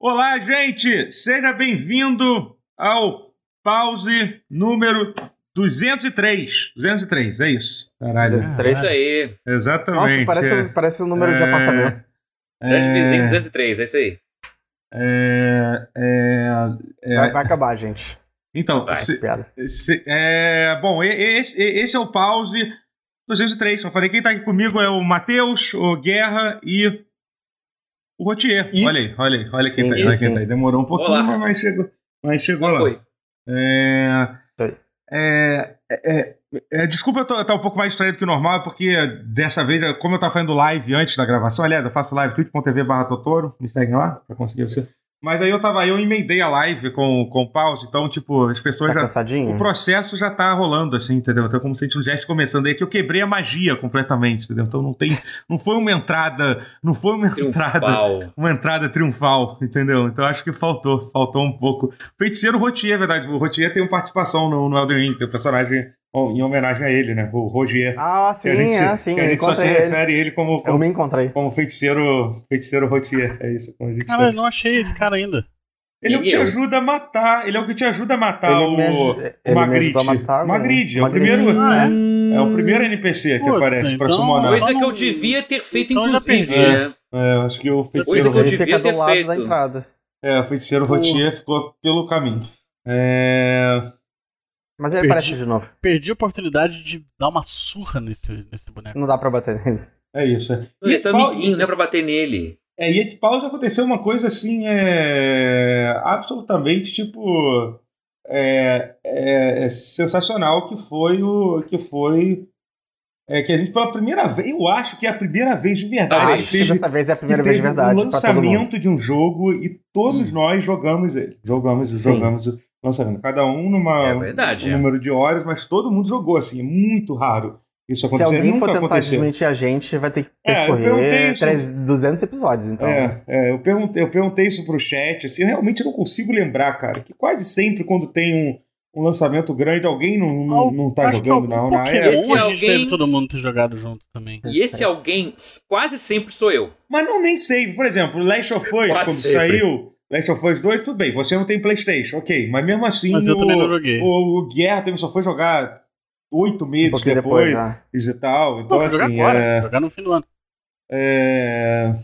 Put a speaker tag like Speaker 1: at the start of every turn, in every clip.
Speaker 1: Olá, gente! Seja bem-vindo ao pause número 203. 203, é isso. Caralho.
Speaker 2: Dois, três É isso aí.
Speaker 1: Exatamente.
Speaker 3: Nossa, parece, um
Speaker 1: é.
Speaker 3: parece o número de
Speaker 1: É.
Speaker 3: apartamento.
Speaker 2: Grande
Speaker 1: É.
Speaker 2: vizinho 203, é isso aí.
Speaker 1: É, é, é,
Speaker 3: Vai, vai acabar, gente.
Speaker 1: então,
Speaker 2: Vai.
Speaker 1: se-
Speaker 3: Piada. Tá
Speaker 1: se- é, bom, e- e- esse, e- esse é o pause 203. Como Eu falei, quem tá aqui comigo é o Matheus, o Guerra e o Rotier.
Speaker 3: E-
Speaker 1: Olha aí, olha aí, olha quem
Speaker 3: Sim,
Speaker 1: tá aí, olha quem
Speaker 3: sim.
Speaker 1: tá aí. Demorou um pouquinho,
Speaker 2: Olá.
Speaker 1: mas chegou, mas chegou lá.
Speaker 2: Foi.
Speaker 1: É, é,
Speaker 3: Foi.
Speaker 1: é, é, desculpa eu estar um pouco mais distraído que o normal, porque dessa vez, é, como eu estava fazendo live antes da gravação, aliás, eu faço live twitch.tv barra Totoro, me seguem lá pra conseguir você. Mas aí eu tava, eu emendei a live com, com pause, então, tipo, as pessoas
Speaker 3: Tá
Speaker 1: já.
Speaker 3: cansadinho?
Speaker 1: O processo já tá rolando, assim, entendeu? Então, como se a gente não estivesse começando aí, que eu quebrei a magia completamente, entendeu? Então não tem. Não foi uma entrada. Não foi uma
Speaker 2: um
Speaker 1: entrada
Speaker 2: Triunfal.
Speaker 1: uma entrada triunfal, entendeu? Então acho que faltou, faltou um pouco. Feiticeiro Rotier, é verdade. O Rotier tem uma participação no, no Elden Ring, tem um personagem ó, em homenagem a ele, né? O Rogier.
Speaker 3: Ah, sim,
Speaker 1: Que a gente, se-
Speaker 3: é, sim.
Speaker 1: que a gente só se
Speaker 3: Encontrei ele. É
Speaker 1: refere a ele como,
Speaker 3: Eu
Speaker 1: como,
Speaker 3: me encontrei.
Speaker 1: como feiticeiro, feiticeiro Rotier. É isso, como a gente
Speaker 4: Cara, eu
Speaker 1: chama.
Speaker 4: não achei esse cara ainda.
Speaker 1: Ele é o que te
Speaker 2: Ah, Eu.
Speaker 1: ajuda a matar. Ele é o que te ajuda a matar
Speaker 3: ele
Speaker 1: o.
Speaker 3: me, aj-
Speaker 1: o
Speaker 3: ele me
Speaker 1: Magritte.
Speaker 3: ajudou a matar. o-
Speaker 1: Magritte, é o
Speaker 3: Magritte.
Speaker 1: primeiro-
Speaker 4: Ah,
Speaker 1: É o primeiro NPC que
Speaker 4: Puta,
Speaker 1: aparece pra
Speaker 4: então-
Speaker 1: summonar.
Speaker 2: Coisa
Speaker 4: Então
Speaker 2: que eu
Speaker 4: não-
Speaker 2: devia ter feito,
Speaker 4: então já
Speaker 2: inclusive,
Speaker 4: perdi.
Speaker 2: né?
Speaker 1: É, eu acho que o
Speaker 2: Coisa
Speaker 1: feiticeiro
Speaker 2: que eu
Speaker 3: Ele
Speaker 2: devia
Speaker 3: fica do
Speaker 2: ter
Speaker 3: lado
Speaker 2: feito.
Speaker 3: da entrada.
Speaker 1: É, o feiticeiro Rotier ficou pelo caminho. É.
Speaker 3: Mas ele
Speaker 4: Perdi.
Speaker 3: aparece de novo.
Speaker 4: Perdi a oportunidade de dar uma surra nesse, nesse boneco.
Speaker 3: Não dá pra bater nele.
Speaker 1: É isso. é. E
Speaker 2: Esse é
Speaker 1: pau-
Speaker 2: amiguinho, né? Pra bater nele.
Speaker 1: É, e esse pause aconteceu uma coisa assim, é, absolutamente tipo é, é, é sensacional que foi o que foi é, que a gente pela primeira vez, eu acho que é a primeira vez de verdade
Speaker 2: Talvez.
Speaker 3: Acho
Speaker 1: que
Speaker 3: que
Speaker 1: teve,
Speaker 3: dessa vez é a primeira
Speaker 1: que
Speaker 3: vez de
Speaker 1: teve um
Speaker 3: verdade. pra todo mundo.
Speaker 1: lançamento de um jogo e todos
Speaker 2: Hum.
Speaker 1: nós jogamos ele, jogamos,
Speaker 3: Sim.
Speaker 1: jogamos o lançamento, cada um numa
Speaker 2: É verdade,
Speaker 1: um
Speaker 2: é.
Speaker 1: número de horas, mas todo mundo jogou assim, é muito raro isso
Speaker 3: Se
Speaker 1: acontecer,
Speaker 3: alguém for
Speaker 1: nunca
Speaker 3: tentar
Speaker 1: aconteceu.
Speaker 3: desmentir a gente, vai ter que
Speaker 1: É, eu perguntei
Speaker 3: percorrer
Speaker 1: isso.
Speaker 3: três- 200 episódios, então.
Speaker 1: É, é, eu, perguntei, eu perguntei isso pro chat, assim, eu realmente não consigo lembrar, cara, que quase sempre quando tem um, um lançamento grande, alguém não, não, não assim. tá
Speaker 4: Acho que
Speaker 1: jogando na,
Speaker 4: algum
Speaker 1: na
Speaker 4: assim. Pokémon
Speaker 1: era.
Speaker 2: Esse
Speaker 4: a gente
Speaker 2: alguém-
Speaker 4: deve é todo mundo ter jogado junto também.
Speaker 2: é. E esse
Speaker 1: é.
Speaker 2: alguém s- quase sempre sou eu.
Speaker 1: Mas não nem sei, por exemplo, Last of Us,
Speaker 2: Quase
Speaker 1: quando
Speaker 2: sempre.
Speaker 1: saiu, Last of Us 2, tudo bem, você não tem Playstation, ok, mas mesmo assim
Speaker 4: Mas eu
Speaker 1: o,
Speaker 4: também não joguei.
Speaker 1: o, o Guerra também só foi jogar oito
Speaker 3: Um
Speaker 1: meses
Speaker 3: pouquinho
Speaker 1: depois,
Speaker 3: depois, né?
Speaker 1: e tal,
Speaker 4: Pô,
Speaker 1: então
Speaker 4: vou jogar
Speaker 1: assim,
Speaker 4: agora,
Speaker 1: é,
Speaker 4: jogar no fim do ano.
Speaker 1: é,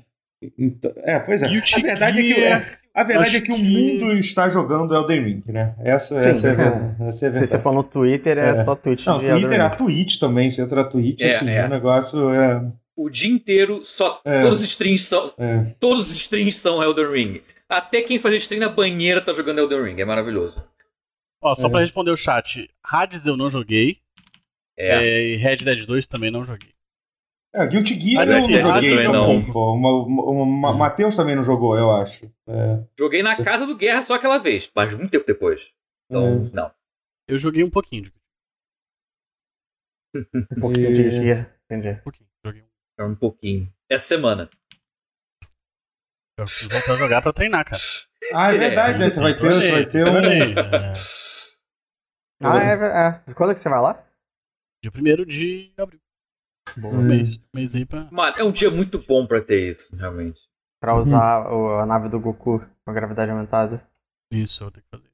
Speaker 1: então- é, pois é, a
Speaker 4: Guilty
Speaker 1: verdade é que...
Speaker 4: Gear.
Speaker 1: é, a verdade
Speaker 4: Acho
Speaker 1: é que o
Speaker 4: que-
Speaker 1: mundo está jogando Elden Ring, né? Essa,
Speaker 3: Sim,
Speaker 1: essa é a
Speaker 3: é.
Speaker 1: verdade. Essa é a
Speaker 3: Se você
Speaker 1: verdade.
Speaker 3: for no Twitter, é,
Speaker 1: É.
Speaker 3: só Twitch
Speaker 1: Não,
Speaker 3: de
Speaker 1: Twitter,
Speaker 3: Elden
Speaker 1: a
Speaker 3: Ring.
Speaker 1: Twitch também. Você entra na Twitch,
Speaker 2: É,
Speaker 1: assim,
Speaker 2: é.
Speaker 1: o negócio é.
Speaker 2: O dia inteiro, só
Speaker 1: É.
Speaker 2: todos os streams são.
Speaker 1: é.
Speaker 2: Todos os streams são Elden Ring. Até quem fazia stream na banheira tá jogando Elden Ring. É maravilhoso.
Speaker 4: Ó, só
Speaker 1: É.
Speaker 4: pra responder o chat. Hades eu não joguei.
Speaker 2: É.
Speaker 4: é, e Red Dead 2 também não joguei.
Speaker 1: É, Guilty Gear
Speaker 4: Mas
Speaker 1: eu
Speaker 2: assim,
Speaker 4: esse
Speaker 1: não joguei
Speaker 2: também não.
Speaker 1: também, pô. Uma, uma,
Speaker 2: É.
Speaker 1: uma- Matheus também não jogou, eu acho. É.
Speaker 2: Joguei na casa do Guerra só aquela vez, mas muito tempo depois. Então,
Speaker 1: É.
Speaker 2: não.
Speaker 4: Eu joguei um pouquinho. de-
Speaker 3: Um pouquinho de dia. Entendi.
Speaker 4: Um pouquinho. Joguei um
Speaker 2: É um pouquinho. Essa semana.
Speaker 4: eu vou voltar a jogar pra treinar, cara.
Speaker 1: Ah, é
Speaker 2: É,
Speaker 1: verdade, né? Você vai ter, você vai ter um.
Speaker 4: Também, é,
Speaker 3: Ah, é, é. Quando é que você vai lá?
Speaker 4: Dia 1 de abril.
Speaker 3: Boa.
Speaker 1: Hum.
Speaker 4: Um mês. Um mês aí pra.
Speaker 2: Mano, é um dia muito bom pra ter isso, realmente.
Speaker 3: Pra
Speaker 1: Uhum.
Speaker 3: usar o- a nave do Goku com a gravidade aumentada.
Speaker 4: Isso, eu vou ter que fazer.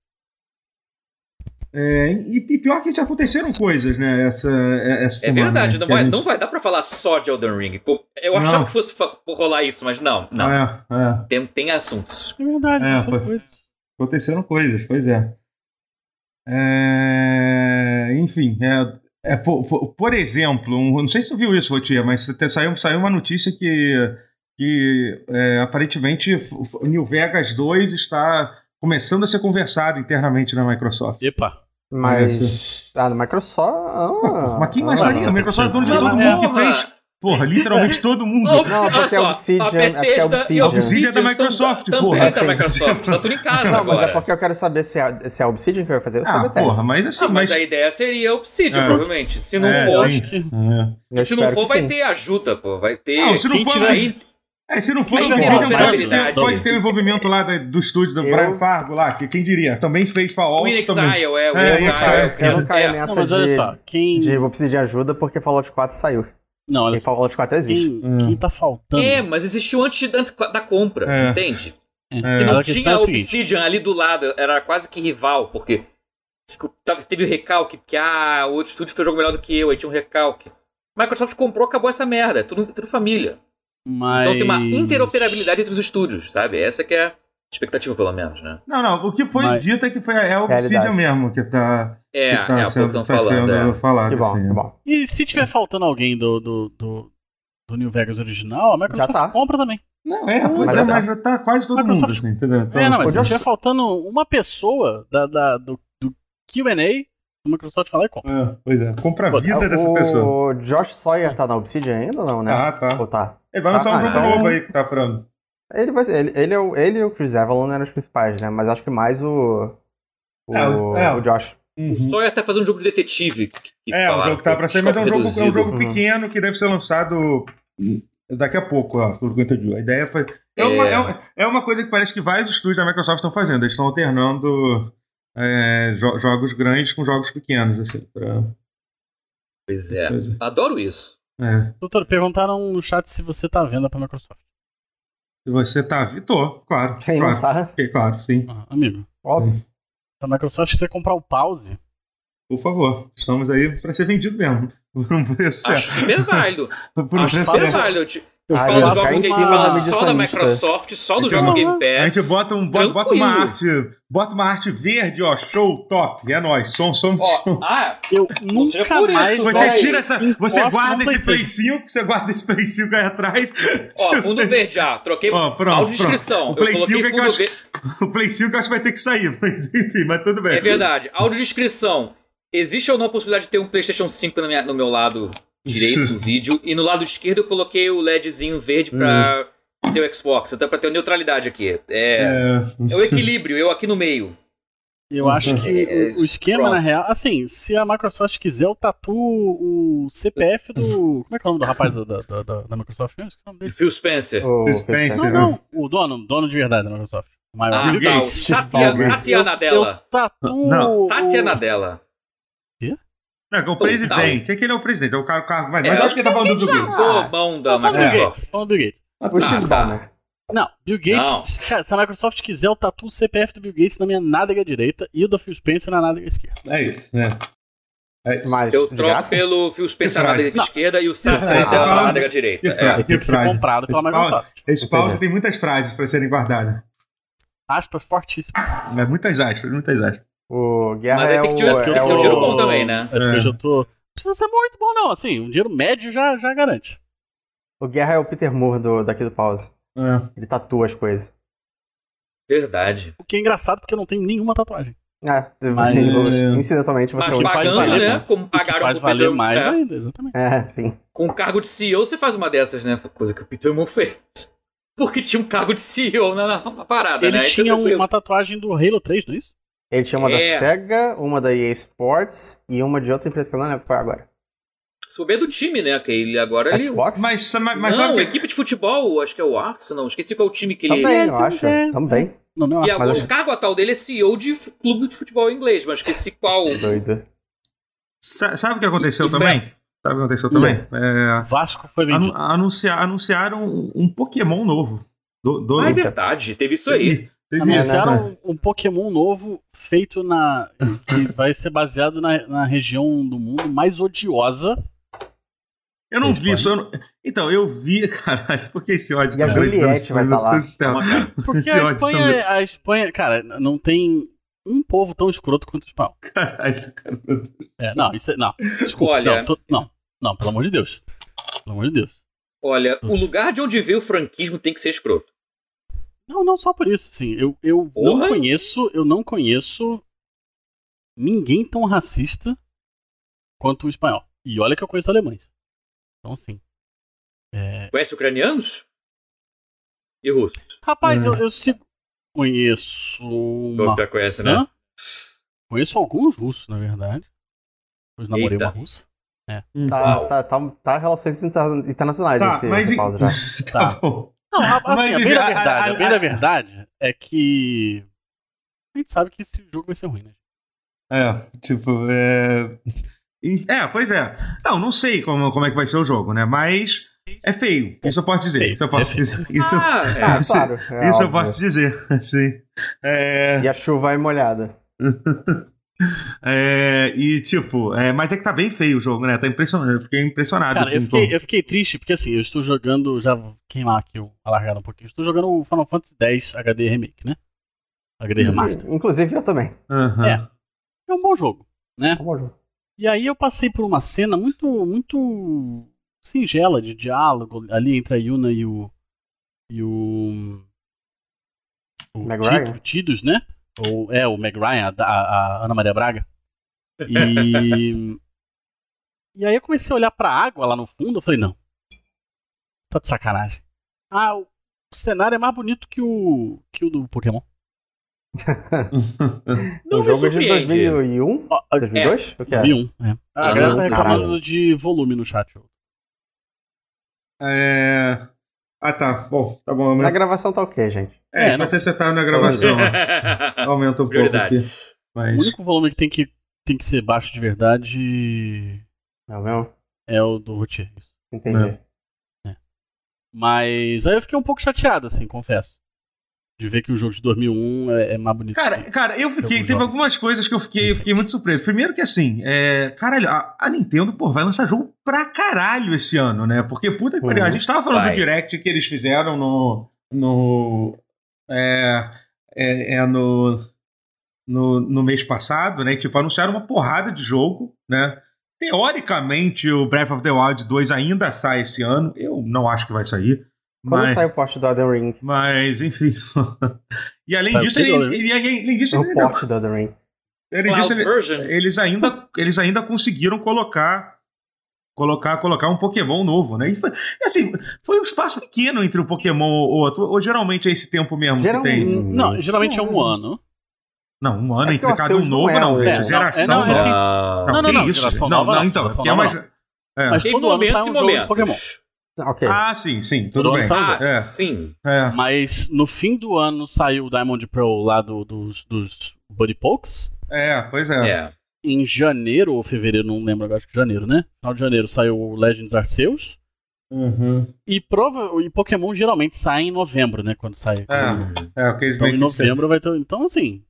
Speaker 1: É, e, e pior que já aconteceram coisas, né? Essa, é- essa
Speaker 2: É
Speaker 1: semana,
Speaker 2: verdade,
Speaker 1: né?
Speaker 2: não
Speaker 1: Que a
Speaker 2: vai,
Speaker 1: gente-
Speaker 2: não vai dar pra falar só de Elden Ring. Pô, Eu achava
Speaker 1: Não.
Speaker 2: que fosse fa- rolar isso, mas não, não.
Speaker 1: É, é.
Speaker 2: Tem, tem assuntos.
Speaker 4: É verdade,
Speaker 1: É,
Speaker 4: são
Speaker 1: foi-
Speaker 4: coisas.
Speaker 1: Aconteceram coisas, pois é. É, enfim, é, é, por, por- por exemplo, um- não sei se tu viu isso, Rotia, mas te- saiu, saiu uma notícia que, que é, aparentemente f- f- New Vegas 2 está começando a ser conversado internamente na Microsoft.
Speaker 4: Epa.
Speaker 3: Mas. Ah, no Microsoft. Ah,
Speaker 1: É, Mas quem
Speaker 3: ah,
Speaker 1: imaginaria?
Speaker 4: não,
Speaker 1: A
Speaker 4: não,
Speaker 1: Microsoft é dono de
Speaker 4: não,
Speaker 1: todo
Speaker 4: não,
Speaker 1: mundo que
Speaker 2: não.
Speaker 1: fez. Porra, literalmente todo mundo.
Speaker 2: Não,
Speaker 3: Não, porque é Obsidian,
Speaker 2: a
Speaker 3: acho que é Obsidian.
Speaker 2: e
Speaker 1: Obsidian é da
Speaker 2: estão-
Speaker 1: Microsoft,
Speaker 2: também é
Speaker 1: porra.
Speaker 2: da Microsoft, tá tudo em casa
Speaker 3: Não,
Speaker 2: agora.
Speaker 3: mas é porque eu quero saber se é, se é a Obsidian que vai fazer. ou se é a
Speaker 1: Ah,
Speaker 3: Bethesda.
Speaker 1: porra, mas assim,
Speaker 2: Ah, mas,
Speaker 1: mas.
Speaker 2: a ideia seria Obsidian,
Speaker 1: É.
Speaker 2: provavelmente. Se não
Speaker 1: É,
Speaker 2: for,
Speaker 1: sim.
Speaker 4: Acho que-
Speaker 1: É.
Speaker 3: Eu
Speaker 2: se não
Speaker 3: espero
Speaker 2: for
Speaker 3: que
Speaker 2: vai
Speaker 3: sim.
Speaker 2: ter ajuda, pô. Vai ter.
Speaker 1: Não, se não
Speaker 4: Quem
Speaker 1: for,
Speaker 4: tiver
Speaker 1: mas-
Speaker 2: Aí-
Speaker 1: É, se não for
Speaker 2: Aí
Speaker 1: do
Speaker 4: tem
Speaker 1: Obsidian, pode ter,
Speaker 4: operabilidade.
Speaker 1: pode ter o envolvimento lá da- do estúdio do
Speaker 3: Eu-
Speaker 1: Brian Fargo lá, que quem diria? Também fez Fallout
Speaker 2: Win
Speaker 1: também.
Speaker 2: Exile, é, Win
Speaker 1: É,
Speaker 2: Exile.
Speaker 1: Exile,
Speaker 2: é,
Speaker 3: Eu não caio
Speaker 2: é.
Speaker 4: Não,
Speaker 3: nessa
Speaker 4: mas olha
Speaker 3: de,
Speaker 4: só. Quem.
Speaker 3: de vou precisar de ajuda porque Fallout 4 saiu.
Speaker 4: Não, olha
Speaker 3: E
Speaker 4: só.
Speaker 3: Fallout 4 existe.
Speaker 4: Quem, quem tá faltando.
Speaker 2: É, mas existiu antes da, da compra,
Speaker 1: É.
Speaker 2: entende? Que
Speaker 1: É,
Speaker 2: não
Speaker 4: a questão é
Speaker 2: tinha
Speaker 4: a
Speaker 2: a
Speaker 4: seguinte.
Speaker 2: Obsidian ali do lado, era quase que rival, porque ficou- tava- teve o recalque, porque ah, o outro estúdio fez jogo melhor do que eu, aí tinha um recalque. Microsoft comprou, acabou essa merda, é tudo, tudo família.
Speaker 4: Mas...
Speaker 2: Então tem uma interoperabilidade entre os estúdios, sabe? Essa que é a expectativa, pelo menos, né?
Speaker 1: Não, não. O que foi
Speaker 4: Mas-
Speaker 1: dito é que foi a, é a Obsidian
Speaker 3: Realidade.
Speaker 1: mesmo que tá,
Speaker 2: É,
Speaker 1: que tá
Speaker 2: é o que
Speaker 1: sendo,
Speaker 2: estão
Speaker 1: tá
Speaker 2: falando.
Speaker 1: sendo
Speaker 2: é.
Speaker 1: falado.
Speaker 3: Que bom,
Speaker 1: assim.
Speaker 3: que bom.
Speaker 4: E se tiver faltando alguém do, do, do, do New Vegas original, a Microsoft
Speaker 3: Já tá.
Speaker 4: compra também.
Speaker 1: Não, é, pois
Speaker 3: Mas
Speaker 1: é,
Speaker 3: é
Speaker 1: mas já tá quase todo mundo,
Speaker 4: Microsoft-
Speaker 1: assim, entendeu?
Speaker 3: Então,
Speaker 4: é, não, mas se
Speaker 3: podia-
Speaker 4: tiver faltando uma pessoa da, da- do, do QA, a Microsoft fala e compra.
Speaker 1: É, pois é, compra a vida dessa
Speaker 3: o
Speaker 1: pessoa.
Speaker 3: Josh Sawyer tá na Obsidian ainda ou não, tá né?
Speaker 1: Tá, tá.
Speaker 3: Ou tá?
Speaker 1: Ele vai lançar um
Speaker 3: Ah,
Speaker 1: jogo
Speaker 3: então-
Speaker 1: novo aí que tá pra.
Speaker 3: Ele, vai ser, ele, ele, é o- ele e o Chris Avalon eram os principais, né? Mas acho que mais o. O,
Speaker 1: É, o- é.
Speaker 3: o Josh.
Speaker 2: O Sawyer tá fazendo um jogo de detetive. que- que
Speaker 1: É, um
Speaker 2: falaram,
Speaker 1: jogo que tá pra ser, mas é um jogo, é um
Speaker 2: reduzido.
Speaker 1: jogo
Speaker 3: Uhum.
Speaker 1: pequeno que deve ser lançado daqui a pouco, ó, pelo que eu entendi. A ideia foi. É, Uma,
Speaker 2: É.
Speaker 1: é, uma- é uma coisa que parece que vários estúdios da Microsoft estão fazendo. Eles estão alternando é, jo- jogos grandes com jogos pequenos, assim. Pra...
Speaker 2: Pois é.
Speaker 1: coisa.
Speaker 2: Adoro isso.
Speaker 1: É.
Speaker 4: Doutor, perguntaram no chat se você tá à venda pra Microsoft.
Speaker 1: Se você tá. Vitor, claro.
Speaker 3: Quem não
Speaker 1: claro,
Speaker 3: tá?
Speaker 1: Ok, claro, sim.
Speaker 4: Ah, amigo,
Speaker 3: Óbvio.
Speaker 4: se a Microsoft quiser comprar o pause,
Speaker 1: Por favor. Estamos aí pra ser vendido mesmo. Por um preço certo.
Speaker 2: Acho super válido.
Speaker 1: Por um
Speaker 2: Acho
Speaker 1: preço
Speaker 2: super
Speaker 1: certo.
Speaker 2: válido. Eu te-
Speaker 4: eu
Speaker 3: Ah,
Speaker 2: Fala
Speaker 4: falo
Speaker 2: do
Speaker 3: eu
Speaker 4: logo
Speaker 3: caí
Speaker 2: Jogo
Speaker 3: em
Speaker 2: Game
Speaker 4: que-
Speaker 3: cima
Speaker 2: fala
Speaker 3: da
Speaker 2: só da
Speaker 3: mediacionista.
Speaker 2: Microsoft, só do
Speaker 1: Então,
Speaker 2: jogo Game
Speaker 1: A
Speaker 2: Pass.
Speaker 1: gente bota, um, bota, bota uma
Speaker 2: Tranquilo.
Speaker 1: arte. Bota uma arte verde, ó. Show, top. É nóis. Som, som, som.
Speaker 2: Ó, ah,
Speaker 4: Eu
Speaker 2: Não seja
Speaker 4: nunca
Speaker 2: por isso, né? é
Speaker 4: mais...
Speaker 2: vai.
Speaker 1: Você
Speaker 4: vou-
Speaker 1: tira essa. Você
Speaker 4: Encosta
Speaker 1: guarda
Speaker 4: no
Speaker 1: esse Play
Speaker 4: PlayStation.
Speaker 1: 5, você guarda esse Play 5 aí atrás.
Speaker 2: ó, fundo verde já. Troquei
Speaker 1: Ó, pronto,
Speaker 2: áudio descrição.
Speaker 1: pronto. O Play
Speaker 2: eu
Speaker 1: 5
Speaker 2: coloquei
Speaker 1: é que eu
Speaker 2: fundo
Speaker 1: acho-
Speaker 2: verde.
Speaker 1: O Play 5 eu acho que vai ter que sair, mas enfim, mas tudo bem.
Speaker 2: É verdade. Áudio descrição. Existe ou não a possibilidade de ter um PlayStation 5 na minha- no meu lado direito do vídeo? E no lado esquerdo eu coloquei o LEDzinho verde pra
Speaker 1: Hum.
Speaker 2: ser o Xbox. Até pra ter neutralidade aqui. É, é
Speaker 1: Hum.
Speaker 2: o equilíbrio, eu aqui no meio.
Speaker 1: Uhum.
Speaker 4: Eu acho que o- o esquema,
Speaker 2: Pronto.
Speaker 4: na real, assim, se a Microsoft quiser, eu tatuo o CPF do. Como é que é o nome do rapaz da, da, da- da- da Microsoft? Eu esqueci o nome dele.
Speaker 2: Phil Spencer.
Speaker 3: O
Speaker 1: Suspense,
Speaker 4: Não,
Speaker 1: né?
Speaker 4: não. O dono, dono de verdade da Microsoft. O maior.
Speaker 2: Ah,
Speaker 1: Bill
Speaker 2: tá. o
Speaker 1: Gates.
Speaker 2: Satya,
Speaker 3: Bill Gates.
Speaker 2: Satya Nadella.
Speaker 4: Eu tatuo.
Speaker 1: Não.
Speaker 4: o-
Speaker 2: Satya Nadella.
Speaker 1: Não, que é o presidente. É que ele é o presidente, é o cara. o cara- mas, mas
Speaker 2: É,
Speaker 1: eu acho que ele tá falando do Google.
Speaker 2: Pô, mão da
Speaker 4: Não, fala do Bill
Speaker 2: Microsoft.
Speaker 4: Gates. Fala do Bill Gates.
Speaker 3: O né? Steve
Speaker 2: tá.
Speaker 3: Ballmer.
Speaker 4: Não, Bill Gates. Cara, se a Microsoft quiser, eu tatuo o CPF do Bill Gates na minha nádega direita e o do Phil Spencer na nádega esquerda.
Speaker 1: É isso, né? É isso.
Speaker 3: Mas,
Speaker 2: Eu
Speaker 3: de
Speaker 2: troco
Speaker 3: graça?
Speaker 2: pelo Phil Spencer na
Speaker 1: frase.
Speaker 2: nádega
Speaker 4: Não.
Speaker 2: esquerda e o
Speaker 1: frase.
Speaker 2: Satya Nadella
Speaker 1: Essa
Speaker 2: na
Speaker 1: frase.
Speaker 2: nádega direita.
Speaker 1: Que
Speaker 2: É.
Speaker 1: frase.
Speaker 4: Ele tem que ser
Speaker 1: frase.
Speaker 4: comprado pela
Speaker 1: Esse pau-
Speaker 4: Microsoft.
Speaker 1: Esse pause
Speaker 3: Entendi.
Speaker 1: tem muitas frases pra serem guardadas.
Speaker 4: Aspas fortíssimas.
Speaker 1: É, muitas aspas, muitas aspas.
Speaker 3: O Guerra
Speaker 2: Mas aí
Speaker 3: é
Speaker 2: tem que
Speaker 3: o,
Speaker 2: tirar- tem que
Speaker 3: é
Speaker 2: ser um
Speaker 3: o-
Speaker 2: dinheiro bom também, né?
Speaker 4: É, depois
Speaker 1: É.
Speaker 4: eu tô. Não Precisa ser muito bom, não. Assim, um dinheiro médio já, já garante.
Speaker 3: O Guerra é o Peter Moore do, daqui do Pause.
Speaker 1: É.
Speaker 3: Ele tatua as coisas.
Speaker 2: Verdade.
Speaker 4: O que é engraçado porque eu não tenho nenhuma tatuagem.
Speaker 3: É, você
Speaker 4: Mas-
Speaker 3: vai- incidentalmente você
Speaker 2: Mas
Speaker 3: é o único que
Speaker 2: pagando,
Speaker 3: faz.
Speaker 2: né? Como
Speaker 4: O que
Speaker 2: pagaram
Speaker 4: faz
Speaker 2: pro Peter
Speaker 4: valer mais
Speaker 2: é,
Speaker 4: ainda, exatamente.
Speaker 3: É, sim.
Speaker 2: Com o cargo de CEO, você faz uma dessas, né? Coisa que o Peter Moore fez. Porque tinha um cargo de CEO na, na- na parada,
Speaker 4: Ele
Speaker 2: né? Aí
Speaker 4: tinha
Speaker 2: tá tranquilo.
Speaker 4: uma tatuagem do Halo 3, não é isso?
Speaker 3: Ele tinha uma da
Speaker 2: É.
Speaker 3: SEGA, uma da EA Sports e uma de outra empresa que eu não lembro qual é agora.
Speaker 2: Souber do time, né? Que ele agora ele.
Speaker 3: Xbox?
Speaker 1: Mas, mas, mas
Speaker 2: não,
Speaker 1: sabe que-
Speaker 2: equipe de futebol, acho que é o Arsenal. Esqueci qual é o time que ele.
Speaker 3: Também, eu
Speaker 4: Também,
Speaker 3: acho.
Speaker 4: também.
Speaker 3: Também.
Speaker 4: Não, não é
Speaker 2: E
Speaker 4: uma
Speaker 2: a-
Speaker 3: mas
Speaker 2: o
Speaker 3: acho-
Speaker 2: cargo atual dele é CEO de f- clube de futebol inglês, mas esqueci qual.
Speaker 3: Doido.
Speaker 1: sa- sabe o que aconteceu
Speaker 2: E- e
Speaker 1: também? Sabe o que aconteceu também? É,
Speaker 4: Vasco foi
Speaker 1: anu-
Speaker 4: vendido.
Speaker 1: anuncia- anunciaram um- um Pokémon novo. Do, do,
Speaker 2: Ah, é verdade, teve isso aí.
Speaker 1: Teve- teve isso, né?
Speaker 4: Anunciaram um Pokémon novo feito na. que vai ser baseado na, na região do mundo mais odiosa.
Speaker 1: Eu não
Speaker 4: Eles
Speaker 1: vi isso. eu não- Então, eu vi, caralho, porque esse ódio
Speaker 3: E a
Speaker 1: grande,
Speaker 3: Juliette
Speaker 1: meu Deus
Speaker 3: vai tá lá.
Speaker 1: do céu.
Speaker 2: Uma cara.
Speaker 4: Porque
Speaker 1: Esse
Speaker 4: a
Speaker 1: ódio
Speaker 4: Espanha,
Speaker 1: também.
Speaker 4: é- a Espanha, cara, n- não tem um povo tão escroto quanto o espanhol.
Speaker 1: Caralho, cara.
Speaker 4: É, não, isso é. Não, desculpa.
Speaker 2: Olha,
Speaker 4: Não, tô- não, não, pelo amor de Deus. Pelo amor de Deus.
Speaker 2: olha, o
Speaker 4: Nossa.
Speaker 2: lugar de onde veio o franquismo tem que ser escroto.
Speaker 4: Não, não só por isso, sim. Eu, eu
Speaker 2: Porra.
Speaker 4: não conheço, eu não conheço ninguém tão racista quanto o espanhol. E olha que eu conheço alemães. Então sim. É,
Speaker 2: Conhece ucranianos? E russos?
Speaker 4: Rapaz,
Speaker 1: É.
Speaker 4: eu, eu sigo. Conheço uma.
Speaker 2: já conhece,
Speaker 4: russa.
Speaker 2: né?
Speaker 4: Conheço alguns russos, na verdade. Pois namorei
Speaker 2: Eita.
Speaker 4: uma russa.
Speaker 3: Tá,
Speaker 2: Uau.
Speaker 3: tá, tá, tá relações inter- internacionais
Speaker 1: Tá,
Speaker 3: esse,
Speaker 1: mas
Speaker 3: esse
Speaker 1: e-
Speaker 3: pause né? já.
Speaker 1: Tá
Speaker 4: Tá.
Speaker 1: bom.
Speaker 4: Não, a, assim,
Speaker 1: Mas,
Speaker 4: a bem da
Speaker 1: a- a-
Speaker 4: verdade, a,
Speaker 1: a-
Speaker 4: bem da verdade é que. A gente sabe que esse jogo vai ser ruim, né?
Speaker 1: É, tipo, é. É, pois é. Não, não sei como, como é que vai ser o jogo, né? Mas É feio, isso eu posso dizer.
Speaker 4: Feio,
Speaker 1: Isso eu posso
Speaker 4: é feio.
Speaker 1: dizer. Isso, eu-
Speaker 2: Ah, é.
Speaker 3: Ah,
Speaker 1: Isso-
Speaker 3: claro. é
Speaker 1: isso eu
Speaker 3: óbvio.
Speaker 1: posso dizer. Assim, é,
Speaker 3: E a chuva é molhada.
Speaker 1: é, e tipo, é, mas é que tá bem feio o jogo, né? Tá impressionado. Eu fiquei impressionado.
Speaker 4: Cara,
Speaker 1: assim,
Speaker 4: eu
Speaker 1: pô.
Speaker 4: fiquei, eu fiquei triste porque assim, eu estou jogando. Já vou queimar aqui o- a largada um pouquinho. Estou jogando o Final Fantasy X HD Remake, né? HD Remaster.
Speaker 3: Inclusive eu também.
Speaker 1: Aham.
Speaker 4: É. É um bom jogo.
Speaker 3: Tá bom, Ju.
Speaker 4: E aí eu passei por uma cena muito, muito singela de diálogo ali entre a Yuna e o. E o. O
Speaker 3: Meg
Speaker 4: Ti-
Speaker 3: Ryan?
Speaker 4: o Tidus, né? Ou, é, o Meg Ryan, a, da- a- a Ana Maria Braga. E. e aí eu comecei a olhar pra água lá no fundo, eu falei, não. Tá de sacanagem. Ah, o cenário é mais bonito que o. que o do Pokémon.
Speaker 2: Não
Speaker 3: o
Speaker 2: me
Speaker 3: jogo é de
Speaker 2: surpreende.
Speaker 3: 2001?
Speaker 4: Ó,
Speaker 3: 2002? O que é?
Speaker 4: 2001, é. A
Speaker 2: Ah,
Speaker 4: galera tá
Speaker 2: caralho.
Speaker 4: reclamando de volume no chat. ó.
Speaker 1: É, Ah, tá. Bom, tá bom.
Speaker 3: Na
Speaker 1: Aumenta...
Speaker 3: gravação tá ok, gente.
Speaker 1: É,
Speaker 4: É,
Speaker 1: não
Speaker 4: não.
Speaker 1: sei se você tá na gravação. né? Aumenta um pouco aqui.
Speaker 2: Prioridades.
Speaker 1: Mas...
Speaker 4: O único volume que tem que, tem que ser baixo de verdade
Speaker 3: Não é mesmo?
Speaker 4: é o do Routier. isso.
Speaker 3: Entendi.
Speaker 4: Mas aí eu fiquei um pouco chateado, assim, confesso. De ver que o jogo de 2001 é, é mais bonito.
Speaker 1: Cara,
Speaker 4: que-
Speaker 1: cara, eu fiquei.
Speaker 4: Alguns
Speaker 1: Teve
Speaker 4: jogos.
Speaker 1: algumas coisas que eu fiquei, eu fiquei muito surpreso. Primeiro que assim, é, caralho, a, a Nintendo, pô, vai lançar jogo pra caralho esse ano, né? Porque puta que pariu.
Speaker 3: Uhum.
Speaker 1: A gente tava falando
Speaker 2: Vai.
Speaker 1: do Direct que eles fizeram no. no. É, é, é no, no. no mês passado, né? Tipo, anunciaram uma porrada de jogo, né? Teoricamente, o Breath of the Wild 2 ainda sai esse ano. Eu não acho que vai sair.
Speaker 3: Quando
Speaker 1: mas...
Speaker 3: sai o post do Elden Ring?
Speaker 1: Mas, enfim. e além
Speaker 4: Tá,
Speaker 1: disso,
Speaker 4: que
Speaker 1: ele,
Speaker 4: doido.
Speaker 1: ele- ele- além disso, ele
Speaker 3: O
Speaker 1: ainda,
Speaker 3: post do Elden Ring.
Speaker 1: além
Speaker 2: Cloud
Speaker 1: disso, ele-
Speaker 2: version.
Speaker 1: eles, ainda, eles ainda conseguiram colocar colocar colocar um Pokémon novo, né? E foi, e assim, foi um espaço pequeno entre um Pokémon ou outro, ou geralmente é esse tempo mesmo
Speaker 3: Geralmente-
Speaker 1: que tem.
Speaker 4: Hum, Não, geralmente é um ano.
Speaker 1: Não, um ano
Speaker 3: É
Speaker 1: entre
Speaker 3: porque
Speaker 1: cada
Speaker 3: o
Speaker 1: um
Speaker 3: Aceus
Speaker 1: novo,
Speaker 3: não é
Speaker 1: não,
Speaker 3: um-
Speaker 1: gente.
Speaker 4: é, não,
Speaker 1: geração
Speaker 4: é, não, é
Speaker 1: nova.
Speaker 4: assim-
Speaker 2: Ah,
Speaker 4: Não,
Speaker 1: que
Speaker 4: não, não,
Speaker 1: isso,
Speaker 4: geração
Speaker 1: gente. Não,
Speaker 4: nova
Speaker 1: não,
Speaker 4: não,
Speaker 1: então,
Speaker 4: geração
Speaker 1: porque é
Speaker 4: nova
Speaker 1: mais. é.
Speaker 4: Mas
Speaker 2: Tem
Speaker 4: todo ano sai um
Speaker 2: momentos e
Speaker 4: jogo de
Speaker 2: momentos.
Speaker 4: Pokémon.
Speaker 3: Ok.
Speaker 1: Ah, sim, sim, tudo
Speaker 4: Todo
Speaker 1: bem.
Speaker 4: ano sai um jogo.
Speaker 2: Ah,
Speaker 1: É.
Speaker 2: sim.
Speaker 1: É.
Speaker 4: Mas no fim do ano saiu o Diamond Pearl lá do- dos, dos Buddy Pokes.
Speaker 1: É, pois é.
Speaker 2: É.
Speaker 4: Em janeiro ou fevereiro, não lembro agora, acho que janeiro, né? Final de janeiro saiu o Legends Arceus.
Speaker 1: Uhum.
Speaker 4: E, prova, e Pokémon geralmente sai em novembro, né? Quando sai.
Speaker 1: É. É, o que eles
Speaker 4: Então em
Speaker 1: meio que
Speaker 4: novembro vai ter. Então, assim.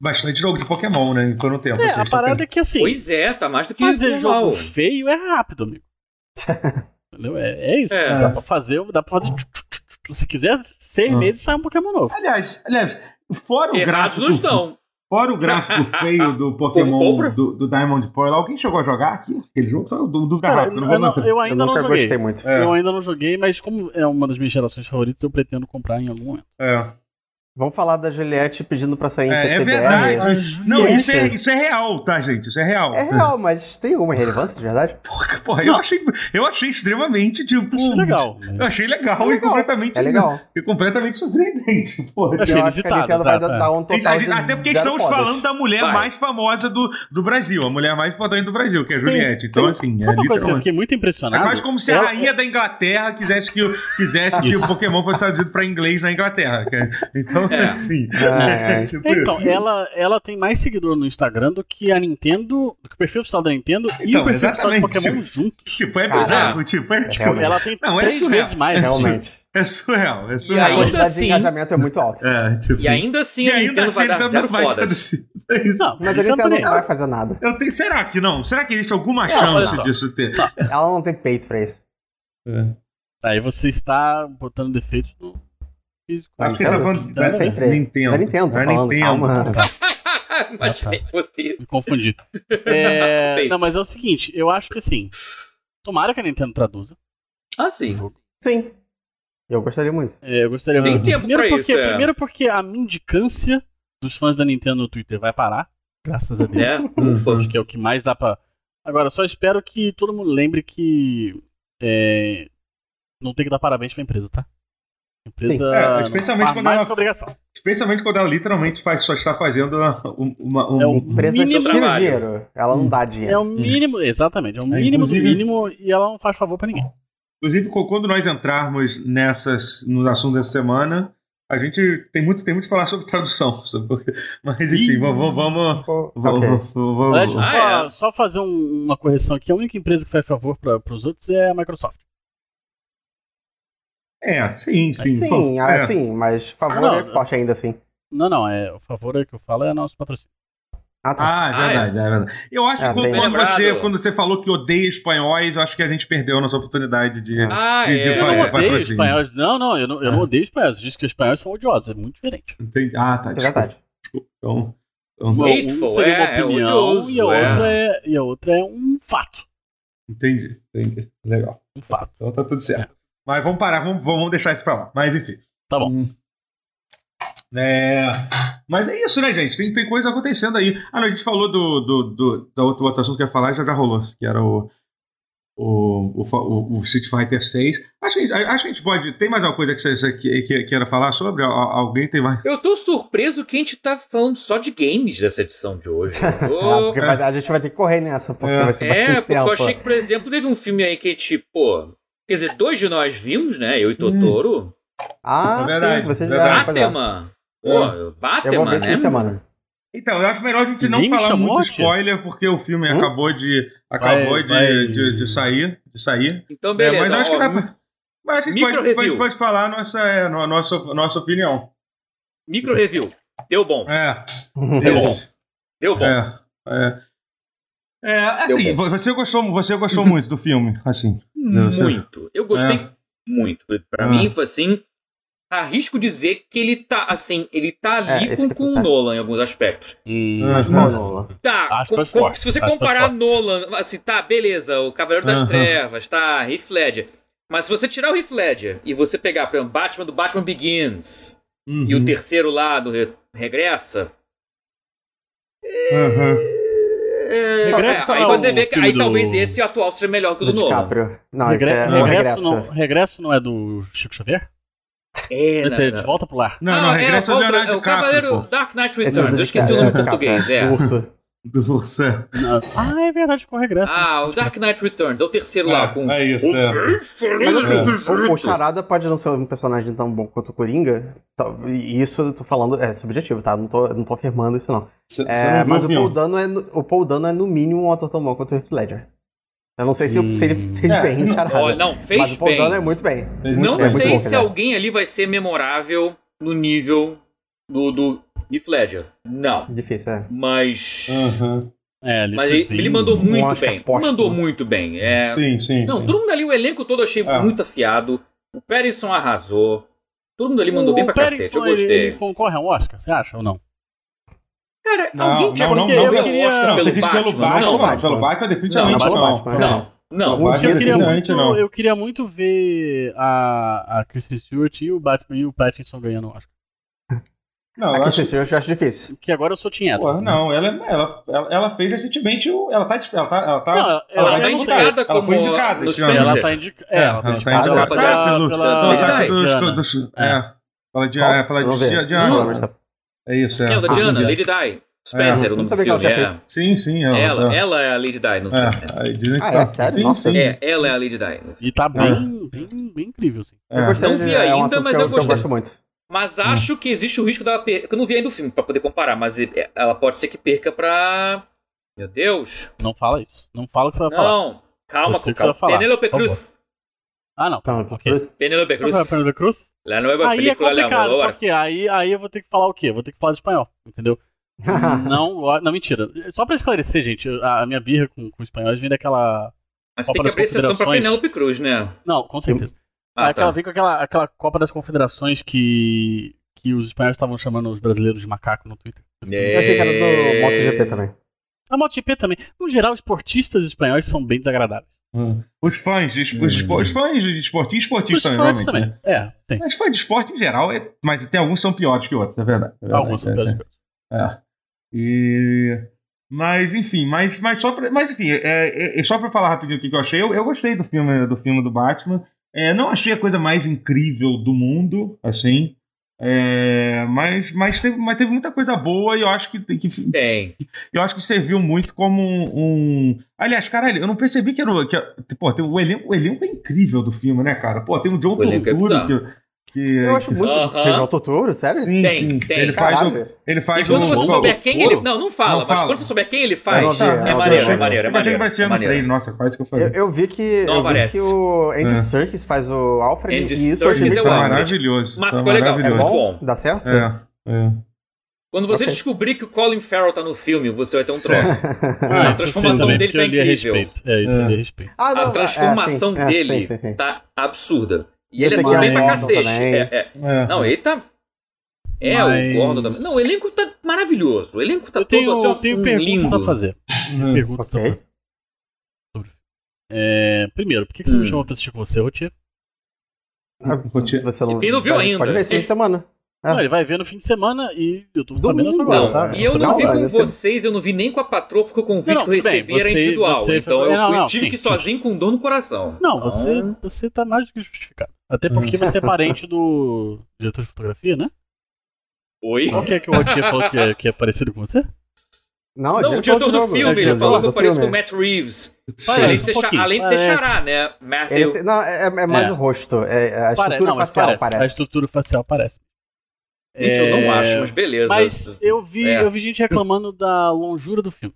Speaker 1: Bastante jogo de Pokémon, né? Em todo o tempo.
Speaker 4: É,
Speaker 1: assim,
Speaker 4: a
Speaker 1: só
Speaker 4: parada é que assim,
Speaker 2: Pois é, tá mais do que
Speaker 4: fazer
Speaker 2: normal.
Speaker 4: jogo feio é rápido, amigo. Entendeu? É, é isso.
Speaker 2: É.
Speaker 4: Dá pra fazer, dá pra fazer. tchu, tchu, thu, thu, thu. Se quiser, seis
Speaker 1: Ah.
Speaker 4: meses sai um Pokémon novo.
Speaker 1: Aliás, aliás, fora o
Speaker 2: Errados
Speaker 1: gráfico.
Speaker 2: não estão.
Speaker 1: Fora o gráfico feio do
Speaker 2: Compra.
Speaker 1: Pokémon do, do Diamond Pearl, alguém chegou a jogar aqui? Aquele jogo? Tô- dú- Dúvida
Speaker 4: Cara,
Speaker 1: rápida, não
Speaker 4: eu,
Speaker 1: vou
Speaker 4: não-
Speaker 1: entrar.
Speaker 4: eu
Speaker 3: Eu
Speaker 4: ainda não
Speaker 3: nunca
Speaker 4: joguei.
Speaker 3: gostei muito.
Speaker 1: É,
Speaker 4: Eu ainda não joguei, mas como é uma das minhas gerações favoritas, eu pretendo comprar em algum momento.
Speaker 1: é.
Speaker 3: Vamos falar da Juliette pedindo pra sair em
Speaker 1: É, é
Speaker 3: PTBR.
Speaker 1: verdade. Não,
Speaker 3: Juliette.
Speaker 1: isso é, isso é real, tá, gente? Isso é real.
Speaker 3: É real, mas tem alguma relevância de verdade?
Speaker 1: Porra, eu achei, eu achei extremamente, tipo.
Speaker 4: Achei é legal. mas-
Speaker 1: Eu achei legal,
Speaker 3: É
Speaker 1: e
Speaker 3: legal,
Speaker 1: completamente.
Speaker 3: É legal.
Speaker 1: E completamente surpreendente, pô.
Speaker 4: Achei
Speaker 3: Eu acho que a
Speaker 4: inusitado,
Speaker 3: Nintendo vai
Speaker 4: exato, é.
Speaker 3: dar um total
Speaker 1: A gente-
Speaker 3: de
Speaker 1: Até porque
Speaker 3: zero
Speaker 1: estamos
Speaker 3: fodas.
Speaker 1: falando da mulher
Speaker 2: Vai.
Speaker 1: mais famosa do, do Brasil, a mulher mais importante do Brasil, que é a Juliette. Então,
Speaker 4: tem-
Speaker 1: assim, é
Speaker 4: Sabe uma coisa que eu
Speaker 1: literalmente.
Speaker 4: fiquei muito
Speaker 1: É
Speaker 4: impressionado?
Speaker 1: quase como se a
Speaker 4: Ela-
Speaker 1: rainha da Inglaterra quisesse que, o- quisesse que o Pokémon fosse traduzido pra inglês na Inglaterra. que é- Então,
Speaker 2: É.
Speaker 1: assim.
Speaker 3: Ai, ai.
Speaker 1: tipo,
Speaker 4: Então, ela, ela tem mais seguidor no Instagram do que a Nintendo, do que o perfil oficial da Nintendo e
Speaker 1: Então,
Speaker 4: o perfil oficial do
Speaker 1: exatamente.
Speaker 4: Pokémon juntos.
Speaker 1: tipo, é bizarro.
Speaker 2: Caralho.
Speaker 1: Tipo, é, tipo,
Speaker 4: Tipo, ela tem
Speaker 1: Não, é
Speaker 4: três
Speaker 1: surreal.
Speaker 4: vezes mais.
Speaker 3: Realmente.
Speaker 1: é surreal. É
Speaker 3: A
Speaker 1: surreal.
Speaker 2: ainda
Speaker 3: quantidade de
Speaker 2: assim-
Speaker 3: engajamento é muito alta.
Speaker 1: É, tipo,
Speaker 2: E ainda assim
Speaker 1: e
Speaker 2: a
Speaker 1: ainda
Speaker 2: Nintendo
Speaker 1: assim
Speaker 2: vai
Speaker 1: ele
Speaker 2: dar zero
Speaker 1: não vai
Speaker 2: fodas.
Speaker 1: traduzir. É isso.
Speaker 3: Mas
Speaker 4: Não,
Speaker 3: tá a
Speaker 4: Nintendo
Speaker 3: Nintendo não
Speaker 4: nem-
Speaker 3: vai fazer nada.
Speaker 1: Eu tenho, será que não? Será que existe alguma
Speaker 4: Não, olha
Speaker 1: chance
Speaker 4: só.
Speaker 1: disso ter? É.
Speaker 3: Ela não tem peito pra isso.
Speaker 4: Aí você está botando defeitos no físico.
Speaker 1: Acho que ele tá falando da
Speaker 4: Nintendo, né?
Speaker 3: sempre.
Speaker 1: Nintendo. tá
Speaker 3: Da Nintendo, tô
Speaker 1: Da
Speaker 3: falando,
Speaker 1: Nintendo.
Speaker 3: calma.
Speaker 4: Ah, tá.
Speaker 2: Imaginei você.
Speaker 4: Me confundi. É,
Speaker 2: Peitos.
Speaker 4: não, mas é o seguinte, eu acho que assim, tomara que a Nintendo traduza.
Speaker 2: Ah, sim.
Speaker 3: Sim. Eu gostaria muito.
Speaker 4: É, eu gostaria
Speaker 1: Tem
Speaker 4: muito.
Speaker 2: tempo
Speaker 4: primeiro
Speaker 2: pra
Speaker 4: porque,
Speaker 2: isso, é.
Speaker 4: Primeiro porque a mendicância dos fãs da Nintendo no Twitter vai parar, graças a Deus.
Speaker 2: Né? Ufa.
Speaker 4: Acho que é o que mais dá pra. Agora, só espero que todo mundo lembre que. é, não tem que dar parabéns pra empresa, tá? A Empresa.
Speaker 1: Tem. É,
Speaker 4: não
Speaker 1: especialmente
Speaker 4: faz
Speaker 1: quando
Speaker 4: mais
Speaker 1: ela-
Speaker 4: do que obrigação.
Speaker 1: Especialmente quando ela literalmente faz, só está fazendo uma. uma- um-
Speaker 4: É o
Speaker 3: Empresa que
Speaker 4: mínimo
Speaker 3: tira
Speaker 2: trabalho.
Speaker 3: dinheiro. Ela não dá dinheiro.
Speaker 4: É o mínimo, exatamente. É o
Speaker 1: É,
Speaker 4: mínimo do
Speaker 1: inclusive-
Speaker 4: mínimo e ela não faz favor pra ninguém.
Speaker 1: Inclusive, co- quando nós entrarmos nessas, nos assuntos dessa semana, A gente tem muito, tem muito que falar sobre tradução. sobre- Mas enfim,
Speaker 4: Ih.
Speaker 1: vamos. vamos,
Speaker 3: Pô,
Speaker 1: vamos,
Speaker 3: ok.
Speaker 1: vamos, vamos-
Speaker 4: Aliás,
Speaker 2: Ah,
Speaker 4: só-
Speaker 2: é.
Speaker 4: só, fazer um- uma correção aqui. A única empresa que faz favor para os outros é a Microsoft.
Speaker 1: É, sim, sim.
Speaker 3: Sim,
Speaker 1: vamos-
Speaker 3: ah,
Speaker 1: é.
Speaker 3: sim, mas favor
Speaker 4: Ah, não.
Speaker 3: é forte ainda assim.
Speaker 4: Não, não. É, o favor é que eu falo é nosso patrocínio.
Speaker 3: Ah, tá.
Speaker 1: Ah, é
Speaker 2: Ah, é.
Speaker 1: verdade, é. verdade. Eu acho
Speaker 3: É,
Speaker 1: que quando,
Speaker 3: bem
Speaker 1: quando você,
Speaker 2: lembrado.
Speaker 1: quando você falou que odeia espanhóis, eu acho que a gente perdeu a nossa oportunidade de.
Speaker 2: Ah,
Speaker 1: De- de
Speaker 2: é.
Speaker 4: Eu
Speaker 1: Vai,
Speaker 4: não
Speaker 1: de
Speaker 4: odeio
Speaker 1: patrocínio.
Speaker 4: espanhóis. Não, não. Eu não, eu não
Speaker 1: É.
Speaker 4: odeio espanhóis. Diz que os espanhóis são odiosos. É muito diferente. Um
Speaker 1: Entendi. Ah, tá.
Speaker 3: é
Speaker 1: desculpa.
Speaker 3: verdade.
Speaker 1: Então, então tá.
Speaker 4: Bom,
Speaker 2: Hateful, é, é odioso,
Speaker 4: e, a outra é. e a outra é um fato.
Speaker 1: entendi, entendi. Legal.
Speaker 4: Um fato.
Speaker 1: Então tá tudo certo. Mas vamos parar, vamos, vamos deixar isso pra lá. Mas enfim.
Speaker 4: Tá bom.
Speaker 1: Hum. É, Mas é isso, né, gente? Tem, tem coisa acontecendo aí. Ah, não, a gente falou do, do, do, da outra- outro assunto que eu ia falar já já rolou, que era o, o, o, fa- o, o Street Fighter 6. Acho que, a gente- acho que a gente pode. Tem mais alguma coisa que você você que, que, que era falar sobre? Al- Alguém tem mais?
Speaker 2: Eu tô surpreso que a gente tá falando só de games nessa edição de hoje. Eu tô-
Speaker 3: Ah, porque vai- a gente vai ter que correr nessa, porque
Speaker 1: É.
Speaker 3: vai ser bastante
Speaker 2: É, porque
Speaker 3: tempo.
Speaker 2: eu achei que, por exemplo, teve um filme aí que a gente, pô. Quer dizer, dois de nós vimos, né?
Speaker 3: Hum.
Speaker 2: Eu e Totoro.
Speaker 3: Ah,
Speaker 1: É verdade,
Speaker 3: sim, você
Speaker 1: verdade.
Speaker 3: já pois é.
Speaker 2: Bateman. Pô,
Speaker 3: Hum. Eu vou
Speaker 2: Bateman,
Speaker 3: ver esse fim
Speaker 2: né?
Speaker 3: de semana.
Speaker 1: Então, eu acho melhor a gente não
Speaker 4: Ninguém me
Speaker 1: falar
Speaker 4: chamou,
Speaker 1: muito
Speaker 4: tia?
Speaker 1: spoiler, porque o filme
Speaker 3: Hum?
Speaker 1: acabou de. Acabou
Speaker 4: Vai-
Speaker 1: de,
Speaker 4: vai-
Speaker 1: De, de sair. De sair.
Speaker 2: Então,
Speaker 1: É,
Speaker 2: beleza.
Speaker 1: mas eu acho
Speaker 2: ó,
Speaker 1: que dá pra. Mas a gente
Speaker 2: Micro
Speaker 1: pode,
Speaker 2: review.
Speaker 1: pode, pode falar a nossa, é, no- nossa, nossa opinião.
Speaker 2: Micro review. Deu bom.
Speaker 1: É.
Speaker 2: Deu bom.
Speaker 1: isso.
Speaker 2: Deu bom.
Speaker 1: É. É. É, assim,
Speaker 2: Deu
Speaker 1: vo- você gostou, você gostou muito do filme, assim. Você-
Speaker 2: Muito. Eu gostei
Speaker 1: É.
Speaker 2: muito. Pra
Speaker 1: Ah.
Speaker 2: mim, foi assim. Arrisco dizer que ele tá, assim, ele tá ali
Speaker 3: É, esse
Speaker 2: com,
Speaker 3: que
Speaker 2: com o
Speaker 3: tá.
Speaker 2: Nolan em alguns aspectos.
Speaker 1: Mas,
Speaker 3: Não,
Speaker 1: mano,
Speaker 3: não, não.
Speaker 2: Tá,
Speaker 4: Aspas
Speaker 2: com- com-
Speaker 4: fortes,
Speaker 2: se você
Speaker 4: aspas
Speaker 2: comparar
Speaker 4: fortes.
Speaker 2: Nolan, assim, tá, beleza, o Cavaleiro das
Speaker 1: Aham.
Speaker 2: Trevas, tá, Heath Ledger. Mas se você tirar o Heath Ledger e você pegar, por exemplo, Batman do Batman Begins e o
Speaker 1: uhum,
Speaker 2: terceiro lá do Re- Regressa,
Speaker 1: uhum.
Speaker 2: é,
Speaker 4: Regressa
Speaker 1: tá
Speaker 2: é, aí
Speaker 4: não,
Speaker 2: você vê
Speaker 4: o
Speaker 2: que
Speaker 4: filme
Speaker 2: aí
Speaker 4: do-
Speaker 2: talvez esse atual seja melhor que o do
Speaker 3: Do
Speaker 2: Nolan.
Speaker 3: DiCaprio. Não, esse
Speaker 4: Regre-
Speaker 3: é um
Speaker 4: regresso,
Speaker 3: regresso.
Speaker 4: Não, regresso não é do Chico Xavier?
Speaker 2: É,
Speaker 4: Esse é
Speaker 2: né?
Speaker 4: de volta pro lar.
Speaker 1: Não, não,
Speaker 2: Ah, é,
Speaker 1: regressa é,
Speaker 2: o
Speaker 1: do
Speaker 2: outro- é
Speaker 1: Leonardo
Speaker 2: o Cavaleiro
Speaker 1: DiCaprio, pô.
Speaker 2: Dark
Speaker 3: Esse
Speaker 2: Knight
Speaker 3: é do
Speaker 2: Returns. Eu esqueci o
Speaker 3: DiCaprio,
Speaker 2: nome
Speaker 3: é do
Speaker 2: em português,
Speaker 3: DiCaprio.
Speaker 2: é.
Speaker 3: Urso.
Speaker 1: do Ursa.
Speaker 4: Ah, é verdade, com regresso.
Speaker 2: Ah, o Dark Knight Returns, é o terceiro lá, com...
Speaker 1: É, é isso, é.
Speaker 3: Mas assim, o, o Charada pode não ser um personagem tão bom quanto o Coringa. tal- E isso eu tô falando, é subjetivo, tá? Não tô, não tô afirmando isso, não.
Speaker 1: Você você
Speaker 3: É,
Speaker 1: não viu
Speaker 3: mas
Speaker 1: o
Speaker 3: o Paul,
Speaker 1: filme.
Speaker 3: Dano é, no- o Paul Dano é no mínimo um ator tão bom quanto o Heath Ledger. Eu não sei se,
Speaker 4: Hum.
Speaker 3: se ele fez
Speaker 1: É,
Speaker 3: bem
Speaker 1: não-
Speaker 3: o Charada.
Speaker 2: Olha, não, fez
Speaker 3: mas o Paul
Speaker 2: bem.
Speaker 3: Dano é muito bem.
Speaker 1: Fez muito né?
Speaker 2: Não
Speaker 1: bem.
Speaker 3: muito
Speaker 2: sei
Speaker 3: bom,
Speaker 2: se
Speaker 3: cara.
Speaker 2: alguém ali vai ser memorável no nível do, do Heath Ledger. Não.
Speaker 3: Difícil, é.
Speaker 2: Mas.
Speaker 1: Uhum.
Speaker 4: É, ele,
Speaker 2: Ah, Mas
Speaker 4: foi
Speaker 2: ele,
Speaker 4: bem-
Speaker 2: ele mandou muito
Speaker 3: Oscar
Speaker 2: bem.
Speaker 3: póstumo.
Speaker 2: Mandou muito bem. É...
Speaker 1: Sim, sim.
Speaker 2: Não,
Speaker 1: sim.
Speaker 2: todo mundo ali, o elenco todo eu achei
Speaker 1: É.
Speaker 2: muito afiado. O Patterson arrasou. Todo mundo ali mandou
Speaker 4: O
Speaker 2: bem pra
Speaker 4: Pattinson,
Speaker 2: cacete. Eu
Speaker 4: ele-
Speaker 2: gostei.
Speaker 4: Ele concorre ao Oscar, você acha ou não?
Speaker 2: Cara,
Speaker 1: Não,
Speaker 2: alguém tinha
Speaker 1: não, não,
Speaker 2: ganho
Speaker 1: não,
Speaker 2: o
Speaker 1: não,
Speaker 4: queria-
Speaker 2: Oscar
Speaker 1: Não,
Speaker 2: pelo,
Speaker 1: você disse
Speaker 2: Batman?
Speaker 1: pelo Batman,
Speaker 2: Não,
Speaker 1: não,
Speaker 3: Batman.
Speaker 1: pelo Batman
Speaker 3: Não,
Speaker 1: definitivamente
Speaker 3: não, é
Speaker 1: não.
Speaker 3: Batman.
Speaker 2: não. Não,
Speaker 1: Eu
Speaker 4: Um
Speaker 1: acho
Speaker 4: dia eu
Speaker 1: que
Speaker 4: queria
Speaker 1: sim,
Speaker 4: muito,
Speaker 1: não.
Speaker 4: eu queria muito ver a, a Kristen Stewart e o, Bat, e o Pattinson ganhando o Oscar.
Speaker 1: Não, eu
Speaker 3: Aqui,
Speaker 1: acho
Speaker 3: sim, eu acho difícil.
Speaker 4: Porque agora eu sou né? tinhedo.
Speaker 1: Pô, não, ela, é, ela, ela, ela fez recentemente o. Ela tá. Ela tá. Ela tá.
Speaker 4: Ela,
Speaker 1: ela
Speaker 2: tá
Speaker 1: vai
Speaker 2: indicada
Speaker 1: indicada, ela foi
Speaker 2: como
Speaker 1: indicada
Speaker 2: no
Speaker 1: esse ano.
Speaker 2: Spencer.
Speaker 4: ela tá indicada. É, ela tá indicada.
Speaker 3: indicada
Speaker 2: pra fazer
Speaker 1: pela-
Speaker 2: pela-
Speaker 1: Ela tá
Speaker 2: Verdade.
Speaker 1: dos-
Speaker 4: Diana.
Speaker 1: dos- É. Fala de.
Speaker 3: Qual?
Speaker 1: É, fala
Speaker 3: Vamos
Speaker 1: de
Speaker 3: ver.
Speaker 1: Cia- Diana.
Speaker 3: Não,
Speaker 1: É isso,
Speaker 2: É, o da
Speaker 1: é.
Speaker 3: Ah,
Speaker 2: Diana,
Speaker 3: entendi.
Speaker 2: Lady Di. Spencer,
Speaker 1: É,
Speaker 2: o nome
Speaker 3: não
Speaker 2: do
Speaker 3: sabia que ela
Speaker 2: filme.
Speaker 3: tinha
Speaker 2: É.
Speaker 1: Sim, sim, ela.
Speaker 2: Ela,
Speaker 1: é.
Speaker 2: ela é a Lady Di no filme.
Speaker 1: É, aí dizem que
Speaker 3: Ah,
Speaker 1: tá-
Speaker 3: é? Sério?
Speaker 1: Sim,
Speaker 3: Nossa.
Speaker 1: sim.
Speaker 4: Hum.
Speaker 2: É, ela é a Lady Di.
Speaker 4: E tá
Speaker 1: Ah.
Speaker 4: bem, bem, bem incrível, assim.
Speaker 1: É.
Speaker 3: Eu gostei,
Speaker 2: Não vi
Speaker 3: é um
Speaker 2: ainda,
Speaker 3: assunto
Speaker 2: mas
Speaker 3: que
Speaker 2: eu
Speaker 3: que
Speaker 2: gostei.
Speaker 3: gosto muito.
Speaker 2: Mas
Speaker 4: Hum.
Speaker 2: acho que existe o risco dela perca. Eu não vi ainda o filme pra poder comparar, mas e- é, ela pode ser que perca pra. Meu Deus!
Speaker 4: Não fala isso. Não fala o que você vai falar.
Speaker 2: Não! Calma,
Speaker 4: Eu sei o que
Speaker 2: Cuca.
Speaker 4: você vai falar,
Speaker 2: Penelope
Speaker 4: por favor.
Speaker 2: Cruz.
Speaker 4: Ah, não.
Speaker 1: Tá,
Speaker 3: Então,
Speaker 4: Por quê?
Speaker 2: Penelope
Speaker 4: Não vai
Speaker 2: Cruz.
Speaker 4: pra Penelope Cruz?
Speaker 2: La nueva
Speaker 4: Aí é
Speaker 2: película de
Speaker 4: complicado,
Speaker 2: Almodóvar.
Speaker 4: porque aí, aí eu vou ter que falar o quê? Eu Vou ter que falar de espanhol, entendeu? não, go- não, mentira. Só pra esclarecer, gente, a a minha birra com, com espanhóis vem daquela...
Speaker 2: Mas tem
Speaker 4: Copa
Speaker 2: que
Speaker 4: das
Speaker 2: abrir exceção pra
Speaker 4: Confederações.
Speaker 2: Penelope Cruz, né?
Speaker 4: Não, com certeza.
Speaker 2: Ah,
Speaker 4: aquela
Speaker 2: tá.
Speaker 4: vem com aquela, aquela Copa das Confederações que, que os espanhóis estavam chamando os brasileiros de macaco no Twitter.
Speaker 2: É.
Speaker 3: Eu achei que era do MotoGP também.
Speaker 4: A MotoGP também. No geral, esportistas espanhóis são bem desagradáveis.
Speaker 1: Hum. Os fãs, de, os, espo- os fãs de esporte, e
Speaker 4: Os
Speaker 1: esportistas também,
Speaker 4: fãs
Speaker 1: realmente.
Speaker 4: também.
Speaker 1: né?
Speaker 4: É, tem.
Speaker 1: Mas fãs de esporte em geral, é- mas tem alguns que são piores que outros, é verdade. É verdade,
Speaker 4: Alguns
Speaker 1: é,
Speaker 4: são piores que outros.
Speaker 1: É. E... Mas, enfim, mas, mas só pra, mas, enfim, é, é- é só pra falar rapidinho o que que eu achei, eu, eu gostei do filme do filme do Batman. É, não achei a coisa mais incrível do mundo, assim. É, mas, mas, teve, mas teve muita coisa boa e eu acho que, que,
Speaker 2: Tem.
Speaker 1: eu acho que serviu muito como um. um- Aliás, caralho, eu não percebi que era. o- Que, a- pô, tem, o, elenco, o elenco é incrível do filme, né, cara? Pô, tem o John
Speaker 2: O elenco é
Speaker 1: Torturo,
Speaker 2: bizarro.
Speaker 1: que, Que,
Speaker 3: Eu acho muito.
Speaker 2: Aham.
Speaker 3: Teve o Totoro, sério?
Speaker 1: É, Sim,
Speaker 2: Tem,
Speaker 1: sim.
Speaker 2: tem.
Speaker 1: Ele faz
Speaker 3: Caralho.
Speaker 1: o. Ele
Speaker 2: E
Speaker 1: faz
Speaker 2: quando
Speaker 1: o.
Speaker 2: você souber quem ele. Não, não fala,
Speaker 1: Não
Speaker 2: mas
Speaker 1: fala.
Speaker 2: quando você souber quem ele
Speaker 3: É
Speaker 2: faz,
Speaker 3: uma
Speaker 1: Tá,
Speaker 3: verde,
Speaker 2: é
Speaker 3: uma
Speaker 2: maneiro,
Speaker 3: verde.
Speaker 2: é maneiro, é
Speaker 1: Eu achei que vai
Speaker 2: maneiro.
Speaker 1: ser
Speaker 2: É
Speaker 1: ano
Speaker 2: maneiro.
Speaker 1: 3, nossa, quase que eu falei.
Speaker 3: Eu, eu vi que.
Speaker 2: Não
Speaker 3: eu vi
Speaker 2: aparece.
Speaker 3: que o Andy
Speaker 1: É.
Speaker 3: Serkis faz o Alfred
Speaker 2: Andy
Speaker 3: e isso eu achei
Speaker 2: Serkis
Speaker 1: Isso
Speaker 2: é
Speaker 1: é
Speaker 2: o
Speaker 3: muito
Speaker 2: Alfred.
Speaker 1: maravilhoso.
Speaker 2: Mas
Speaker 1: tá
Speaker 2: ficou legal.
Speaker 3: É
Speaker 1: maravilhoso.
Speaker 3: bom?
Speaker 2: Bom.
Speaker 3: Dá certo?
Speaker 1: É, é.
Speaker 2: Quando você
Speaker 3: Ok.
Speaker 2: descobrir que o Colin Farrell tá no filme, você vai ter um
Speaker 1: Certo.
Speaker 2: troço.
Speaker 4: Ah,
Speaker 2: a
Speaker 4: isso eu sei
Speaker 2: transformação
Speaker 4: também,
Speaker 2: dele
Speaker 4: porque
Speaker 2: tá
Speaker 4: eu li a
Speaker 2: incrível.
Speaker 4: respeito. É, isso
Speaker 1: É.
Speaker 4: eu li a respeito.
Speaker 3: Ah,
Speaker 2: A
Speaker 3: não,
Speaker 2: transformação
Speaker 3: é, sim, é,
Speaker 2: dele
Speaker 3: sim, sim, sim.
Speaker 2: tá absurda. E
Speaker 3: E
Speaker 2: ele
Speaker 3: esse
Speaker 2: é
Speaker 3: aqui é
Speaker 2: bem
Speaker 3: o
Speaker 2: pra
Speaker 3: Gordon
Speaker 2: cacete.
Speaker 3: também.
Speaker 2: É, é.
Speaker 1: É.
Speaker 2: Não, ele tá. É,
Speaker 4: Mas-
Speaker 2: o Gordon também. Não, o elenco tá maravilhoso. O elenco tá
Speaker 4: Eu
Speaker 2: todo
Speaker 4: tenho,
Speaker 2: assim, ó,
Speaker 4: eu tenho
Speaker 2: um
Speaker 4: perguntas
Speaker 2: lindo.
Speaker 4: a fazer.
Speaker 1: É.
Speaker 4: Perguntas a
Speaker 3: Ok.
Speaker 4: fazer. É, primeiro, por que, que você
Speaker 2: Hum.
Speaker 4: me chamou pra assistir com você, Rotier?
Speaker 1: Rotier.
Speaker 3: Você não,
Speaker 2: E não viu
Speaker 3: a gente
Speaker 2: ainda.
Speaker 3: Pode ver esse fim de semana. Ah.
Speaker 4: Não, ele vai ver no fim de semana e eu tô
Speaker 3: Domingo,
Speaker 4: sabendo isso agora,
Speaker 2: Não,
Speaker 3: Claro,
Speaker 4: tá?
Speaker 3: é.
Speaker 2: e eu
Speaker 3: Você
Speaker 2: não
Speaker 3: dá
Speaker 2: vi
Speaker 3: uma
Speaker 2: com
Speaker 3: olhada, você-
Speaker 2: vocês, eu não vi nem com a patroa, porque o convite
Speaker 4: Não,
Speaker 2: que eu
Speaker 4: tudo bem,
Speaker 2: recebi era
Speaker 4: você-
Speaker 2: individual.
Speaker 4: você-
Speaker 2: então eu
Speaker 4: Não,
Speaker 2: fui-
Speaker 4: não,
Speaker 2: tive
Speaker 4: sim,
Speaker 2: que ir
Speaker 4: sim.
Speaker 2: sozinho com dor no coração.
Speaker 4: Não, você,
Speaker 2: Então,
Speaker 4: você tá mais do que justificado. Até porque
Speaker 1: Hum.
Speaker 4: você é parente do diretor de fotografia, né?
Speaker 2: Oi?
Speaker 4: Qual que é que o Rotier falou que é, que é parecido com você?
Speaker 3: Não, é
Speaker 2: Não, o diretor do
Speaker 3: jogo.
Speaker 2: filme,
Speaker 4: É,
Speaker 2: ele
Speaker 4: diretor
Speaker 2: falou que
Speaker 3: do
Speaker 2: eu pareço com
Speaker 3: filme.
Speaker 2: o Matt Reeves.
Speaker 4: Parece
Speaker 2: Além
Speaker 4: um
Speaker 2: de ser,
Speaker 4: pouquinho,
Speaker 2: cha- além de ser
Speaker 4: parece.
Speaker 2: xará, né?
Speaker 3: Ele
Speaker 2: Matthew.
Speaker 3: tem- não, é, é mais
Speaker 4: É.
Speaker 3: o rosto, é, a
Speaker 4: Pare-
Speaker 3: estrutura
Speaker 4: não, mas
Speaker 3: facial, parece.
Speaker 4: A estrutura facial parece.
Speaker 2: Gente, eu
Speaker 4: É,
Speaker 2: não acho, mas beleza.
Speaker 4: Mas eu vi,
Speaker 2: É.
Speaker 4: eu vi gente reclamando da lonjura do filme.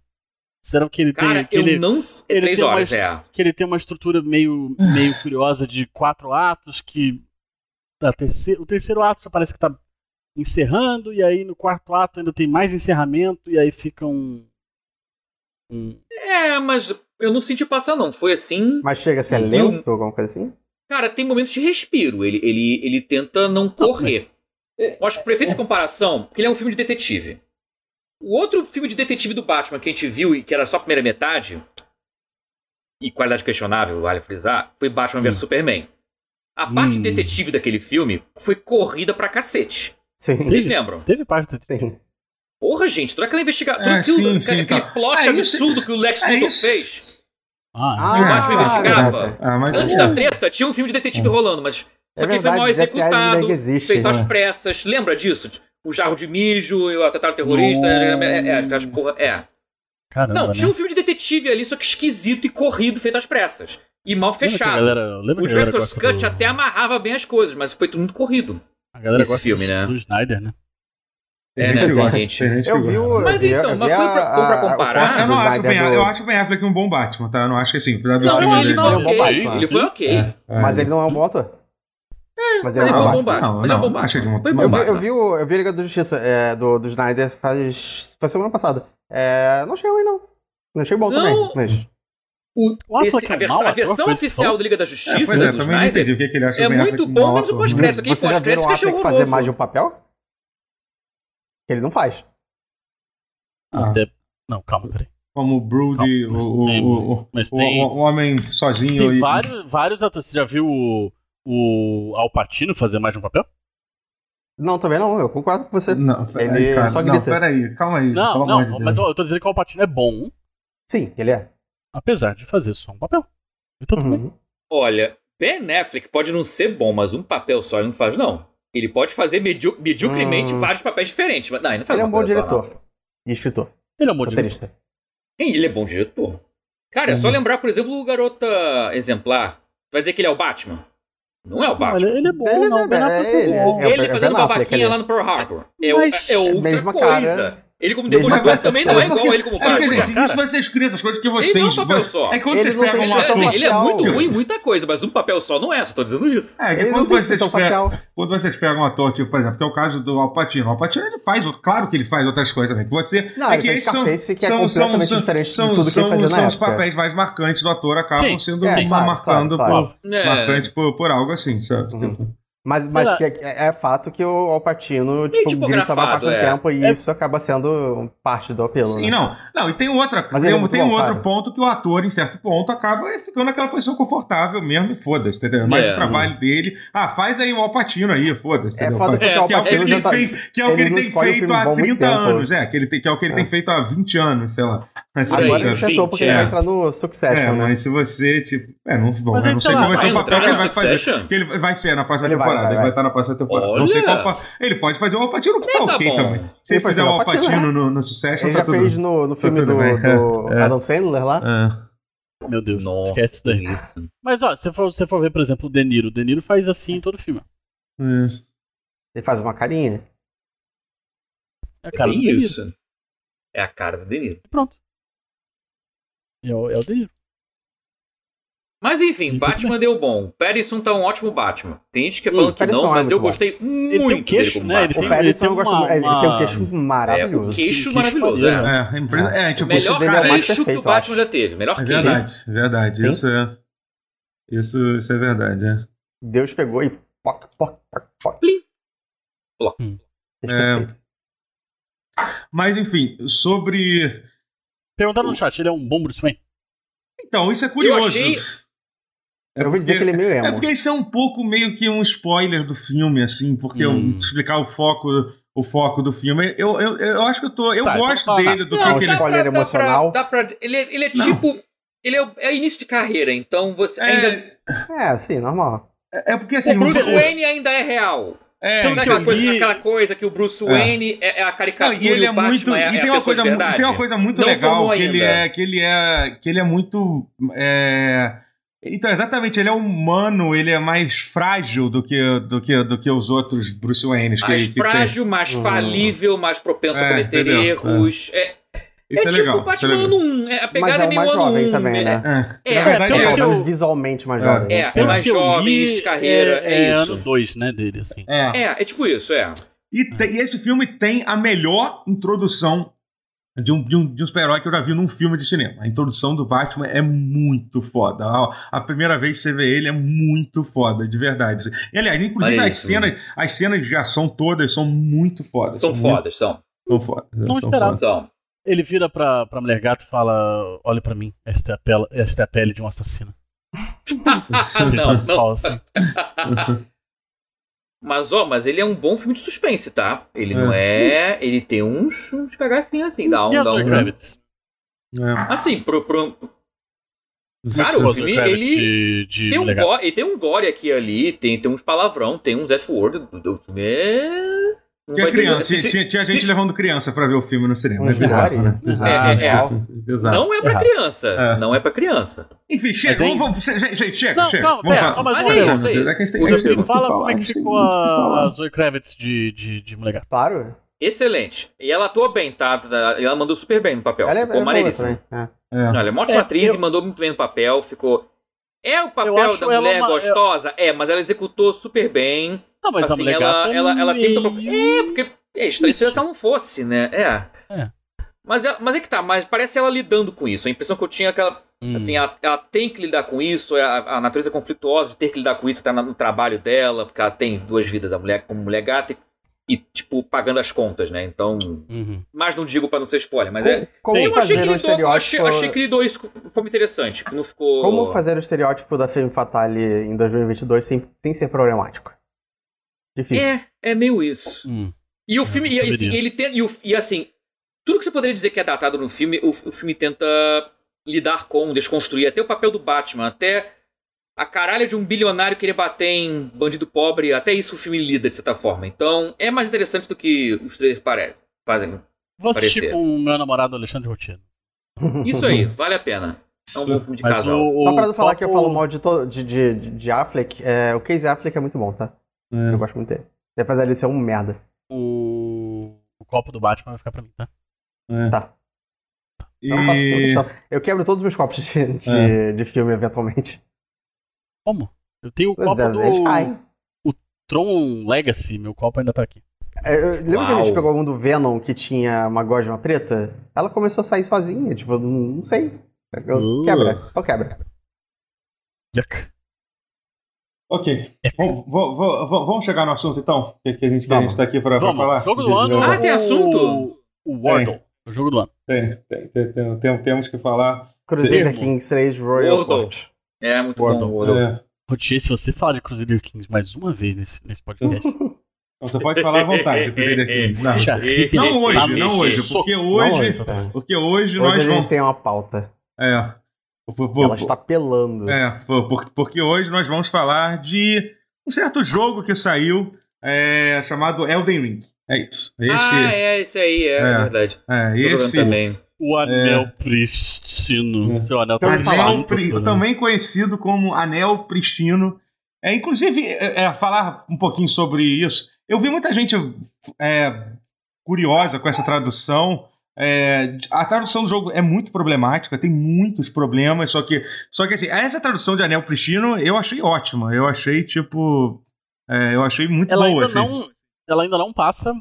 Speaker 4: Será que ele tem,
Speaker 2: Cara,
Speaker 4: que,
Speaker 2: eu
Speaker 4: ele,
Speaker 2: não. s- É
Speaker 4: ele
Speaker 2: três
Speaker 4: tem
Speaker 2: horas,
Speaker 4: mais-
Speaker 2: é.
Speaker 4: que ele tem uma estrutura meio, meio curiosa de quatro atos que a terceiro- o terceiro ato já parece que tá encerrando e aí no quarto ato ainda tem mais encerramento e aí fica um, um-
Speaker 2: É, mas eu não senti passar, não. Foi assim.
Speaker 3: Mas chega a ser
Speaker 2: Não.
Speaker 3: lento ou alguma coisa assim?
Speaker 2: Cara, tem momentos de respiro. Ele, ele, ele tenta não correr.
Speaker 1: é,
Speaker 2: Eu acho que pra efeito de comparação, porque ele é um filme de detetive. O outro filme de detetive do Batman que a gente viu e que era só a primeira metade, e qualidade questionável, vale frisar, foi Batman vs
Speaker 1: Hum.
Speaker 2: Superman. A parte de
Speaker 4: Hum.
Speaker 2: detetive daquele filme foi corrida pra cacete.
Speaker 3: Sim. É
Speaker 4: Sim.
Speaker 2: Vocês lembram?
Speaker 4: teve parte do
Speaker 3: Sim.
Speaker 2: Porra, gente, toda aquela investigação, todo
Speaker 1: É,
Speaker 2: aquilo,
Speaker 1: sim,
Speaker 2: aquele,
Speaker 1: sim,
Speaker 2: aquele
Speaker 1: tá.
Speaker 2: plot
Speaker 1: É isso-
Speaker 2: absurdo que o Lex
Speaker 1: é
Speaker 2: Luthor
Speaker 1: isso.
Speaker 2: fez.
Speaker 4: ah,
Speaker 1: o Batman
Speaker 2: investigava.
Speaker 3: verdade.
Speaker 1: Ah, mas.
Speaker 2: Antes da treta, tinha um filme de detetive rolando, mas
Speaker 3: É
Speaker 2: só que foi
Speaker 3: verdade,
Speaker 2: mal
Speaker 3: Jesse Eisenberg
Speaker 2: executado,
Speaker 3: existe,
Speaker 2: feito às
Speaker 1: né?
Speaker 2: pressas. Lembra disso? O jarro de mijo, o atentado terrorista, é, é, é, aquelas porra, é.
Speaker 4: caramba,
Speaker 2: Não,
Speaker 4: né?
Speaker 2: tinha um filme de detetive ali, só que esquisito e corrido, feito às pressas. E mal
Speaker 4: Lembra que a
Speaker 2: fechado.
Speaker 4: galera- lembra
Speaker 2: O
Speaker 4: que a galera
Speaker 2: Director's
Speaker 4: gosta
Speaker 2: Cut
Speaker 4: do-
Speaker 2: até amarrava bem as coisas, mas foi tudo muito corrido.
Speaker 4: a galera
Speaker 2: esse
Speaker 4: gosta
Speaker 2: filme,
Speaker 4: do,
Speaker 2: né?
Speaker 4: do Snyder, né?
Speaker 2: É, né, gente?
Speaker 3: Eu vi o.
Speaker 2: Mas
Speaker 3: eu vi-
Speaker 2: então,
Speaker 3: eu
Speaker 2: mas
Speaker 3: vi
Speaker 2: foi
Speaker 3: a-
Speaker 2: pra- foi pra
Speaker 3: a- o
Speaker 2: comparar?
Speaker 3: corte
Speaker 1: Eu
Speaker 3: do
Speaker 1: não acho o Ben,
Speaker 3: Snyder do-
Speaker 1: eu acho o Ben Affleck um bom Batman, tá? Eu não acho que assim, apesar dos
Speaker 3: Não,
Speaker 1: filmes
Speaker 2: Não,
Speaker 3: ele
Speaker 1: dele-
Speaker 2: ele
Speaker 3: não é
Speaker 2: foi
Speaker 3: um bom
Speaker 2: ok.
Speaker 3: Batman.
Speaker 2: Ele foi ok.
Speaker 1: É,
Speaker 3: Mas
Speaker 1: é.
Speaker 3: ele não é um bom ator? Mas
Speaker 2: mas ele foi um
Speaker 3: Batman.
Speaker 2: bom Batman.
Speaker 1: Não,
Speaker 2: Ele é um
Speaker 1: não,
Speaker 2: bom Batman.
Speaker 1: achei de um-
Speaker 2: Foi
Speaker 1: um
Speaker 3: Eu
Speaker 2: bom
Speaker 3: vi,
Speaker 2: Batman.
Speaker 3: eu vi o, eu vi a Liga da Justiça é, do, do Snyder faz. Foi semana passada. É, não achei ruim, não. Não achei bom
Speaker 2: Não.
Speaker 3: também. Mas.
Speaker 2: O-
Speaker 4: O Affleck
Speaker 2: esse-
Speaker 4: é
Speaker 2: a, vers-
Speaker 4: mau
Speaker 2: a
Speaker 4: ator,
Speaker 2: versão
Speaker 4: coisa que
Speaker 2: oficial
Speaker 4: são?
Speaker 2: da Liga da
Speaker 1: É,
Speaker 2: Justiça,
Speaker 1: pois é,
Speaker 2: do
Speaker 1: também não entendi
Speaker 2: Snyder,
Speaker 1: o que, que ele acha
Speaker 2: é
Speaker 1: do Ben Affleck
Speaker 2: muito
Speaker 1: um
Speaker 2: bom,
Speaker 1: mau
Speaker 2: menos o
Speaker 1: ator.
Speaker 2: pós-crédito. Aqui,
Speaker 3: Você já viu
Speaker 2: pós-crédito,
Speaker 3: o
Speaker 2: que achei
Speaker 3: Affleck fazer mais de
Speaker 2: horroroso.
Speaker 3: um papel? Ele não faz.
Speaker 4: Mas
Speaker 1: Ah.
Speaker 4: deve- Não, calma, peraí.
Speaker 1: Como o Broody, o,
Speaker 4: Não, mas
Speaker 1: o,
Speaker 4: tem-
Speaker 1: o, o,
Speaker 4: Mas
Speaker 1: o-
Speaker 4: tem,
Speaker 1: o- o Um, homem sozinho
Speaker 4: tem
Speaker 1: e.
Speaker 4: vários, vários atores. Você já viu o, o Alpatino fazer mais de um papel?
Speaker 3: Não, também não. Eu concordo com você.
Speaker 1: Não, peraí,
Speaker 3: Ele
Speaker 1: cara,
Speaker 3: só
Speaker 1: não,
Speaker 3: grita.
Speaker 1: peraí, calma aí, pelo
Speaker 4: Não,
Speaker 1: amor
Speaker 4: não,
Speaker 1: de Deus.
Speaker 4: mas eu, eu tô dizendo que o Alpatino é bom,
Speaker 3: Sim, ele é.
Speaker 4: apesar de fazer só um papel. Então, tudo bem.
Speaker 3: Uhum.
Speaker 2: Olha, Ben Affleck pode não ser bom, mas um papel só ele não faz, não. Ele pode fazer mediu- mediocremente
Speaker 3: Hum.
Speaker 2: vários papéis diferentes, mas não, ele não faz
Speaker 3: Ele é um bom
Speaker 2: papel só, não.
Speaker 3: diretor. E escritor.
Speaker 4: Ele é um bom diretor.
Speaker 3: Roteirista.
Speaker 2: Ih, Ele é bom diretor. Cara, é só
Speaker 1: Uhum.
Speaker 2: lembrar, por exemplo, o Garota Exemplar. Vai dizer que ele é o Batman? Não é o
Speaker 4: Não,
Speaker 2: Batman.
Speaker 4: Ele, ele é bom,
Speaker 3: Ele
Speaker 4: não,
Speaker 3: é-
Speaker 4: Ben Affleck
Speaker 3: é-
Speaker 4: é
Speaker 3: ele é-
Speaker 4: bom.
Speaker 3: é-
Speaker 2: Ele fazendo
Speaker 3: Ben Affleck
Speaker 2: babaquinha
Speaker 3: ali.
Speaker 2: lá no Pearl Harbor. É, o,
Speaker 4: Mas
Speaker 2: é outra
Speaker 3: mesma
Speaker 2: coisa.
Speaker 3: cara.
Speaker 2: Ele como
Speaker 3: Mesma
Speaker 2: demolidor
Speaker 3: cara. tá
Speaker 2: também não
Speaker 3: Mas
Speaker 2: é igual ele como
Speaker 1: É porque,
Speaker 2: Batman.
Speaker 1: gente,
Speaker 4: Cara.
Speaker 1: isso vai ser escrito, essas coisas que vocês.
Speaker 2: Ele não é um papel só.
Speaker 1: É que quando
Speaker 3: Ele
Speaker 1: vocês
Speaker 3: não tem
Speaker 1: pegam um
Speaker 2: Ele,
Speaker 3: expressão
Speaker 1: ator.
Speaker 2: assim, ele é
Speaker 3: facial.
Speaker 2: muito ruim, em muita coisa, mas um papel só não é, só tô dizendo isso.
Speaker 1: É, que
Speaker 3: Ele
Speaker 1: quando
Speaker 3: não tem
Speaker 1: vocês
Speaker 3: expressão
Speaker 1: pegam,
Speaker 3: facial.
Speaker 1: quando vocês pegam um ator, tipo, por exemplo, que é o caso do Alpatino. O Alpatino ele faz, claro que ele faz outras coisas também. Que você.
Speaker 3: Não,
Speaker 1: é
Speaker 3: ele
Speaker 1: que
Speaker 3: fez
Speaker 1: esses são,
Speaker 3: Scarface, que é
Speaker 1: são, são,
Speaker 3: completamente
Speaker 1: são,
Speaker 3: diferente de
Speaker 1: são,
Speaker 3: tudo que ele
Speaker 1: são,
Speaker 3: fazia na
Speaker 1: são os
Speaker 3: época.
Speaker 1: papéis mais marcantes do ator acabam
Speaker 4: Sim.
Speaker 1: sendo
Speaker 3: É,
Speaker 1: sim,
Speaker 3: claro,
Speaker 1: marcando
Speaker 3: claro, claro.
Speaker 1: por.
Speaker 2: É.
Speaker 1: Marcante por, por algo assim, sabe?
Speaker 3: Uhum.
Speaker 1: Tipo,
Speaker 3: Mas, mas
Speaker 4: lá.
Speaker 3: que é, é fato que o Alpatino tipo, grita a maior parte do
Speaker 2: tipografado, é.
Speaker 3: tempo e
Speaker 4: É.
Speaker 3: isso acaba sendo parte do apelo.
Speaker 1: Sim,
Speaker 3: né?
Speaker 1: não. Não, e tem outra,
Speaker 3: Mas
Speaker 1: tem,
Speaker 3: ele é
Speaker 1: um-
Speaker 3: muito
Speaker 1: tem um
Speaker 3: bom,
Speaker 1: outro
Speaker 3: cara.
Speaker 1: ponto que o ator, em certo ponto, acaba ficando naquela posição confortável mesmo e foda-se, entendeu? Mas
Speaker 2: É.
Speaker 1: o trabalho dele. Ah, faz aí o Alpatino aí, foda-se.
Speaker 3: É
Speaker 1: entendeu?
Speaker 3: foda
Speaker 1: Faz-
Speaker 3: porque
Speaker 1: que
Speaker 3: o
Speaker 2: É,
Speaker 1: é o que
Speaker 3: Alpatino
Speaker 1: ele
Speaker 3: já
Speaker 1: tem
Speaker 3: tá...
Speaker 1: feito, que é o que
Speaker 3: ele
Speaker 1: ele
Speaker 3: não
Speaker 1: tem
Speaker 3: escolhe
Speaker 1: feito
Speaker 3: filme bom há
Speaker 1: há
Speaker 3: muito
Speaker 1: 30
Speaker 3: tempo.
Speaker 1: anos, é, que ele tem, que é o que ele
Speaker 3: É.
Speaker 1: tem feito há 20 anos, sei lá. Assim,
Speaker 2: Por
Speaker 3: Agora
Speaker 2: aí,
Speaker 3: ele um
Speaker 1: sabe?
Speaker 2: gente,
Speaker 3: sentou porque ele
Speaker 2: é.
Speaker 3: vai entrar no Succession,
Speaker 1: é,
Speaker 3: né?
Speaker 1: mas se você, tipo, é, não, bom,
Speaker 4: Mas
Speaker 1: eu
Speaker 4: aí,
Speaker 1: não
Speaker 4: sei
Speaker 1: sei
Speaker 4: lá, um
Speaker 1: qual vai ser
Speaker 2: Vai
Speaker 1: o
Speaker 2: entrar
Speaker 1: papel que
Speaker 2: na
Speaker 1: ele vai fazer.
Speaker 2: Succession?
Speaker 1: Que ele vai ser na próxima
Speaker 3: Ele vai,
Speaker 1: temporada,
Speaker 3: vai,
Speaker 1: ele vai
Speaker 3: vai.
Speaker 1: estar na próxima temporada. Não sei qual
Speaker 2: Olha!
Speaker 1: pa- Ele pode fazer o Alpatino que tá
Speaker 2: Mas tá
Speaker 1: ok
Speaker 2: bom.
Speaker 1: também. Se
Speaker 3: Ele
Speaker 1: ele
Speaker 3: faz
Speaker 1: fizer
Speaker 3: o
Speaker 1: o
Speaker 3: Al Pacino, né?
Speaker 1: Alpatino no, no Succession,
Speaker 3: Ele
Speaker 1: tá
Speaker 3: já
Speaker 1: tudo
Speaker 3: fez né?
Speaker 1: bem.
Speaker 3: no, no filme
Speaker 1: tudo
Speaker 3: do,
Speaker 1: bem, é,
Speaker 3: do
Speaker 1: é.
Speaker 3: Adam Sandler lá.
Speaker 1: É.
Speaker 4: Meu Deus,
Speaker 2: Nossa,
Speaker 4: esquece isso daí.
Speaker 2: isso.
Speaker 4: Mas ó, se você for, se for ver, por exemplo, o De Niro. O De Niro faz assim em todo filme.
Speaker 1: Isso.
Speaker 3: Ele faz uma carinha. né?
Speaker 4: É a cara do
Speaker 2: bem
Speaker 4: delírio.
Speaker 2: isso. É a cara do delírio.
Speaker 4: Pronto. É o, é o delírio.
Speaker 2: Mas enfim,
Speaker 4: Muito
Speaker 2: Batman deu bom. Pattinson tá um ótimo Batman. Tem gente que
Speaker 3: Ih,
Speaker 2: falando que
Speaker 3: Pattinson
Speaker 2: não,
Speaker 3: é
Speaker 2: mas eu
Speaker 3: muito bom.
Speaker 2: gostei
Speaker 4: tem um
Speaker 2: muito
Speaker 4: queixo,
Speaker 2: dele como
Speaker 4: né?
Speaker 2: Batman.
Speaker 4: Ele
Speaker 3: O
Speaker 4: tem-
Speaker 3: Patterson
Speaker 4: tem
Speaker 3: eu gosto
Speaker 4: uma-
Speaker 3: muito. Ele tem um
Speaker 4: uma-
Speaker 3: queixo
Speaker 2: É, o
Speaker 3: maravilhoso.
Speaker 2: queixo
Speaker 4: Que
Speaker 2: maravilhoso,
Speaker 4: maneiro,
Speaker 2: é.
Speaker 4: né?
Speaker 1: É, a empresa. É, tipo,
Speaker 3: Melhor-
Speaker 2: Melhor
Speaker 3: dele é mais
Speaker 2: queixo que
Speaker 3: perfeito,
Speaker 2: o
Speaker 3: eu
Speaker 2: Batman
Speaker 3: acho.
Speaker 2: já teve. Melhor
Speaker 1: É
Speaker 2: queixo.
Speaker 1: verdade, é verdade.
Speaker 4: Sim.
Speaker 1: Isso é. Isso, isso é verdade, é.
Speaker 3: Deus pegou e poc, poc, poc, poc.
Speaker 2: Plim. Ploc.
Speaker 4: Hum.
Speaker 1: É.
Speaker 3: Perfeito.
Speaker 1: Mas enfim, sobre.
Speaker 4: Perguntaram no chat, ele é um bom Bruce Wayne?
Speaker 1: Então, isso é curioso.
Speaker 2: achei-
Speaker 1: É
Speaker 3: eu vou dizer que ele é meio emo.
Speaker 1: É porque isso é um pouco meio que um spoiler do filme, assim, porque eu-
Speaker 4: Hum.
Speaker 1: explicar o foco, o foco do filme. Eu, eu, eu acho que eu tô. Eu
Speaker 4: Tá, então
Speaker 1: gosto
Speaker 4: fala.
Speaker 1: dele, do
Speaker 3: Não,
Speaker 1: que, que ele.
Speaker 3: tá- spoiler
Speaker 2: pra-
Speaker 3: emocional.
Speaker 2: Dá pra, dá pra- ele, é- ele é
Speaker 1: Não.
Speaker 2: tipo. Ele é, o- é início de carreira, então você ainda.
Speaker 1: É,
Speaker 3: É, assim, normal.
Speaker 1: é porque assim.
Speaker 4: O
Speaker 1: não-
Speaker 2: Bruce
Speaker 4: pelo-
Speaker 2: Wayne ainda é real.
Speaker 1: é,
Speaker 4: pelo
Speaker 2: Sabe
Speaker 4: que eu
Speaker 2: aquela coisa,
Speaker 4: li-
Speaker 2: aquela coisa que o Bruce Wayne é, é a
Speaker 1: Não,
Speaker 2: caricatura
Speaker 1: e ele
Speaker 2: o
Speaker 1: é
Speaker 2: Batman
Speaker 1: muito.
Speaker 2: é,
Speaker 1: e,
Speaker 2: é
Speaker 1: tem
Speaker 2: a
Speaker 1: uma
Speaker 2: pessoa de
Speaker 1: coisa, mu- e
Speaker 2: verdade?
Speaker 1: tem uma coisa muito
Speaker 2: Não
Speaker 1: legal
Speaker 2: formou
Speaker 1: que ele,
Speaker 2: ainda.
Speaker 1: é, que ele é. Que ele é muito. é, Então, exatamente, ele é humano, ele é mais frágil do que, do que, do que os outros Bruce Waynes. Que,
Speaker 2: Mais
Speaker 1: que tem.
Speaker 2: frágil, mais
Speaker 3: Hum.
Speaker 2: falível, mais propenso
Speaker 1: É,
Speaker 2: a cometer
Speaker 1: entendeu?
Speaker 2: erros.
Speaker 1: Isso
Speaker 2: É,
Speaker 1: é,
Speaker 2: é tipo
Speaker 1: legal.
Speaker 2: o
Speaker 1: isso é
Speaker 2: Batman
Speaker 1: legal.
Speaker 2: ano 1. É, a
Speaker 3: Mas é
Speaker 2: pegada é
Speaker 3: o
Speaker 2: meio
Speaker 3: mais
Speaker 2: ano
Speaker 3: jovem
Speaker 2: 1,
Speaker 3: também, né?
Speaker 1: É.
Speaker 2: É,
Speaker 1: Na verdade,
Speaker 4: pelo
Speaker 1: é,
Speaker 3: Pelo
Speaker 4: que eu-
Speaker 3: menos visualmente mais
Speaker 1: É.
Speaker 3: jovem.
Speaker 2: É,
Speaker 4: Pelo
Speaker 2: mais
Speaker 4: que eu
Speaker 2: jovem,
Speaker 4: li,
Speaker 2: início de carreira, é isso.
Speaker 4: ano 2, né, dele, assim.
Speaker 1: é.
Speaker 2: É, é tipo isso, é.
Speaker 1: E, tem- e esse filme tem a melhor introdução de um, de um, de um super-herói que eu já vi num filme de cinema. A introdução do Batman é muito foda. A, a primeira vez que você vê ele é muito foda, de verdade. E, aliás, inclusive
Speaker 2: Olha
Speaker 1: as,
Speaker 2: isso,
Speaker 1: cenas, as cenas de ação todas são muito fodas.
Speaker 2: São
Speaker 1: muito-
Speaker 2: fodas, são.
Speaker 1: São fodas.
Speaker 4: Não
Speaker 1: são
Speaker 4: esperava.
Speaker 1: fodas.
Speaker 2: São.
Speaker 4: Ele vira pra, pra mulher gato e fala: Olha pra mim, esta é a pele, esta é a pele de um assassino.
Speaker 2: não,
Speaker 4: Tá
Speaker 2: não.
Speaker 4: só assim.
Speaker 2: Ah, Mas, ó, mas ele é um bom filme de suspense, tá? Ele não é. Ele tem uns, uns cagacinhos assim, dá um.
Speaker 4: E as
Speaker 2: Dá
Speaker 4: Zoe
Speaker 2: um
Speaker 4: Kravitz?
Speaker 1: É.
Speaker 2: assim, pro, pro, Cara,
Speaker 4: Pô,
Speaker 2: o
Speaker 4: a Zoe
Speaker 2: filme,
Speaker 4: Kravitz
Speaker 2: ele
Speaker 4: de, de
Speaker 2: tem, um
Speaker 4: mulher gato.
Speaker 2: go, ele tem um gore aqui e ali, tem, tem uns palavrão, tem uns F-word. do- do filme é- não
Speaker 1: Tinha,
Speaker 2: vai ter-
Speaker 1: criança,
Speaker 2: se- se-
Speaker 1: tinha, tinha gente
Speaker 2: se-
Speaker 1: levando criança pra ver o filme no cinema. É
Speaker 3: Mas
Speaker 1: bizarro,
Speaker 3: bizarro,
Speaker 1: né?
Speaker 3: né?
Speaker 1: Bizarro.
Speaker 2: É, é, é.
Speaker 1: Bizarro.
Speaker 2: Não é pra
Speaker 4: Errado.
Speaker 2: criança.
Speaker 1: É.
Speaker 2: Não é pra criança.
Speaker 1: Enfim, chega.
Speaker 4: Mas aí-
Speaker 1: Vamos, vamos, gente, gente, chega,
Speaker 4: Não,
Speaker 1: chega.
Speaker 4: calma,
Speaker 1: vamos falar.
Speaker 4: pera, só mais
Speaker 2: Mas
Speaker 4: uma
Speaker 2: é
Speaker 4: pergunta.
Speaker 2: isso, é isso.
Speaker 1: que a gente tem-
Speaker 2: O
Speaker 1: a gente tem
Speaker 4: Me
Speaker 1: muito o
Speaker 4: fala
Speaker 1: falar,
Speaker 4: como é
Speaker 1: a
Speaker 4: que
Speaker 1: gente tem
Speaker 4: ficou
Speaker 1: muito o que falar.
Speaker 4: a Zoe Kravitz de, de, de mulher gato.
Speaker 3: Claro.
Speaker 2: Excelente. E ela atua bem, tá? Da- Ela mandou super bem no papel.
Speaker 3: Ela é,
Speaker 2: ficou
Speaker 3: ela é boa
Speaker 2: maneiríssimo.
Speaker 3: também. É.
Speaker 1: É.
Speaker 2: Não, ela é uma ótima
Speaker 4: É,
Speaker 2: atriz e
Speaker 4: eu-
Speaker 2: mandou muito bem no papel. Ficou. É o
Speaker 4: Eu
Speaker 2: papel
Speaker 4: acho
Speaker 2: da
Speaker 4: ela
Speaker 2: mulher
Speaker 4: uma-
Speaker 2: gostosa? É, mas ela executou super bem.
Speaker 4: Ah, mas a
Speaker 2: assim,
Speaker 4: mulher
Speaker 2: ela,
Speaker 4: gato. é
Speaker 2: ela, ela tem muita pro-
Speaker 4: meio-
Speaker 2: É, porque é estranho se
Speaker 4: Isso.
Speaker 2: ela não fosse, né? É.
Speaker 4: É.
Speaker 2: Mas, é, mas é que tá, mas parece ela lidando com isso. A impressão que eu tinha é que ela,
Speaker 4: Hum.
Speaker 3: Uhum.
Speaker 2: assim, ela, ela tem que lidar com isso, é a, a natureza conflituosa de ter que lidar com isso, tá na- no trabalho dela, porque ela tem duas vidas, a mulher como mulher gata e, e, tipo, pagando as contas, né? Então.
Speaker 4: Uhum.
Speaker 2: Mas não digo pra não ser spoiler, mas é.
Speaker 3: Como,
Speaker 4: Sim.
Speaker 2: Eu achei
Speaker 3: fazer
Speaker 2: que,
Speaker 3: um
Speaker 2: ele lidou, achei,
Speaker 3: estereótipo...
Speaker 2: achei que ele lidou isso de forma interessante. que Não ficou.
Speaker 3: Como fazer o estereótipo da Femme Fatale em 2022 sem, sem ser problemático? Difícil.
Speaker 2: É, é meio isso.
Speaker 4: Hum.
Speaker 2: E o filme. E,
Speaker 4: eu
Speaker 2: assim,
Speaker 4: diria.
Speaker 2: ele tem, e, o- e, assim, tudo que você poderia dizer que é datado no filme, o, o filme tenta lidar com, desconstruir até o papel do Batman, até a caralha de um bilionário querer bater em bandido pobre, até isso o filme lida de certa forma. Então, é mais interessante do que os três parecem. Fazem.
Speaker 4: Vou assistir
Speaker 2: Parecer.
Speaker 4: com o meu namorado Alexandre Rotiero.
Speaker 2: Isso aí, vale a pena. É um bom filme de
Speaker 4: Mas
Speaker 2: casal.
Speaker 4: o, o
Speaker 3: Só pra não falar que eu falo
Speaker 4: o-
Speaker 3: mal de, to- de, de, de- de Affleck, é, o Casey Affleck é muito bom, tá? Eu gosto muito dele. Apesar dele ser um merda.
Speaker 4: O, o copo do Batman vai ficar pra mim, tá?
Speaker 1: É.
Speaker 3: Tá. Então
Speaker 1: E...
Speaker 3: Eu, não faço por questão. eu quebro todos os meus copos de, de, de filme, eventualmente.
Speaker 4: Como? Eu tenho o copo
Speaker 3: Dez vezes
Speaker 4: do
Speaker 3: cai.
Speaker 4: Tron Legacy, meu copo ainda tá aqui.
Speaker 3: É, eu- lembra que a
Speaker 2: Uau.
Speaker 3: gente pegou um do Venom que tinha uma gosma preta? Ela começou a sair sozinha, tipo, eu não não sei. Eu-
Speaker 4: Uh.
Speaker 3: Quebra, só quebra.
Speaker 4: Yuck.
Speaker 1: Ok. Vamos, vamos- vamos- vamos chegar no assunto então? Que, que a gente
Speaker 3: Vamos.
Speaker 1: está aqui para
Speaker 4: Vamos,
Speaker 1: falar.
Speaker 4: jogo
Speaker 1: De-
Speaker 4: do
Speaker 1: de-
Speaker 4: ano. né?
Speaker 2: Ah, tem
Speaker 4: o-
Speaker 2: assunto?
Speaker 4: O Wordle. O jogo do ano.
Speaker 1: Tem, tem- tem- tem- tem- temos que falar.
Speaker 3: Cruzeiro
Speaker 4: Termo.
Speaker 3: Kings 3 Royal
Speaker 2: Wordle.
Speaker 3: Court.
Speaker 2: É muito
Speaker 4: Gordon.
Speaker 2: bom. Gordon.
Speaker 1: É.
Speaker 4: Rotier, se você falar de Crusader Kings mais uma vez nesse, nesse podcast,
Speaker 1: Então, você pode falar à vontade. Crusader Kings. Não,
Speaker 4: já fica-
Speaker 1: não
Speaker 4: tá
Speaker 1: hoje,
Speaker 4: me
Speaker 1: não tá. hoje.
Speaker 4: soco-
Speaker 1: Porque
Speaker 3: Não,
Speaker 1: hoje,
Speaker 3: então.
Speaker 1: porque hoje
Speaker 3: Hoje a
Speaker 1: nós
Speaker 3: gente
Speaker 1: vamos.
Speaker 3: tem uma pauta.
Speaker 1: É. Por- por-
Speaker 3: Ela está pelando.
Speaker 1: é, por- por- porque hoje nós vamos falar de um certo jogo que saiu é, chamado Elden Ring. É isso. Esse,
Speaker 2: Ah, é, esse aí, é,
Speaker 1: É.
Speaker 2: verdade.
Speaker 1: é,
Speaker 2: Tô jogando
Speaker 1: esse
Speaker 2: também.
Speaker 4: O anel pristino.
Speaker 1: É.
Speaker 4: Seu anel
Speaker 3: Então,
Speaker 4: tá
Speaker 3: falar.
Speaker 1: Anel
Speaker 4: muito né?
Speaker 1: Pri-
Speaker 4: bonito.
Speaker 1: também conhecido como Anel Pristino. É, inclusive, é, é, falar um pouquinho sobre isso. Eu vi muita gente é, curiosa com essa tradução. É, a tradução do jogo é muito problemática, tem muitos problemas, só que, só que assim, essa tradução de Anel Pristino eu achei ótima. Eu achei, tipo. É, eu achei muito
Speaker 4: ela
Speaker 1: boa.
Speaker 4: Ainda assim. não, ela ainda não passa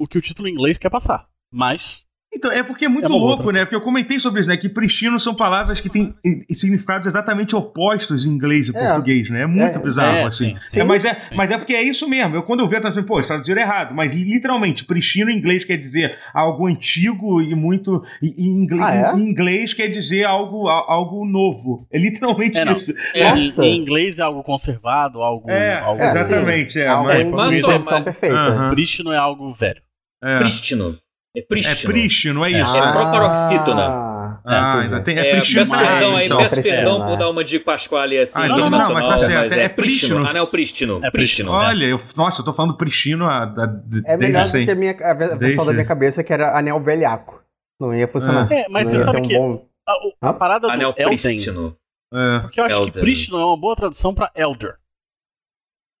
Speaker 4: o que o título em inglês quer passar, mas.
Speaker 1: Então, é porque é muito é louco, outra. né? Porque eu comentei sobre isso, né? Que pristino são palavras que têm significados exatamente opostos em inglês e português, né? É muito bizarro, assim. Sim, sim, mas, é, sim. mas é porque é isso mesmo. Eu, quando eu vi, eu tava assim, pô, traduziram errado. Mas, literalmente, pristino em inglês quer dizer algo antigo e muito... E, em, inglês, ah, em inglês quer dizer algo, algo novo. É literalmente isso.
Speaker 4: Nossa. Em inglês é algo conservado, algo...
Speaker 1: É,
Speaker 4: algo
Speaker 1: exatamente. É,
Speaker 3: algo
Speaker 1: mas,
Speaker 3: mas, mas, mas, perfeita. Uh
Speaker 4: -huh. Pristino é algo velho.
Speaker 2: É. Pristino. É prístino.
Speaker 1: É prístino, é isso.
Speaker 2: É, é proparoxítona.
Speaker 1: Ah, ah é, ainda tem. É, é
Speaker 2: Peço perdão aí, então. peço perdão por dar uma de Pasquale assim, ah,
Speaker 1: não, não, não, mas tá certo. Mas é, é prístino.
Speaker 2: Anel prístino.
Speaker 1: É
Speaker 2: prístino.
Speaker 1: Olha, eu, nossa, eu tô falando prístino a, a,
Speaker 3: É melhor assim. do que a, minha, a versão desde... da minha cabeça que era anel velhaco. Não ia funcionar.
Speaker 4: É, mas
Speaker 3: não
Speaker 4: você sabe um que bom... a, a, parada
Speaker 2: anel
Speaker 4: do Elden.
Speaker 2: Prístino.
Speaker 4: É. Porque eu acho Elden. que prístino é uma boa tradução pra elder.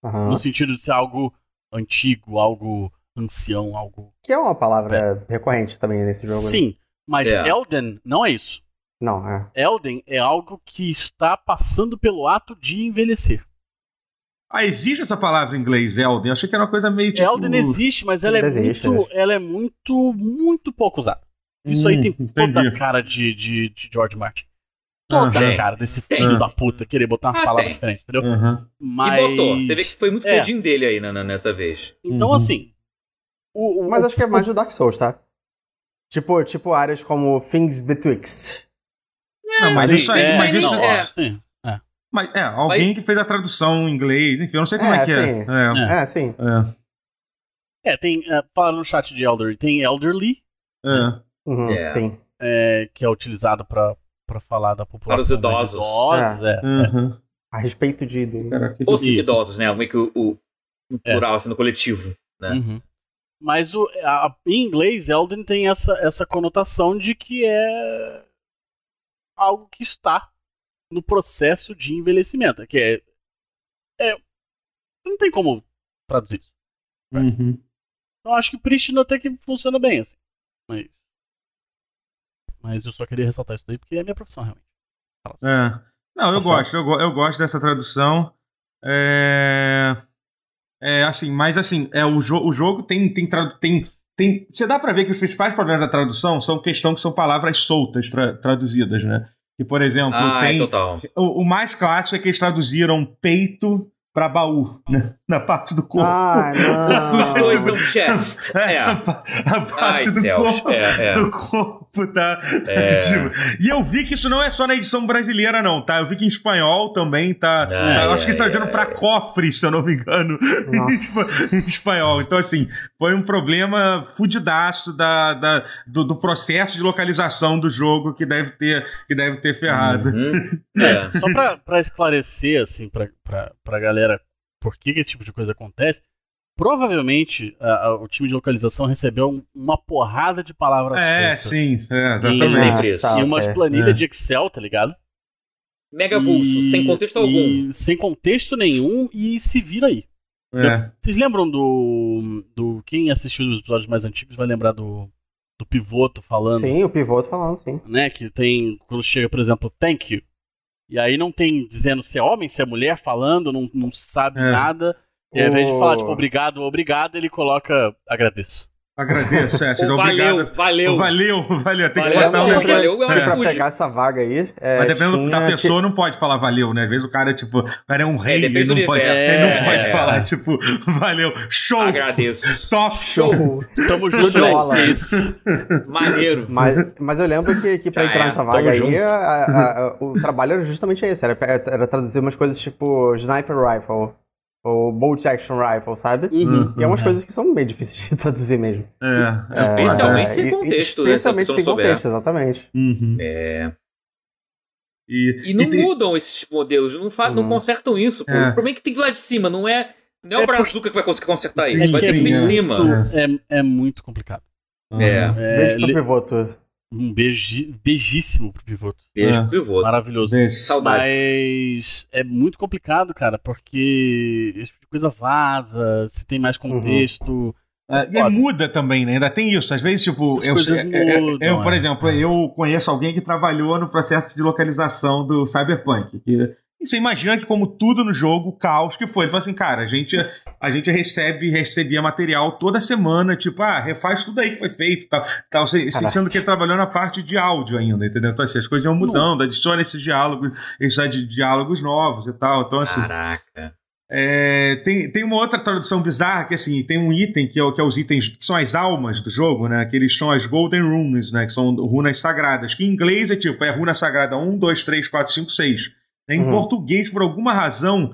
Speaker 4: No sentido de ser algo antigo, algo ancião, algo.
Speaker 3: Que é uma palavra é. recorrente também nesse jogo.
Speaker 4: Sim, né? mas é. Elden não é isso.
Speaker 3: Não, é.
Speaker 4: Elden é algo que está passando pelo ato de envelhecer.
Speaker 1: Ah, existe essa palavra em inglês, Elden? Eu achei que era uma coisa meio tipo...
Speaker 4: Elden existe, mas ela é, existe, muito, existe. ela é muito, muito pouco usada. Isso hum, aí tem entendi. toda a cara de, de, de George Martin.
Speaker 1: Ah,
Speaker 4: Toda uhum. a cara desse filho uhum. da puta querer botar umas ah, palavras tem. diferentes,
Speaker 1: É.
Speaker 4: entendeu?
Speaker 2: Uhum. Mas... E botou. Você vê que foi muito é. dedinho dele aí na, na, nessa vez.
Speaker 1: Uhum.
Speaker 4: Então, assim,
Speaker 3: o, o, mas acho que é mais do Dark Souls, tá? Tipo, tipo áreas como Things Betwixt.
Speaker 1: É, não, mas sim, isso aí. É, mas isso, é, sim, é. Mas, é, alguém mas... que fez a tradução em inglês, enfim, eu não sei como é, que
Speaker 3: é. É, sim.
Speaker 4: É, tem. Uh, fala no chat de Elder, tem Elderly.
Speaker 1: É.
Speaker 3: Uhum, tem.
Speaker 4: que é utilizado pra, pra falar da população. é,
Speaker 2: Para os idosos. idosos
Speaker 3: uhum. A respeito de.
Speaker 2: Os idosos, né? Meio que o, o, o plural, assim, no coletivo, né? Uhum.
Speaker 4: É. Mas o, a, em inglês, Elden tem essa, essa conotação de que é algo que está no processo de envelhecimento. Que é. é não tem como traduzir isso.
Speaker 1: Uhum.
Speaker 4: Então acho que Pristino até que funciona bem, assim. Mas, mas eu só queria ressaltar isso daí porque é a minha profissão, realmente.
Speaker 1: É. Não, eu tá gosto, eu, eu gosto dessa tradução. É. É, assim, mas assim, é, o, jo o jogo tem, tem, tem, tem. Você dá para ver que os principais problemas da tradução são questão que são palavras soltas tra traduzidas, né? Que, por exemplo,
Speaker 2: ah,
Speaker 1: tem.
Speaker 2: É total.
Speaker 1: O, o, mais clássico é que eles traduziram peito para baú, né? Na parte do corpo.
Speaker 3: Ah, não.
Speaker 2: Os dois são chest.
Speaker 1: É. A, a parte
Speaker 2: Ah,
Speaker 1: Ai, do, Celso. corpo, é, é. do corpo, tá? É. Tipo, e eu vi que isso não é só na edição brasileira, não, tá? Eu vi que em espanhol também tá. Ah, tá eu acho que eles traduziram para cofre, se eu não me engano, em espanhol. Então, assim, foi um problema fudidaço da, da do, do, processo de localização do jogo que deve ter, que deve ter ferrado.
Speaker 2: Hum?
Speaker 4: Uhum. É, só pra, pra esclarecer, assim, pra, pra, pra galera galera por que, esse tipo de coisa acontece, provavelmente a, a, o time de localização recebeu um, uma porrada de palavras
Speaker 1: É, sim, é, exatamente.
Speaker 3: tá,
Speaker 4: E, ah, e umas é, planilhas é. de Excel, tá ligado?
Speaker 2: Mega vulso, e, sem contexto algum.
Speaker 4: Sem contexto nenhum e se vira aí.
Speaker 1: É.
Speaker 4: Vocês lembram do, do. Quem assistiu os episódios mais antigos vai lembrar do, do pivoto falando.
Speaker 3: Sim, o pivoto falando, sim.
Speaker 4: Né? Que tem. Quando chega, por exemplo, thank you. E aí não tem dizendo se é homem, se é mulher falando, não, não sabe é. nada. E ao invés de falar, tipo, obrigado, obrigado, ele coloca agradeço.
Speaker 1: Agradeço, é, seja
Speaker 2: valeu,
Speaker 1: obrigado.
Speaker 2: Valeu,
Speaker 1: valeu. Valeu, tem
Speaker 3: valeu,
Speaker 1: que botar
Speaker 3: um valeu, valeu, é. Pra pegar essa vaga aí. É,
Speaker 1: Mas dependendo da pessoa, que... não pode falar valeu, né? Às vezes o cara, tipo, o cara é um rei, é, ele, não pode, é, ele não pode falar, tipo, valeu, show.
Speaker 2: Agradeço.
Speaker 1: Top é um show. show.
Speaker 4: Tamo junto, né? Isso.
Speaker 2: Maneiro.
Speaker 3: Mas, mas eu lembro que, que pra Já
Speaker 4: é,
Speaker 3: entrar nessa vaga aí, a, a, a, o trabalho era justamente esse. Era, era traduzir umas coisas tipo sniper rifle ou bolt action rifle, sabe?
Speaker 4: Uhum.
Speaker 3: E é umas é. coisas que são bem difíceis de traduzir mesmo.
Speaker 1: É.
Speaker 2: é especialmente é, sem contexto, né?
Speaker 3: Especialmente sem
Speaker 2: souber.
Speaker 3: contexto, exatamente.
Speaker 1: Uhum.
Speaker 2: É.
Speaker 1: E,
Speaker 2: e não e tem... mudam esses modelos, não, fa... uhum. não consertam isso. Pô. O problema é que tem que ir lá de cima, não é, não é, o Brazuca que vai conseguir consertar
Speaker 1: é.
Speaker 2: isso, vai ter que vir de cima.
Speaker 1: Uhum.
Speaker 4: É, é muito complicado.
Speaker 2: É.
Speaker 3: Beijo pro pivoto.
Speaker 4: Um beijo, beijíssimo pro Pivoto.
Speaker 2: Beijo
Speaker 1: É.
Speaker 2: pro pivô.
Speaker 4: Maravilhoso.
Speaker 1: Beijo. tá.
Speaker 2: Saudades.
Speaker 4: Mas é muito complicado, cara, porque esse tipo de coisa vaza, se tem mais contexto.
Speaker 1: Ah, e Uhum. é
Speaker 4: Foda.
Speaker 1: muda também, né? Ainda tem isso. Às vezes, tipo,
Speaker 4: As
Speaker 1: eu,
Speaker 4: coisas
Speaker 1: é- é- é-
Speaker 4: mudam,
Speaker 1: eu, por
Speaker 4: é.
Speaker 1: exemplo, eu conheço alguém que trabalhou no processo de localização do Cyberpunk. Que, e você imagina que, como tudo no jogo, o caos que foi. Ele falou assim, cara, a gente, a gente recebe, recebia material toda semana, tipo, ah, refaz tudo aí que foi feito e tal. tal se- se-
Speaker 3: Caraca.
Speaker 1: sendo que ele trabalhou na parte de áudio ainda, entendeu? Então, assim, as coisas iam mudando, adiciona esses diálogos, esses di- diálogos novos e tal. Então, assim,
Speaker 2: Caraca.
Speaker 1: é, tem, tem uma outra tradução bizarra que assim, tem um item que é, o- que é os itens que são as almas do jogo, né? Que eles são as Golden Runes, né? Que são runas sagradas. Que em inglês é tipo, é runa sagrada 1, 2, 3, 4, 5, 6. Né? Em
Speaker 3: Uhum.
Speaker 1: português, por alguma razão.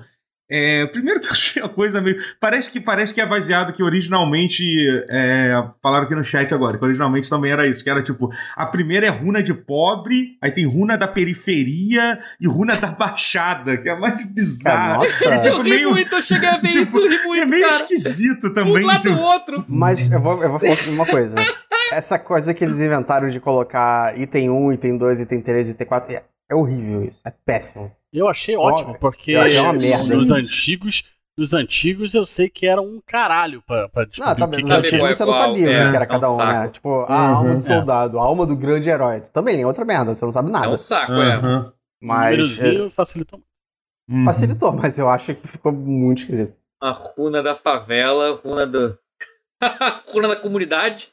Speaker 1: é, primeiro que eu achei a coisa meio. Parece que, parece que é baseado que originalmente. é, falaram aqui no chat agora, que originalmente também era isso, que era tipo, a primeira é runa de pobre, aí tem runa da periferia e runa da baixada, que é a mais
Speaker 3: Cara,
Speaker 1: bizarra.
Speaker 3: nossa.
Speaker 1: tipo,
Speaker 2: eu ri
Speaker 1: meio-
Speaker 2: muito, eu cheguei a ver
Speaker 1: tipo,
Speaker 2: isso, eu ri
Speaker 1: E é
Speaker 2: muito,
Speaker 1: meio
Speaker 2: cara.
Speaker 1: esquisito
Speaker 2: Um
Speaker 1: também.
Speaker 2: do lado
Speaker 1: tipo-
Speaker 2: do outro.
Speaker 3: Mas eu vou, eu vou falar uma coisa. Essa coisa que eles inventaram de colocar item 1, item 2, item 3, item 4, é, é horrível isso. É péssimo.
Speaker 4: Eu achei ótimo, porque
Speaker 3: eu achei uma merda.
Speaker 4: nos
Speaker 1: Sim.
Speaker 4: antigos. Nos antigos eu sei que era um caralho pra, pra descobrir
Speaker 3: Não, tá
Speaker 4: o que,
Speaker 3: bem.
Speaker 4: que
Speaker 3: Nos
Speaker 4: era.
Speaker 2: sabe qual é
Speaker 3: antigos você não
Speaker 2: qual,
Speaker 3: sabia
Speaker 2: é,
Speaker 3: né, que
Speaker 2: é
Speaker 3: era
Speaker 2: um
Speaker 3: cada um, né?
Speaker 2: saco.
Speaker 3: Tipo, a alma
Speaker 1: Uhum,
Speaker 3: do soldado, a alma do grande herói. Também é outra merda, você não sabe
Speaker 2: É
Speaker 3: nada.
Speaker 2: um saco, é.
Speaker 1: Aham.
Speaker 4: O
Speaker 3: Mas. é,
Speaker 4: númerozinho facilitou.
Speaker 1: Uhum.
Speaker 3: facilitou, mas eu acho que ficou muito esquisito.
Speaker 2: A runa da favela, runa do... runa da comunidade.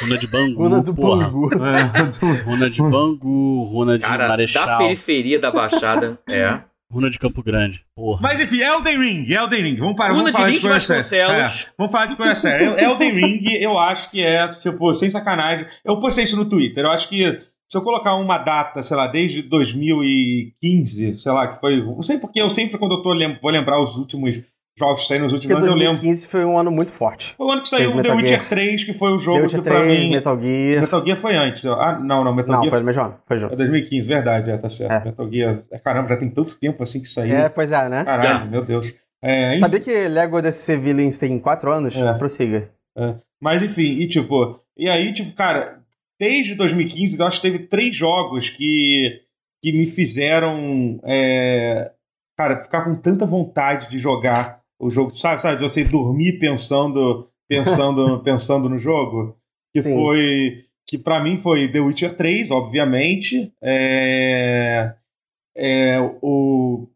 Speaker 4: Runa de Bangu.
Speaker 3: Runa do
Speaker 4: porra.
Speaker 3: Bangu.
Speaker 1: É,
Speaker 4: Runa de Bangu, Runa de
Speaker 2: Cara, da
Speaker 4: Marechal,
Speaker 2: periferia da Baixada. é.
Speaker 4: Runa de Campo Grande. Porra.
Speaker 1: Mas enfim, Elden Ring, Elden Ring. Vamos parar, vamos
Speaker 2: Runa de
Speaker 1: falar de
Speaker 2: Lins
Speaker 1: coisa séria.
Speaker 2: Vasconcelos.
Speaker 1: É, vamos falar de coisa séria. Eu- Elden Ring, eu acho que é, tipo, sem sacanagem. Eu postei isso no Twitter. Eu acho que se eu colocar uma data, sei lá, desde 2015, sei lá, que foi. Não sei porque eu sempre, quando eu tô, lem- vou lembrar os últimos jogos que saíram nos
Speaker 3: Porque
Speaker 1: últimos anos, eu lembro.
Speaker 3: 2015 foi um ano muito forte.
Speaker 1: Foi o ano que saiu
Speaker 3: Teve
Speaker 1: The
Speaker 3: Metal
Speaker 1: Witcher
Speaker 3: Gear.
Speaker 1: 3, que foi o
Speaker 3: The
Speaker 1: jogo
Speaker 3: Witcher
Speaker 1: que pra
Speaker 3: 3,
Speaker 1: mim.
Speaker 3: Metal Gear.
Speaker 1: Metal Gear foi antes. Ah, não, não, Metal
Speaker 3: Não,
Speaker 1: Gear
Speaker 3: foi no mesmo ano. Foi junto.
Speaker 1: É 2015, verdade, é, tá certo.
Speaker 3: É.
Speaker 1: Metal Gear. é, Caramba, já tem tanto tempo assim que saiu.
Speaker 3: É, pois é, né?
Speaker 1: Caralho,
Speaker 2: Tá.
Speaker 1: meu Deus. É, enfim,
Speaker 3: Sabia que Lego DC Villains tem 4 anos?
Speaker 1: É.
Speaker 3: Prossiga.
Speaker 1: Mas enfim, e tipo, e aí, tipo, cara, desde 2015, eu acho que teve três jogos que, que me fizeram, é, cara, ficar com tanta vontade de jogar o jogo, sabe? sabe de você dormir pensando, pensando, pensando no jogo. Que
Speaker 3: Sim.
Speaker 1: foi. Que pra mim foi The Witcher 3, obviamente. É, é, o,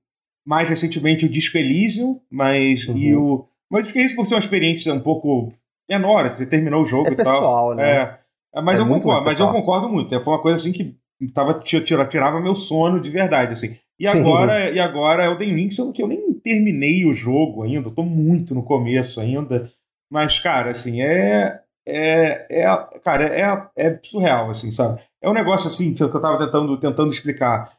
Speaker 1: mais recentemente o Disco Elysium, mas. E o, mas o Disco Elysium, por ser uma experiência um pouco menor, assim, você terminou o jogo
Speaker 3: É
Speaker 1: e tal.
Speaker 3: pessoal, né?
Speaker 1: É. É, mas
Speaker 3: É
Speaker 1: eu
Speaker 3: muito
Speaker 1: concordo,
Speaker 3: mais
Speaker 1: mas eu
Speaker 3: pessoal.
Speaker 1: concordo muito. É, Foi uma coisa assim que tava, ti- tira- tirava meu sono de verdade, assim. E
Speaker 3: Sim.
Speaker 1: agora, e agora Elden Ring, sendo que eu nem terminei o jogo ainda, eu tô muito no começo ainda. Mas, cara, assim, é. É, é cara, é, é surreal, assim, sabe? É um negócio assim que eu tava tentando, tentando explicar.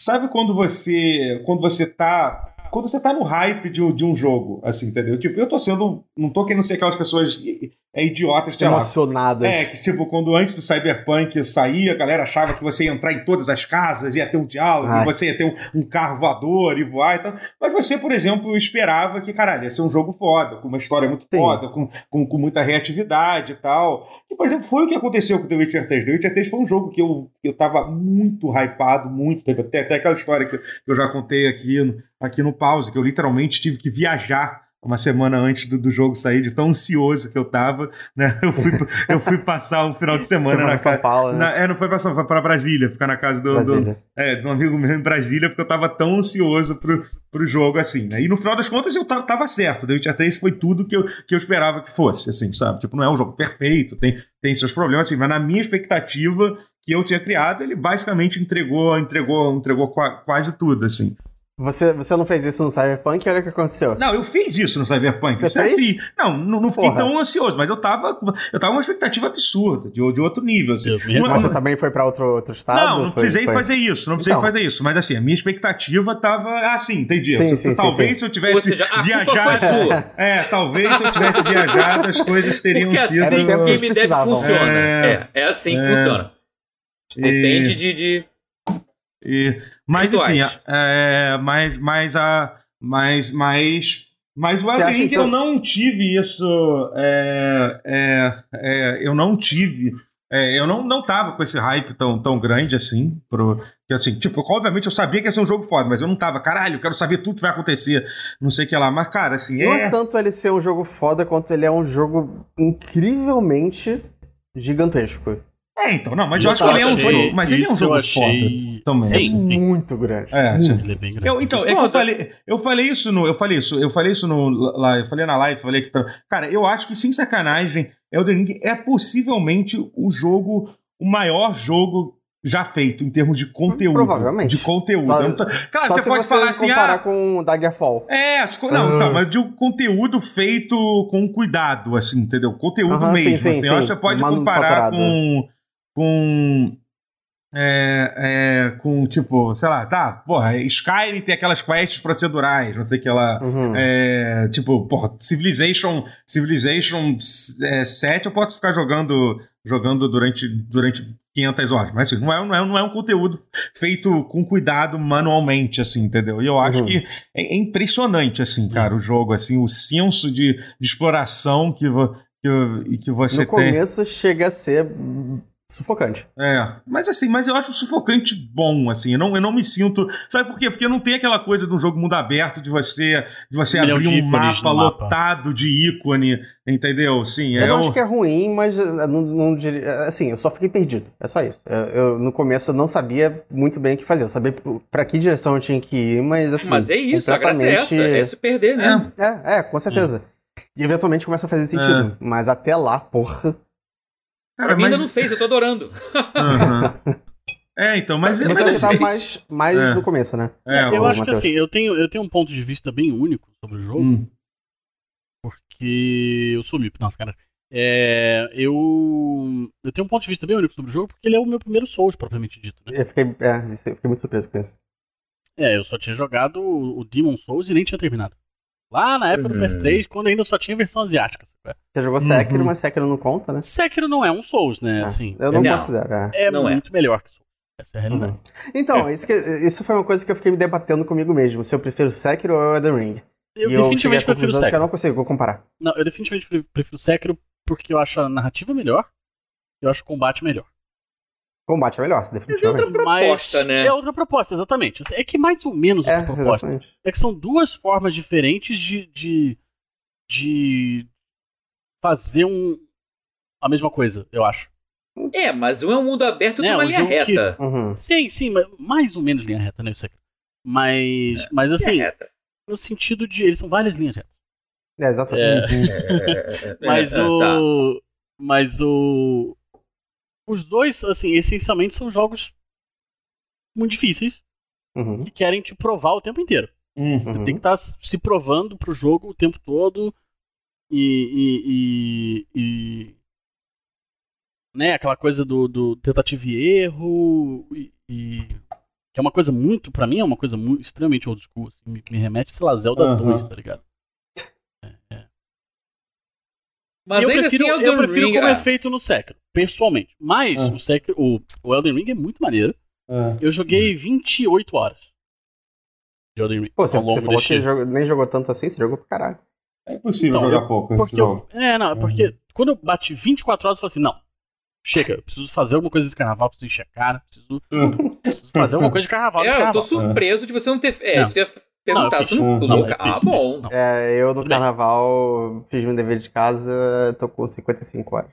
Speaker 1: Sabe quando você. Quando você tá quando você tá no hype de um, de um jogo, assim, entendeu? Tipo, eu tô sendo. Não tô querendo ser aquelas pessoas i- é, idiotas, sei lá.
Speaker 3: Emocionado.
Speaker 1: É, que tipo, quando antes do Cyberpunk sair, a galera achava que você ia entrar em todas as casas, ia ter um diálogo,
Speaker 3: Ai.
Speaker 1: você ia ter um, um carro voador e voar e tal. Mas você, por exemplo, esperava que, caralho, ia ser um jogo foda, com uma história muito
Speaker 3: Sim.
Speaker 1: foda, com, com, com muita reatividade e tal. E, por exemplo, foi o que aconteceu com The Witcher 3. The Witcher 3 foi um jogo que eu, eu tava muito hypado, muito. Teve até, até aquela história que eu- que eu já contei aqui no, aqui no pause, que eu literalmente tive que viajar uma semana antes do, do jogo sair, de tão ansioso que eu tava, né? Eu fui, eu fui passar um final de semana
Speaker 3: Semana
Speaker 1: na
Speaker 3: em São
Speaker 1: casa.
Speaker 3: Paulo, né?
Speaker 1: na- é, não foi pra São foi pra Brasília, ficar na casa do, do,
Speaker 3: Brasília.
Speaker 1: é, de um amigo meu em Brasília, porque eu tava tão ansioso pro, pro jogo assim, né? E no final das contas eu ta- tava certo. né? The Witcher 3 foi tudo que eu, que eu esperava que fosse, assim, sabe? Tipo, não é um jogo perfeito, tem, tem seus problemas, assim, mas na minha expectativa que eu tinha criado, ele basicamente entregou, entregou, entregou qua- quase tudo, assim.
Speaker 3: Você, você não fez isso no Cyberpunk? Olha o que aconteceu.
Speaker 1: Não, eu fiz isso no Cyberpunk.
Speaker 3: Você
Speaker 1: isso eu
Speaker 3: fez?
Speaker 1: fiz. Não, não, não fiquei
Speaker 3: Porra.
Speaker 1: tão ansioso, mas eu tava, com- eu tava com uma expectativa absurda, de, de outro nível, assim.
Speaker 4: Deus, minha
Speaker 1: Uma-
Speaker 3: Mas você também foi pra outro, outro estado?
Speaker 1: Não, não
Speaker 3: Foi-
Speaker 1: precisei
Speaker 3: foi-
Speaker 1: fazer isso, não precisei
Speaker 3: Então.
Speaker 1: fazer isso. Mas assim, a minha expectativa tava assim, entendi.
Speaker 3: Sim,
Speaker 1: Se-
Speaker 3: sim, sim,
Speaker 1: talvez
Speaker 3: sim.
Speaker 1: se eu
Speaker 2: Ou
Speaker 1: tivesse
Speaker 2: seja, a culpa foi
Speaker 1: viajado.
Speaker 2: sua.
Speaker 1: É, talvez se eu tivesse viajado, as coisas teriam
Speaker 2: Porque
Speaker 1: sido.
Speaker 2: assim
Speaker 3: Era o tempo
Speaker 2: que
Speaker 3: que
Speaker 2: me deve
Speaker 3: precisavam.
Speaker 2: funciona.
Speaker 1: É.
Speaker 2: É, é assim que
Speaker 1: É.
Speaker 2: funciona. Depende de- de...
Speaker 1: E, mas enfim,
Speaker 2: Rituais.
Speaker 1: é, mas, mas a. Mas, mas, mas o
Speaker 3: Você
Speaker 1: Elden
Speaker 3: acha,
Speaker 1: Ring
Speaker 3: então-
Speaker 1: eu não tive isso. é, é, é, eu não tive É, eu não, não tava com esse hype tão, tão grande assim. Pro, que, assim, tipo, obviamente eu sabia que ia ser um jogo foda, mas eu não tava, caralho, eu quero saber tudo que vai acontecer. Não sei o que lá. Mas, cara, assim.
Speaker 3: Não é tanto ele ser um jogo foda quanto ele é um jogo incrivelmente gigantesco.
Speaker 1: É, então, não, mas eu acho que ele é um
Speaker 4: achei-
Speaker 1: jogo. Mas ele é um
Speaker 4: isso eu
Speaker 1: jogo
Speaker 4: achei-
Speaker 1: foda também.
Speaker 4: Sim.
Speaker 3: É muito grande.
Speaker 1: É,
Speaker 3: muito.
Speaker 1: sim.
Speaker 4: Ele é bem grande.
Speaker 1: Eu, então, é que eu
Speaker 2: Foda.
Speaker 1: falei, eu falei isso no, eu falei isso, eu falei isso no lá, eu falei na live, falei que cara, eu acho que sem sacanagem, Elden Ring é possivelmente o jogo, o maior jogo já feito em termos de conteúdo,
Speaker 3: Provavelmente.
Speaker 1: de conteúdo.
Speaker 3: Só-
Speaker 1: Eu não tô- Claro,
Speaker 3: Só
Speaker 1: você
Speaker 3: se
Speaker 1: pode
Speaker 3: você
Speaker 1: falar assim,
Speaker 3: comparar
Speaker 1: ah,
Speaker 3: com Daggerfall.
Speaker 1: é, as co- não,
Speaker 3: Ah.
Speaker 1: tá, mas de um conteúdo feito com cuidado, assim, entendeu? Conteúdo
Speaker 3: Aham, sim,
Speaker 1: mesmo,
Speaker 3: sim,
Speaker 1: assim. Eu
Speaker 3: sim.
Speaker 1: acho que você pode comparar
Speaker 3: Manufaturado.
Speaker 1: com com é, é, com tipo, sei lá, tá, porra, Skyrim tem aquelas quests procedurais, não sei o que lá.
Speaker 3: Uhum.
Speaker 1: É, tipo, porra, Civilization, Civilization é, 7 eu posso ficar jogando jogando durante, durante 500 horas, mas assim, não é, um- não, é, um- não é um conteúdo feito com cuidado manualmente, assim, entendeu? E eu acho
Speaker 3: Uhum.
Speaker 1: que é, é impressionante, assim, cara, o jogo, assim, o senso de, de exploração que, vo- que, eu- e que você
Speaker 3: No
Speaker 1: tem.
Speaker 3: começo chega a ser hum, sufocante.
Speaker 1: É, mas assim, mas eu acho sufocante bom, assim, eu não, eu não me sinto... Sabe por quê? Porque não tem aquela coisa de um jogo mundo aberto, de você, de você
Speaker 4: Um milhão
Speaker 1: abrir
Speaker 4: de
Speaker 1: um
Speaker 4: ícones
Speaker 1: mapa
Speaker 4: no mapa.
Speaker 1: lotado de ícone, entendeu? Sim,
Speaker 3: Eu
Speaker 1: é
Speaker 3: não
Speaker 1: o-
Speaker 3: acho que é ruim, mas eh, não, não diria. Assim, eu só fiquei perdido. É só isso. Eu, eu, no começo eu não sabia muito bem o que fazer. Eu sabia p- pra que direção eu tinha que ir, mas assim.
Speaker 2: Mas é isso, a graça é essa,
Speaker 3: completamente-
Speaker 2: é se perder, né?
Speaker 3: É, é, com certeza. E eventualmente começa a fazer sentido. Mas até lá, porra.
Speaker 1: Cara,
Speaker 2: Pra mim ainda
Speaker 1: mas-
Speaker 2: não fez, eu tô adorando.
Speaker 1: Aham. É, então, mas,
Speaker 3: Mas
Speaker 1: mas
Speaker 3: você
Speaker 1: assim,
Speaker 3: tá mais, mais
Speaker 1: É.
Speaker 3: no começo, né?
Speaker 1: é,
Speaker 4: Eu
Speaker 3: Ô,
Speaker 4: acho que
Speaker 3: Matheus.
Speaker 4: assim, eu tenho, eu tenho um ponto de vista bem único sobre o jogo,
Speaker 1: hum,
Speaker 4: porque eu sumi, nossa, cara. É, eu, eu tenho um ponto de vista bem único sobre o jogo, porque ele é o meu primeiro Souls, propriamente dito, né?
Speaker 3: Eu fiquei, é, isso- eu fiquei muito surpreso com isso.
Speaker 4: É, eu só tinha jogado o o Demon Souls e nem tinha terminado. Lá na época do
Speaker 2: Uhum.
Speaker 4: PS3, quando ainda só tinha versão asiática. sabe?
Speaker 3: Você jogou Sekiro,
Speaker 1: Uhum.
Speaker 3: mas Sekiro não conta, né?
Speaker 4: Sekiro não é um Souls, né?
Speaker 3: É,
Speaker 4: Assim,
Speaker 3: eu não,
Speaker 2: Não.
Speaker 3: considero. é.
Speaker 4: é
Speaker 2: Não é.
Speaker 4: muito melhor que Souls. Essa é a realidade.
Speaker 3: Uhum. Então, isso, que- isso foi uma coisa que eu fiquei me debatendo comigo mesmo. Se eu prefiro Sekiro ou Elden Ring.
Speaker 4: Eu
Speaker 3: e
Speaker 4: definitivamente
Speaker 3: cheguei à
Speaker 4: prefiro
Speaker 3: conclusão de que
Speaker 4: Sekiro.
Speaker 3: Eu não consigo comparar.
Speaker 4: Não, eu definitivamente pre- prefiro Sekiro porque eu acho a narrativa melhor. Eu acho o combate melhor.
Speaker 3: Combate é melhor,
Speaker 2: Mas é
Speaker 3: definitivamente.
Speaker 2: outra proposta,
Speaker 4: Mas
Speaker 2: né?
Speaker 4: É outra proposta, exatamente. É que mais ou menos outra
Speaker 3: É,
Speaker 4: proposta.
Speaker 3: exatamente.
Speaker 4: É que são duas formas diferentes de. de, de fazer um. A mesma coisa, eu acho.
Speaker 2: É, mas um é um mundo aberto e outro
Speaker 4: É,
Speaker 2: é uma
Speaker 4: um
Speaker 2: linha
Speaker 4: jogo que-
Speaker 2: reta.
Speaker 3: Uhum.
Speaker 4: Sim, sim, mas mais ou menos linha reta, né? Isso aqui. Mas.
Speaker 2: É.
Speaker 4: Mas assim,
Speaker 2: Linha reta.
Speaker 4: no sentido de. Eles são várias linhas retas.
Speaker 3: É, exatamente.
Speaker 4: Mas
Speaker 2: É,
Speaker 4: o.
Speaker 2: tá.
Speaker 4: Mas o. Os dois, assim, essencialmente são jogos muito difíceis
Speaker 3: Uhum.
Speaker 4: que querem te provar o tempo inteiro.
Speaker 1: hum.
Speaker 3: Uhum.
Speaker 4: É. Tem que estar se provando pro jogo o tempo todo. E. e, e- e- né, aquela coisa do, do tentativa e erro. E, e- que é uma coisa muito. Pra mim é uma coisa mu- extremamente old school. assim, me, me remete, sei lá, Zelda
Speaker 1: Aham.
Speaker 4: 2, tá ligado?
Speaker 2: Mas
Speaker 4: eu
Speaker 2: ainda
Speaker 4: prefiro,
Speaker 2: assim,
Speaker 4: eu
Speaker 2: Elden
Speaker 4: prefiro
Speaker 2: Ring...
Speaker 4: como é
Speaker 2: ah,
Speaker 4: feito no Sekiro, pessoalmente. Mas
Speaker 1: Ah.
Speaker 4: o, Sekiro, o, o Elden Ring é muito maneiro.
Speaker 1: É.
Speaker 4: Eu joguei 28 horas de Elden Ring.
Speaker 3: Uhum. Pô, você,
Speaker 4: ao longo
Speaker 3: você falou
Speaker 4: deste-
Speaker 3: que jogou- nem jogou tanto assim, você jogou pra caralho.
Speaker 1: É impossível
Speaker 4: Então,
Speaker 1: jogar
Speaker 4: eu-
Speaker 1: pouco esse Uhum.
Speaker 4: Porque
Speaker 1: jogo.
Speaker 4: eu, é, não, é porque quando eu bati 24 horas, eu falei assim, não, chega, eu preciso fazer alguma coisa de carnaval, preciso encher a cara, preciso,
Speaker 1: É,
Speaker 4: preciso fazer alguma coisa de carnaval.
Speaker 2: É,
Speaker 4: desse
Speaker 2: eu tô
Speaker 4: carnaval.
Speaker 2: surpreso de você não ter. É,
Speaker 4: Não.
Speaker 2: isso que eu ia perguntar.
Speaker 4: Não, eu
Speaker 2: você
Speaker 4: fiz-
Speaker 2: não
Speaker 1: não,
Speaker 2: pulou.
Speaker 4: eu
Speaker 2: ah,
Speaker 4: fiz-
Speaker 2: bom.
Speaker 4: não.
Speaker 3: É, eu no
Speaker 4: Tudo bem.
Speaker 3: carnaval fiz meu dever de casa, tô com 55 horas.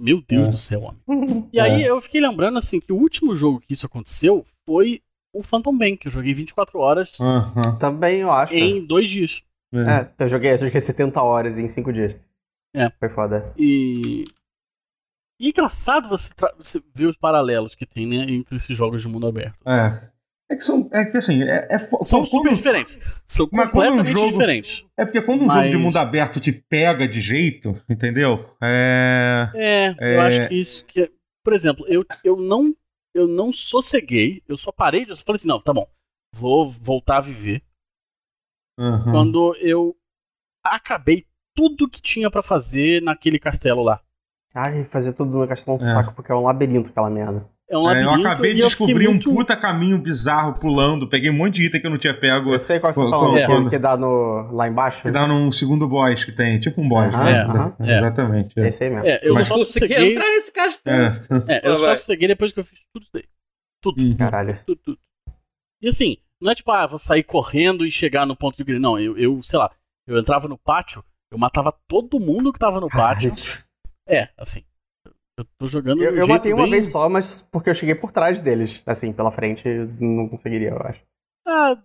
Speaker 4: Meu Deus
Speaker 1: É.
Speaker 4: do céu, homem. E aí eu fiquei lembrando, assim, que o último jogo que isso aconteceu foi o Phantom Bank, que eu joguei 24 horas
Speaker 1: Aham.
Speaker 3: Também eu acho.
Speaker 4: em dois dias.
Speaker 1: É.
Speaker 3: É, eu joguei, eu joguei 70 horas em 5 dias.
Speaker 4: É.
Speaker 3: Foi foda.
Speaker 4: E... E engraçado você, tra- você ver os paralelos que tem, né, entre esses jogos de mundo aberto.
Speaker 1: É. É que são. É que assim, é, é, fo-
Speaker 4: São
Speaker 1: quando-
Speaker 4: super diferentes. São
Speaker 1: Mas quando um
Speaker 4: completamente
Speaker 1: jogo-
Speaker 4: diferentes.
Speaker 1: é porque quando um
Speaker 4: Mas-
Speaker 1: jogo de mundo aberto te pega de jeito, entendeu? É.
Speaker 4: É,
Speaker 1: É.
Speaker 4: eu acho que isso que. é- Por exemplo, eu, eu não eu não sosseguei, eu só parei de. Eu falei assim, não, tá bom, vou voltar a viver.
Speaker 1: Aham.
Speaker 4: Quando eu acabei tudo que tinha pra fazer naquele castelo lá.
Speaker 3: Ai, fazer tudo no castelo é um
Speaker 1: É.
Speaker 3: saco, porque é um labirinto aquela merda.
Speaker 4: É um
Speaker 1: É, eu
Speaker 4: labirinto
Speaker 1: acabei de
Speaker 4: e eu
Speaker 1: descobrir
Speaker 4: fiquei
Speaker 1: um
Speaker 4: muito-
Speaker 1: puta caminho bizarro pulando. Peguei um monte de item que eu não tinha pego.
Speaker 3: Eu sei qual é que você
Speaker 1: Quando-
Speaker 3: falou,
Speaker 1: quando-
Speaker 3: que, que dá no, lá embaixo.
Speaker 1: Que dá num segundo boss que tem. Tipo um boss,
Speaker 3: Aham,
Speaker 1: né?
Speaker 3: aham.
Speaker 1: É, Exatamente.
Speaker 3: É
Speaker 1: É.
Speaker 3: esse aí mesmo.
Speaker 4: É, eu
Speaker 1: Mas
Speaker 4: só
Speaker 2: consegui
Speaker 4: sosseguei.
Speaker 2: entrar nesse castelo.
Speaker 1: É.
Speaker 4: É, eu
Speaker 2: Ah,
Speaker 4: só
Speaker 2: vai.
Speaker 4: sosseguei depois que eu fiz tudo isso daí.
Speaker 1: Uhum.
Speaker 3: Caralho.
Speaker 4: tudo, tudo. E assim, não é tipo, ah, vou sair correndo e chegar no ponto de grid. Não, eu, eu, sei lá, eu entrava no pátio, eu matava todo mundo que tava no pátio. É, assim. Eu tô jogando.
Speaker 3: Eu,
Speaker 4: de um
Speaker 3: eu
Speaker 4: jeito
Speaker 3: matei uma
Speaker 4: bem-
Speaker 3: vez só, mas porque eu cheguei por trás deles. Assim, pela frente, eu não conseguiria, eu acho.
Speaker 4: Ah,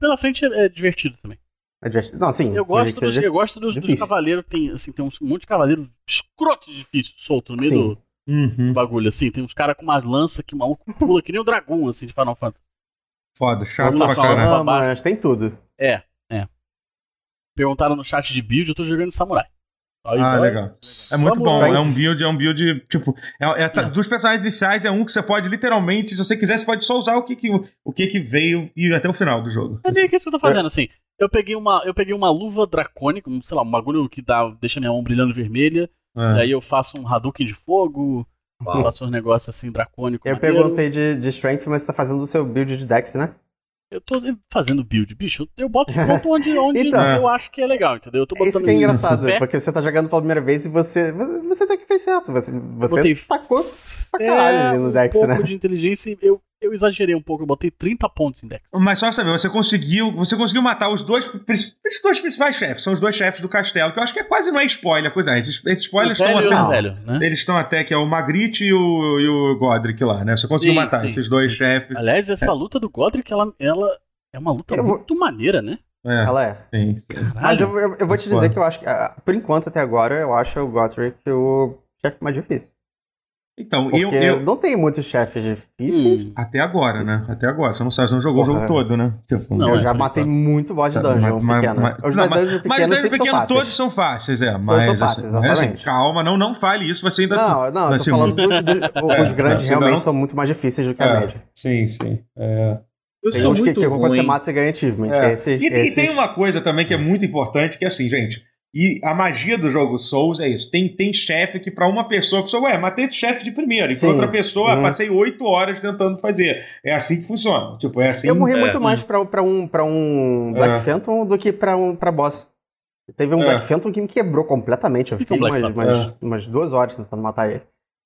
Speaker 4: pela frente é, é divertido também.
Speaker 3: É just- Não,
Speaker 1: Hum,
Speaker 3: sim.
Speaker 4: Eu
Speaker 3: do jeito
Speaker 4: gosto,
Speaker 3: que
Speaker 4: dos,
Speaker 3: seja.
Speaker 4: eu gosto dos, dos
Speaker 3: difícil.
Speaker 4: cavaleiros, tem, assim, tem uns- um monte de cavaleiro escroto difícil solto no meio
Speaker 3: Sim.
Speaker 4: do, do
Speaker 1: Uhum.
Speaker 4: bagulho, assim. Tem uns caras com uma lança que o maluco pula, que nem o dragão, assim, de Final Fantasy.
Speaker 1: Foda, chato
Speaker 4: Vamos lá,
Speaker 1: pra
Speaker 4: fala,
Speaker 1: caralho.
Speaker 4: né?
Speaker 3: Ah, mas tem tudo.
Speaker 4: É. Perguntaram no chat de build, eu tô jogando de samurai. Aí
Speaker 1: Ah,
Speaker 4: vai,
Speaker 1: legal. É muito bom,
Speaker 3: Samurai.
Speaker 1: é um build, é um build, tipo, é, é, tá-
Speaker 4: É.
Speaker 1: dos personagens iniciais é um que você pode literalmente, se você quiser, você pode só usar o que, que, o que, que veio e ir até o final do jogo.
Speaker 4: É meio que isso que eu tô fazendo, assim. Eu peguei uma, eu peguei uma luva dracônica, um, sei lá, um bagulho que dá, deixa minha mão brilhando vermelha.
Speaker 1: É.
Speaker 4: Daí eu faço um Hadouken de fogo,
Speaker 2: Uau.
Speaker 4: faço uns negócios assim dracônicos.
Speaker 3: Eu perguntei de, de strength, mas você tá fazendo o seu build de Dex, né?
Speaker 4: Eu tô fazendo build, bicho. Eu boto, boto onde, onde
Speaker 3: Então.
Speaker 4: eu acho que é legal, entendeu? Eu tô
Speaker 3: É
Speaker 4: botando
Speaker 3: isso que é
Speaker 4: em
Speaker 3: engraçado,
Speaker 4: fé,
Speaker 3: porque você tá jogando pela primeira vez e você. Você, você até que fez certo. Você, você tá
Speaker 4: botei
Speaker 3: tacou pra
Speaker 4: fé,
Speaker 3: caralho no Dex,
Speaker 4: É, um
Speaker 3: né?
Speaker 4: pouco de inteligência e eu, eu exagerei um pouco, eu botei 30 pontos em Dex.
Speaker 1: Mas só pra saber, você conseguiu, você conseguiu matar os dois, pri- os dois principais chefes, são os dois chefes do castelo, que eu acho que é quase não é spoiler, coisa. Esses, esses spoilers
Speaker 4: O
Speaker 1: estão
Speaker 4: velho,
Speaker 1: até.
Speaker 4: e o velho, né?
Speaker 1: Eles estão até que é o Magritte e o, e o Godric lá, né? Você conseguiu
Speaker 4: Sim,
Speaker 1: matar
Speaker 4: sim,
Speaker 1: esses dois
Speaker 4: sim.
Speaker 1: chefes.
Speaker 4: Aliás, essa luta do Godric, ela, ela é uma luta
Speaker 3: Eu vou-
Speaker 4: muito maneira, né?
Speaker 1: É,
Speaker 3: Ela é.
Speaker 1: sim, sim.
Speaker 4: Caralho.
Speaker 3: Mas eu, eu, eu vou te dizer
Speaker 1: Concordo.
Speaker 3: que eu acho que, ah, por enquanto, até agora, eu acho o Gotrick o chefe mais difícil.
Speaker 1: Então,
Speaker 3: Porque
Speaker 1: eu, eu-
Speaker 3: não tem muitos chefes difíceis.
Speaker 4: Hum.
Speaker 1: Até agora, né? Até agora. Você não sabe, você não jogou
Speaker 3: Porra,
Speaker 1: o jogo
Speaker 3: é.
Speaker 1: todo, né? Tipo,
Speaker 4: Não,
Speaker 3: eu
Speaker 4: é,
Speaker 3: já
Speaker 4: por
Speaker 3: matei
Speaker 4: enquanto.
Speaker 3: muito boss de
Speaker 1: Tá,
Speaker 3: dungeon
Speaker 1: mas- mas-
Speaker 3: pequeno.
Speaker 1: mas-
Speaker 3: Os
Speaker 1: não, mas- Mas os
Speaker 3: dungeons é pequenos
Speaker 1: dungeons
Speaker 3: sempre são
Speaker 1: pequenos
Speaker 3: fáceis.
Speaker 1: todos são fáceis, é.
Speaker 3: São-
Speaker 1: mas,
Speaker 3: são fáceis,
Speaker 1: assim, mas, assim,
Speaker 3: exatamente.
Speaker 1: calma, não, não fale isso, você ainda.
Speaker 3: Não, não, eu
Speaker 1: Mas
Speaker 3: tô
Speaker 1: assim,
Speaker 3: falando dos, dos- os
Speaker 1: é,
Speaker 3: grandes
Speaker 1: você
Speaker 3: realmente
Speaker 1: não-
Speaker 3: são muito mais difíceis do que a
Speaker 1: É.
Speaker 3: média.
Speaker 1: Sim, sim. é.
Speaker 2: Eu
Speaker 3: Tem
Speaker 2: sou
Speaker 3: uns que,
Speaker 2: muito
Speaker 3: que quando você
Speaker 2: ruim.
Speaker 3: mata, você ganha achievement.
Speaker 1: É.
Speaker 3: Esses,
Speaker 1: E, e
Speaker 3: esses- Hum.
Speaker 1: tem uma coisa também que é muito importante, que é assim, gente. E a magia do jogo Souls é isso. Tem, tem chefe que, pra uma pessoa, a pessoa, ué, matei esse chefe de primeira. E pra
Speaker 3: Sim.
Speaker 1: outra pessoa,
Speaker 3: Uhum.
Speaker 1: passei oito horas tentando fazer. É assim que funciona. Tipo, é assim.
Speaker 3: Eu morri
Speaker 2: É.
Speaker 3: muito mais pra, pra um, pra um Black Phantom do que pra, um, pra boss. Teve um
Speaker 1: É.
Speaker 3: Black Phantom que me quebrou completamente. Eu
Speaker 4: Fica
Speaker 3: fiquei
Speaker 4: um Black
Speaker 3: umas,
Speaker 4: Phantom.
Speaker 3: umas, umas duas horas tentando matar ele.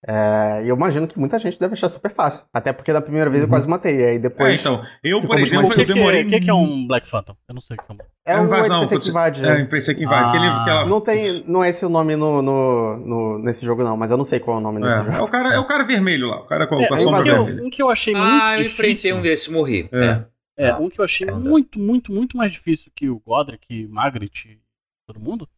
Speaker 3: É, e eu imagino que muita gente deve achar super fácil. Até porque da primeira vez eu quase matei. E aí
Speaker 1: Uhum. É,
Speaker 3: depois.
Speaker 1: então, eu,
Speaker 3: Ficou
Speaker 1: por
Speaker 3: muito
Speaker 1: exemplo,
Speaker 4: O
Speaker 3: mais
Speaker 1: eu
Speaker 4: que, que,
Speaker 1: demorei.
Speaker 4: é, que que é um Black Phantom? Eu não sei o que é um Black
Speaker 3: É,
Speaker 1: é
Speaker 3: um
Speaker 1: invasão,
Speaker 3: NPC
Speaker 1: quando
Speaker 3: que
Speaker 1: você-
Speaker 3: invade.
Speaker 1: É,
Speaker 3: né?
Speaker 1: empresa que invade.
Speaker 4: Ah.
Speaker 1: aquele- aquela-
Speaker 3: Não, tem, não é esse o nome no, no, no- nesse jogo, não, mas eu não sei qual é o nome desse
Speaker 1: É, é
Speaker 3: jogo.
Speaker 1: o cara, é o cara vermelho lá, o cara com,
Speaker 4: Phantom.
Speaker 1: com a
Speaker 3: é
Speaker 1: sombra
Speaker 4: um, que eu,
Speaker 3: invasão.
Speaker 1: vermelha.
Speaker 4: um que eu achei muito
Speaker 2: Ah, eu enfrentei
Speaker 4: difícil.
Speaker 2: um desses, morri.
Speaker 1: É.
Speaker 2: É.
Speaker 4: É,
Speaker 2: Ah,
Speaker 4: um que eu achei
Speaker 2: ainda.
Speaker 4: muito, muito, muito mais difícil que o Godric, Magritte, todo mundo.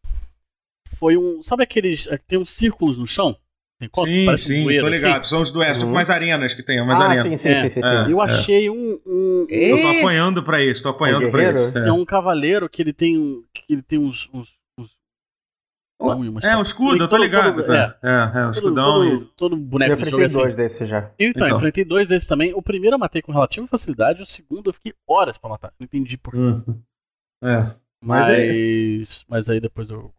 Speaker 4: Foi um. Sabe aqueles. é que Tem uns círculos no chão? Tem quanto?
Speaker 1: Sim,
Speaker 4: Parece um
Speaker 1: sim,
Speaker 4: bueiro,
Speaker 1: tô
Speaker 4: assim.
Speaker 1: ligado. São os duelos, tipo
Speaker 3: Uhum.
Speaker 1: mais arenas que tem, mais
Speaker 3: Ah,
Speaker 1: arenas.
Speaker 3: sim, sim,
Speaker 4: É,
Speaker 3: sim, sim, sim.
Speaker 1: é.
Speaker 4: Eu achei um. um
Speaker 2: É.
Speaker 1: Eu tô apanhando pra isso, tô apanhando
Speaker 3: O
Speaker 1: pra
Speaker 3: guerreiro?
Speaker 1: isso.
Speaker 4: é um cavaleiro que ele tem um. que ele tem uns. uns, uns
Speaker 1: Oh,
Speaker 4: não, umas-
Speaker 1: É, o escudo, eu tô
Speaker 4: Todo-
Speaker 1: ligado.
Speaker 4: todo-
Speaker 1: cara. É, é, o
Speaker 4: todo,
Speaker 1: escudão.
Speaker 4: todo,
Speaker 1: e-
Speaker 4: todo
Speaker 3: Eu
Speaker 4: boneco de jogo é
Speaker 3: enfrentei
Speaker 4: assim.
Speaker 3: dois desses já.
Speaker 4: Então,
Speaker 1: Então.
Speaker 4: enfrentei dois desses também. O primeiro eu matei com relativa facilidade, o segundo eu fiquei horas pra matar. Não entendi por quê.
Speaker 1: Uhum. É. Mas
Speaker 4: Mas, mas aí depois eu.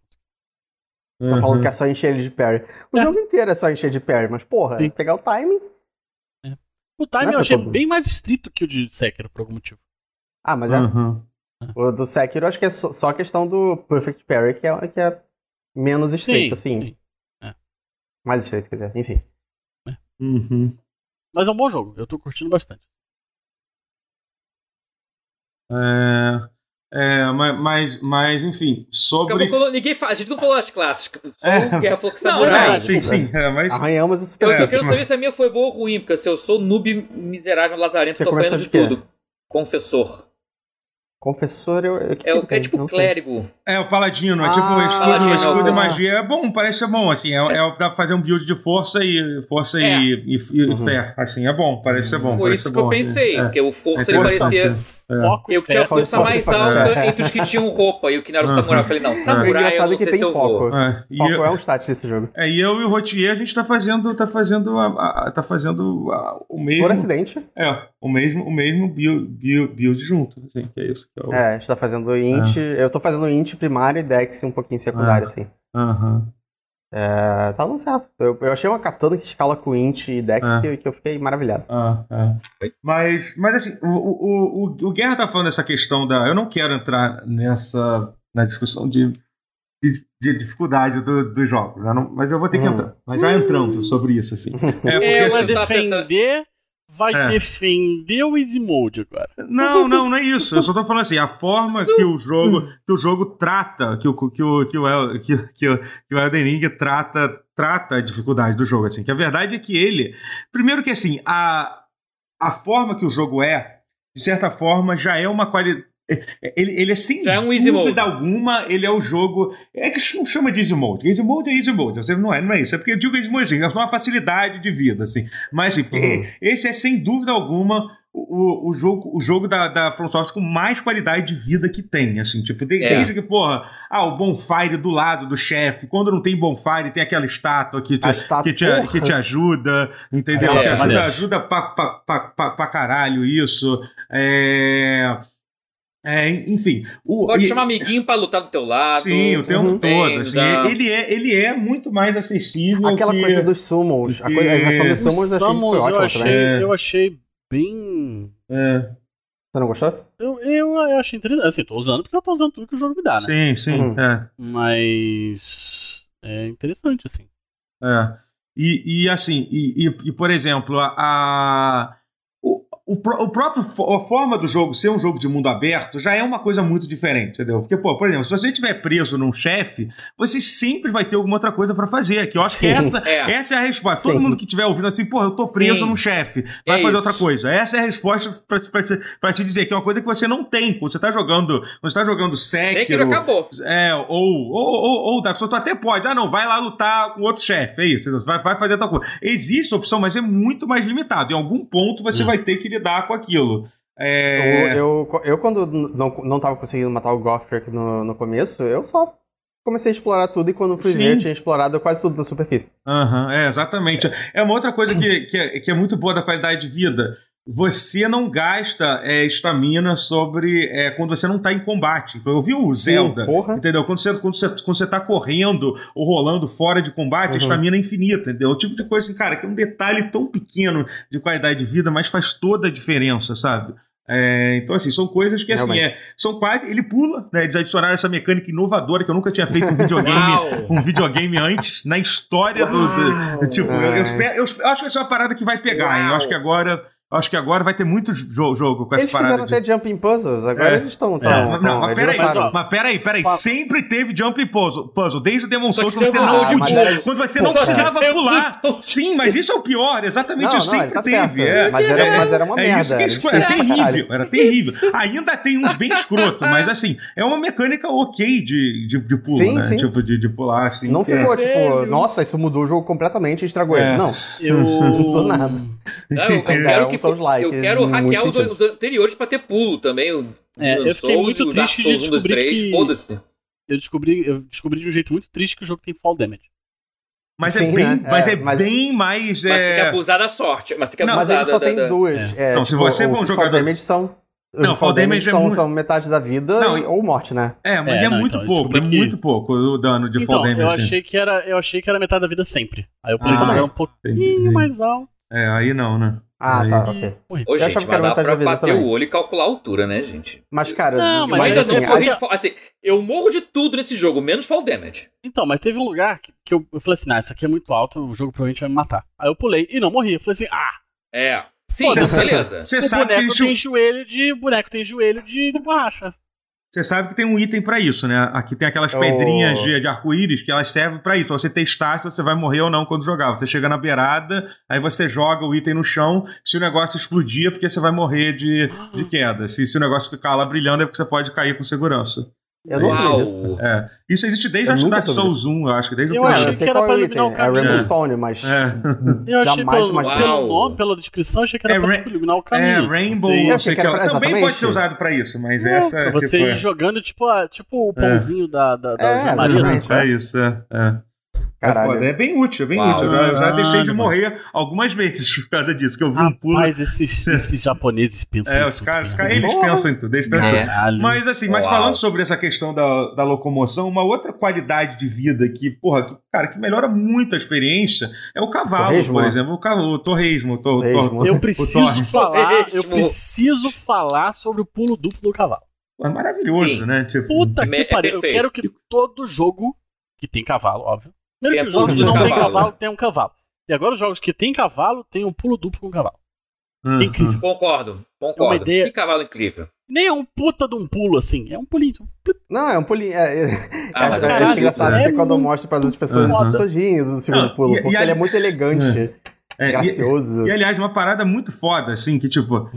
Speaker 3: Tá falando
Speaker 1: Uhum.
Speaker 3: que é só encher ele de parry. O
Speaker 4: É.
Speaker 3: jogo inteiro é só encher de parry, mas porra,
Speaker 4: Sim.
Speaker 3: pegar o timing.
Speaker 4: O time
Speaker 3: Não é
Speaker 4: eu achei
Speaker 3: problema.
Speaker 4: bem mais estrito que o de Sekiro, por algum motivo.
Speaker 3: Ah, mas é.
Speaker 1: Uhum.
Speaker 3: O do Sekiro acho que é só, só a questão do Perfect Parry, que é, que é menos estreito, assim.
Speaker 4: sim.
Speaker 3: Mais estreito, quer dizer, enfim.
Speaker 1: Uhum.
Speaker 4: Mas é um bom jogo, eu tô curtindo bastante.
Speaker 1: É, é, ma- mas, mas, enfim,
Speaker 2: Acabou
Speaker 1: sobre.
Speaker 2: colocando- ninguém fala- a gente não falou as clássicas. Só
Speaker 1: É.
Speaker 2: o Guerra falou que
Speaker 1: Não,
Speaker 2: Samurai.
Speaker 1: não, sim, sim. é, mas...
Speaker 3: Arranhamos o
Speaker 2: Eu,
Speaker 3: Super
Speaker 2: eu
Speaker 1: É,
Speaker 2: quero
Speaker 1: mas-
Speaker 2: saber se a minha foi boa ou ruim, porque se eu sou noob miserável lazarento,
Speaker 3: Você
Speaker 2: tô apanhando
Speaker 3: começou
Speaker 2: de,
Speaker 3: de quê?
Speaker 2: tudo. Confessor.
Speaker 3: Confessor, eu. eu- que
Speaker 2: É, o-
Speaker 3: que
Speaker 2: é
Speaker 3: tem?
Speaker 2: tipo
Speaker 3: Não sei.
Speaker 2: clérigo.
Speaker 1: É, o Paladino, é
Speaker 3: Ah,
Speaker 1: tipo escudo,
Speaker 2: Paladino,
Speaker 1: escudo e
Speaker 2: ah.
Speaker 1: magia. É bom, parece ser bom, assim. É, é- dá pra fazer um build de força e força e, e, e
Speaker 3: Uhum.
Speaker 1: fé. Assim, é bom, parece ser bom.
Speaker 2: Foi
Speaker 1: parece ser
Speaker 2: isso
Speaker 1: bom,
Speaker 2: que eu
Speaker 1: assim.
Speaker 2: pensei.
Speaker 1: É.
Speaker 2: Porque o Força
Speaker 1: É
Speaker 2: ele
Speaker 1: interessante,
Speaker 2: parecia.
Speaker 1: né?
Speaker 4: Foco,
Speaker 2: Eu que tinha a
Speaker 4: fé,
Speaker 3: Força,
Speaker 2: força mais
Speaker 3: força,
Speaker 2: alta
Speaker 3: força.
Speaker 2: entre os que tinham roupa e o que não era o
Speaker 1: Uhum.
Speaker 2: samurai. Eu falei, não,
Speaker 3: O
Speaker 2: samurai eu
Speaker 3: engraçado
Speaker 2: não
Speaker 3: é que
Speaker 2: sei
Speaker 3: tem
Speaker 2: se eu vou.
Speaker 3: foco.
Speaker 1: É, e
Speaker 3: Foco
Speaker 1: eu-
Speaker 3: é um stat desse jogo.
Speaker 1: É, e eu e o Rotier, a gente tá fazendo, tá fazendo, a- a- a- tá fazendo a- o
Speaker 3: Por
Speaker 1: mesmo,
Speaker 3: acidente.
Speaker 1: é, o mesmo, o mesmo build, build, build junto, assim, que é isso. Que é o,
Speaker 3: É, a gente tá fazendo int. Eu tô fazendo int primário e dex um pouquinho secundário,
Speaker 1: Ah. Ah.
Speaker 3: assim.
Speaker 1: Aham.
Speaker 3: É, tá dando certo. Eu, eu achei uma katana que escala com int e dex
Speaker 1: É.
Speaker 3: que, que eu fiquei maravilhado.
Speaker 1: Ah, é. Mas, mas assim, o, o, o, o Guerra tá falando essa questão da. Eu não quero entrar nessa na discussão de, de, de dificuldade do- dos jogos, né? Não- mas eu vou ter que
Speaker 3: Hum.
Speaker 1: entrar. Mas já entrando sobre isso, assim. É porque
Speaker 2: É,
Speaker 1: assim,
Speaker 2: mas-
Speaker 4: Vai
Speaker 2: tava pensando-
Speaker 4: defender, vai
Speaker 1: É.
Speaker 4: defender o Easy Mode agora.
Speaker 1: Não, não, não é isso. Eu só tô falando assim, a forma que o jogo, que o jogo trata, que o que o que o, El- que, que, o- que o Elden Ring trata trata a dificuldade do jogo assim. Que a verdade é que ele, primeiro que assim, a a forma que o jogo é, de certa forma, já é uma qualidade ele, ele é sem
Speaker 2: Já é um easy
Speaker 1: dúvida
Speaker 2: mode.
Speaker 1: alguma, ele é o jogo. É que não chama de easy mode. Easy mode é easy mode. Você não é, não é isso. É porque eu digo easy mode assim, é só uma facilidade de vida, assim. Mas assim, porque
Speaker 3: Uhum.
Speaker 1: esse é sem dúvida alguma o, o jogo, o jogo da, da From Software com mais qualidade de vida que tem, assim, tipo, de-
Speaker 2: É.
Speaker 1: desde que, porra, ah, o bonfire do lado do chefe, quando não tem bonfire, tem aquela estátua que te,
Speaker 3: A estátua-
Speaker 1: que te, que te ajuda, entendeu?
Speaker 4: É,
Speaker 1: Que ajuda,
Speaker 4: maneiro.
Speaker 1: ajuda pra, pra, pra, pra, pra caralho isso. É... é, enfim. O,
Speaker 2: Pode
Speaker 1: e-
Speaker 2: chamar amiguinho pra lutar do teu lado.
Speaker 1: Sim, o tempo
Speaker 3: Uhum.
Speaker 1: todo. Assim,
Speaker 2: Entenda.
Speaker 1: ele, é, ele é muito mais acessível.
Speaker 3: Aquela
Speaker 1: que-
Speaker 3: coisa dos summons, a,
Speaker 1: que-
Speaker 3: coisa, a invenção dos
Speaker 4: O
Speaker 3: summons eu achei que
Speaker 4: Samus,
Speaker 3: foi
Speaker 4: eu
Speaker 3: ótima também.
Speaker 4: achei, eu achei bem.
Speaker 1: É,
Speaker 3: Você não gostou?
Speaker 4: Eu, eu, eu achei interessante. Assim, tô usando porque eu tô usando tudo que o jogo me dá, né?
Speaker 1: sim, sim.
Speaker 3: Uhum.
Speaker 1: é.
Speaker 4: Mas. É interessante, assim.
Speaker 1: É. E, e assim, e, e- e, por exemplo, a, a- o, o, pró- o próprio fo- a forma do jogo ser um jogo de mundo aberto já é uma coisa muito diferente, entendeu? Porque, pô, por exemplo, se você estiver preso num chefe, você sempre vai ter alguma outra coisa pra fazer. Que eu acho que
Speaker 3: Sim.
Speaker 1: essa,
Speaker 2: É.
Speaker 1: essa é a resposta. Todo
Speaker 3: Sim.
Speaker 1: mundo que estiver ouvindo assim, pô, eu tô preso
Speaker 2: Sim.
Speaker 1: num chefe, vai
Speaker 2: É
Speaker 1: fazer
Speaker 2: isso.
Speaker 1: outra coisa. Essa é a resposta pra, pra, pra te dizer que é uma coisa que você não tem. Quando você tá jogando, quando você tá jogando
Speaker 2: É que
Speaker 1: Sekiro,
Speaker 2: ele acabou.
Speaker 1: é, ou, ou, ou, ou Dark Souls, tu até pode. Ah, não, vai lá lutar com outro chefe, é isso. Vai, vai fazer tal coisa. Existe a opção, mas é muito mais limitado. Em algum ponto você
Speaker 4: Hum.
Speaker 1: vai ter que lidar com aquilo. É,
Speaker 3: Eu, eu, eu, quando n- não, não tava conseguindo matar o Gothric no, no começo, eu só comecei a explorar tudo e quando fui
Speaker 1: Sim.
Speaker 3: ver eu tinha explorado quase tudo na superfície.
Speaker 1: Aham, é, exatamente. É uma outra coisa que, que, é, que é muito boa da qualidade de vida. Você não gasta é, estamina sobre é, quando você não tá em combate. Eu vi o Zelda.
Speaker 3: Sim, porra.
Speaker 1: Entendeu? Quando você, quando, você, quando você tá correndo ou rolando fora de combate, a
Speaker 3: Uhum.
Speaker 1: estamina é infinita, entendeu? O tipo de coisa, assim, cara, que é um detalhe tão pequeno de qualidade de vida, mas faz toda a diferença, sabe? É, então, assim, são coisas que, assim,
Speaker 3: Realmente.
Speaker 1: é, são quase. Ele pula, né? Eles adicionaram essa mecânica inovadora que eu nunca tinha feito um videogame,
Speaker 2: Uau!
Speaker 1: um videogame antes, na história do- do, Tipo, eu, eu
Speaker 3: É.
Speaker 1: espero- eu- eu acho que essa é uma parada que vai pegar, hein? Eu acho que agora, eu acho que agora vai ter muito jo- jogo com essa
Speaker 3: Eles
Speaker 1: parada.
Speaker 3: fizeram até
Speaker 1: de...
Speaker 3: jumping puzzles, agora
Speaker 1: É.
Speaker 3: eles estão.
Speaker 4: É,
Speaker 1: Mas, não, mas peraí,
Speaker 4: mas, ó,
Speaker 1: mas peraí, peraí.
Speaker 3: Fala.
Speaker 1: Sempre teve jump puzzle, puzzle desde o Demon
Speaker 2: Só que
Speaker 1: Souls, quando
Speaker 2: você
Speaker 1: você não,
Speaker 2: errou
Speaker 3: de
Speaker 1: podia-
Speaker 3: pulo.
Speaker 1: quando você não
Speaker 2: Só que
Speaker 1: precisava
Speaker 2: você é um errou.
Speaker 1: pular. Sim, mas isso é o pior, exatamente. isso sempre teve. é.
Speaker 3: tá Mas, era, mas era uma
Speaker 1: É
Speaker 3: merda.
Speaker 1: isso que eles- era
Speaker 3: era difícil pra caralho.
Speaker 1: terrível, era terrível. Ainda tem uns bem escroto, mas assim, é uma mecânica ok de, de, de pulo,
Speaker 3: Sim,
Speaker 1: né?
Speaker 3: sim.
Speaker 1: Tipo, de, de pular, assim.
Speaker 3: Não
Speaker 1: É.
Speaker 3: ficou tipo,
Speaker 4: Velho.
Speaker 3: nossa, isso mudou o jogo completamente e estragou
Speaker 1: É.
Speaker 3: ele. Não.
Speaker 4: Eu.
Speaker 3: Do nada.
Speaker 2: Não, eu, eu
Speaker 3: Cara,
Speaker 2: quero
Speaker 3: um
Speaker 2: que,
Speaker 3: Souls-like,
Speaker 2: eu quero
Speaker 3: muito
Speaker 2: hackear os,
Speaker 3: sentido.
Speaker 2: os anteriores pra ter pulo também. O
Speaker 4: É,
Speaker 2: Demon
Speaker 4: eu fiquei
Speaker 2: Souls,
Speaker 4: muito
Speaker 2: o Dark
Speaker 4: triste de
Speaker 2: Souls 1, 2,
Speaker 4: descobrir
Speaker 2: 3,
Speaker 4: que-
Speaker 2: foda-se.
Speaker 4: Eu descobri, eu descobri de um jeito muito triste que o jogo tem fall damage.
Speaker 1: Mas é
Speaker 3: Sim,
Speaker 1: bem,
Speaker 3: né?
Speaker 1: mas
Speaker 3: É,
Speaker 1: é
Speaker 3: mas-
Speaker 1: bem mais.
Speaker 2: Mas tem que
Speaker 1: é,
Speaker 2: abusar da sorte. Mas tem que
Speaker 1: Não,
Speaker 2: abusar
Speaker 3: Mas ele só
Speaker 2: da- da-
Speaker 3: tem
Speaker 2: da-
Speaker 3: duas. É.
Speaker 1: Não, se você for um
Speaker 3: o
Speaker 1: jogador-
Speaker 3: Fall damage são.
Speaker 1: Não,
Speaker 3: Não,
Speaker 1: fall
Speaker 3: fall damage
Speaker 1: damage é
Speaker 3: são,
Speaker 1: muito-
Speaker 3: são metade da vida
Speaker 1: Não,
Speaker 3: e- ou morte, né?
Speaker 1: É, mas
Speaker 4: É,
Speaker 1: é,
Speaker 4: não,
Speaker 1: muito
Speaker 4: então, eu
Speaker 1: pouco, é
Speaker 4: descobri que-
Speaker 1: muito pouco o dano de
Speaker 4: então,
Speaker 1: fall damage.
Speaker 4: eu
Speaker 1: assim.
Speaker 4: achei que era, eu achei que era metade da vida sempre. Aí eu pulei
Speaker 1: Ah,
Speaker 4: pra
Speaker 1: é.
Speaker 4: um pouquinho
Speaker 1: Entendi.
Speaker 4: mais alto.
Speaker 1: É, aí não, né?
Speaker 3: Ah,
Speaker 1: Aí-
Speaker 3: tá, ok.
Speaker 2: Ô,
Speaker 3: Eu
Speaker 2: gente,
Speaker 3: achava que
Speaker 2: mas
Speaker 3: era
Speaker 2: dá
Speaker 3: metade
Speaker 2: pra
Speaker 3: da vida
Speaker 2: bater
Speaker 3: também.
Speaker 2: o olho e calcular a altura, né, gente?
Speaker 3: Mas, cara,
Speaker 4: Não, mas
Speaker 3: mas,
Speaker 2: Mas,
Speaker 3: assim,
Speaker 2: ainda
Speaker 3: a-
Speaker 2: não, corri de fa- assim, eu morro de tudo nesse jogo, menos fall damage.
Speaker 4: Então, mas teve um lugar que, que eu, eu falei assim, ah, isso aqui é muito alto, o jogo provavelmente vai me matar. Aí eu pulei e não morri. Eu falei assim, ah,
Speaker 2: É. Sim,
Speaker 4: Foda-se.
Speaker 2: beleza.
Speaker 1: Você
Speaker 4: o
Speaker 1: sabe, que um
Speaker 4: boneco
Speaker 1: eles tinham-
Speaker 4: tem joelho de. O boneco tem joelho de, de borracha.
Speaker 1: você sabe que tem um item pra isso, né? Aqui tem aquelas
Speaker 3: Oh.
Speaker 1: pedrinhas de, de arco-íris que elas servem pra isso. Pra Você testar se você vai morrer ou não quando jogar. Você chega na beirada, aí você joga o item no chão. Se o negócio explodir, é porque você vai morrer de, de queda. Se, se o negócio ficar lá brilhando, é porque você pode cair com segurança.
Speaker 3: eu não sei disso.
Speaker 2: Uau!
Speaker 1: É. Isso existe desde
Speaker 3: Eu
Speaker 1: acho que
Speaker 3: nunca
Speaker 1: Dark
Speaker 3: soube
Speaker 1: Souls 1, eu acho que desde
Speaker 4: Eu
Speaker 1: o
Speaker 3: Cara,
Speaker 4: achei
Speaker 3: eu
Speaker 1: primeiro.
Speaker 4: que
Speaker 3: sei
Speaker 4: era
Speaker 3: qual é
Speaker 4: pra
Speaker 3: o item.
Speaker 4: eliminar o
Speaker 3: É
Speaker 4: caminho.
Speaker 3: Rainbow Stone, mas.
Speaker 1: É.
Speaker 4: Eu achei
Speaker 3: Jamais
Speaker 4: pelo,
Speaker 3: imaginei.
Speaker 4: pelo
Speaker 2: Uau.
Speaker 4: nome, pela descrição, achei que era
Speaker 1: É
Speaker 4: pra
Speaker 1: ra-
Speaker 4: tipo, iluminar o
Speaker 1: É,
Speaker 4: caminho. assim,
Speaker 1: Rainbow,
Speaker 4: você-
Speaker 1: não
Speaker 3: achei
Speaker 1: sei
Speaker 3: que
Speaker 1: que
Speaker 3: era
Speaker 1: ela-
Speaker 3: pra-
Speaker 1: Também
Speaker 3: exatamente.
Speaker 1: pode ser usado pra isso, mas
Speaker 4: Não,
Speaker 1: essa.
Speaker 4: pra você
Speaker 1: tipo,
Speaker 4: ir
Speaker 1: é.
Speaker 4: jogando tipo, a- tipo o pãozinho da, da, da
Speaker 3: É,
Speaker 4: Maria,
Speaker 3: exatamente.
Speaker 4: assim.
Speaker 1: É isso, é. é. Caralho. É, foda, é bem útil, é bem Uau. útil. Eu já, eu já deixei de morrer algumas vezes por causa disso, que eu vi um pulo.
Speaker 4: Mas tipo, esses, esses japoneses pensam. né?"
Speaker 1: É, os caras, cara, eles pensam em tudo. Eles pensam.
Speaker 3: É.
Speaker 1: Caralho. Mas assim, mas Uau. falando sobre essa questão da, da locomoção, uma outra qualidade de vida que, porra, que, cara, que melhora muito a experiência é o cavalo, torresmo. por exemplo. O cavalo, o torresmo, o tor, torresmo.
Speaker 4: Eu preciso falar, torresmo. eu preciso falar sobre o pulo duplo do cavalo.
Speaker 1: É maravilhoso, Sim. né?
Speaker 4: Tipo, Puta que é pariu. Eu quero que todo jogo que tem cavalo, óbvio. Primeiro que o jogo que não cavalo. tem cavalo tem um cavalo. E agora os jogos que tem cavalo tem um pulo duplo com cavalo.
Speaker 1: ah,
Speaker 2: Uhum. Incrível. Concordo, concordo. É uma ideia... Que cavalo incrível.
Speaker 4: Nem é um puta de um pulo assim, é um pulinho.
Speaker 3: Não, é um pulinho. É, é, ah, é, caralho, é engraçado é quando eu mostro para as outras pessoas, uhum. pessoas rindo do segundo pulo, porque ele é muito elegante, é, gracioso.
Speaker 1: ah. E, e aliás, uma parada muito foda, assim, que tipo,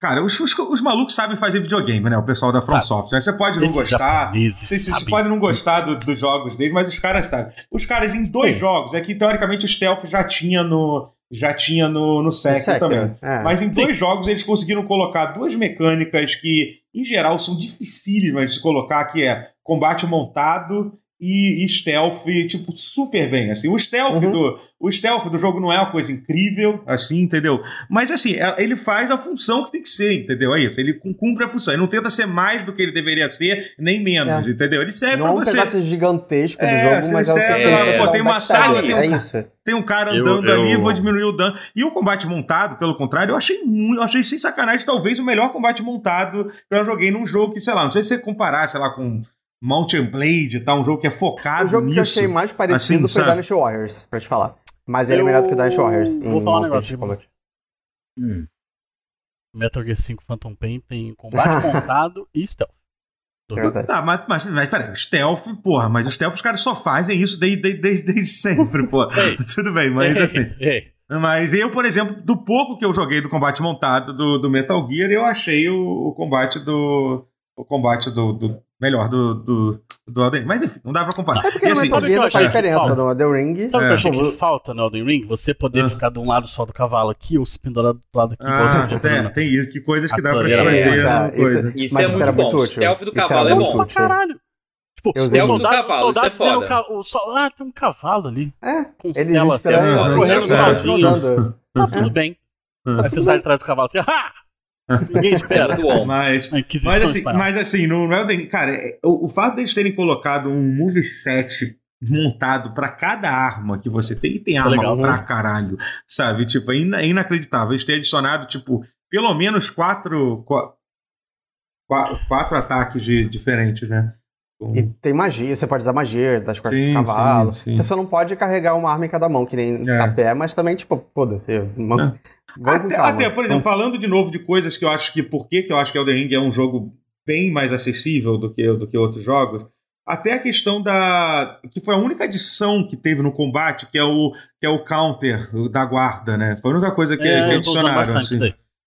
Speaker 1: Cara, os, os, os, malucos sabem fazer videogame, né? O pessoal da From Software. Né? Você pode não Esses
Speaker 4: tá
Speaker 1: gostar. Você, você pode não gostar do, dos jogos deles, mas os caras sabem. Os caras em dois Sim. jogos, é que teoricamente o Stealth já tinha no. Já tinha no, no Sekiro também. É. Mas em Sim. dois jogos eles conseguiram colocar duas mecânicas que, em geral, são dificílimas de se colocar, que é combate montado e, e stealth, tipo, super bem, assim. O stealth, uhum. do, o stealth do jogo não é uma coisa incrível, assim, entendeu? Mas, assim, ele faz a função que tem que ser, entendeu? É isso, ele cumpre a função. Ele não tenta ser mais do que ele deveria ser, nem menos, é. entendeu? Ele serve não pra você...
Speaker 3: Não é um pedaço gigigantesco do é, jogo, mas serve, é o que você
Speaker 1: é, pô, tem uma sala, tem um, é isso. tem um cara andando eu, eu... ali, vou diminuir o dano. E o combate montado, pelo contrário, eu achei muito, eu achei sem sacanagem, talvez o melhor combate montado que eu joguei num jogo que, sei lá, não sei se você comparar, sei lá, com... Mountain Blade, tá? Um jogo que é focado nisso. O jogo nisso. que eu
Speaker 3: achei mais parecido assim, foi sabe? Dynasty Warriors, pra te falar. Mas ele eu... é melhor do que Dynasty Warriors.
Speaker 4: Vou falar um negócio de você. Hum. Metal Gear 5 Phantom Pain tem combate montado e stealth.
Speaker 1: Tá, mas, mas, mas peraí, stealth, porra, mas os stealth os caras só fazem isso desde, desde, desde, desde sempre, porra. Tudo bem, mas assim... Mas eu, por exemplo, do pouco que eu joguei do combate montado do, do Metal Gear, eu achei o, o combate do... O combate do, do melhor do, do, do Elden Ring. Mas enfim, não dá pra comparar.
Speaker 3: É porque e, assim, no Metal Gear faz diferença do Elden Ring.
Speaker 4: Sabe o é. que eu achei que falta no Elden Ring? Você poder ah. ficar de um lado só do cavalo aqui ou se pendurar do lado aqui. Ah,
Speaker 1: é, tem, tem isso, que coisas que dá pra fazer. É,
Speaker 2: coisa. isso, Mas é isso muito bom. Muito stealth do cavalo é bom.
Speaker 4: Pra caralho. Tipo, eu stealth soldado, do cavalo, soldado isso é foda. Um ca... o so... Ah, tem um cavalo ali.
Speaker 3: É,
Speaker 4: com cela, assim, correndo sozinho. Tá tudo bem.
Speaker 1: Ah.
Speaker 4: Aí você sai atrás do cavalo assim, ah! Ninguém espera.
Speaker 1: mas, mas assim, para. mas assim, no Elden, cara, é, o, o fato deles de terem colocado um moveset montado para cada arma que você tem, e tem Isso arma é legal, pra né? caralho, sabe? Tipo, é, ina é inacreditável. Eles terem adicionado, tipo, pelo menos quatro, qu qu quatro, ataques de, diferentes, né?
Speaker 3: Um... E tem magia, você pode usar magia das costas sim, do cavalo. Sim, sim. Você só não pode carregar uma arma em cada mão, que nem é. a pé, mas também, tipo, foda-se. Mão... É.
Speaker 1: Até, até, por
Speaker 3: Então-
Speaker 1: exemplo, falando de novo de coisas que eu acho que. Por que, que eu acho que Elden Ring é um jogo bem mais acessível do que, do que outros jogos? Até a questão da. que foi a única adição que teve no combate, que é o, que é o counter da guarda, né? Foi a única coisa que, é, que adicionaram. Assim.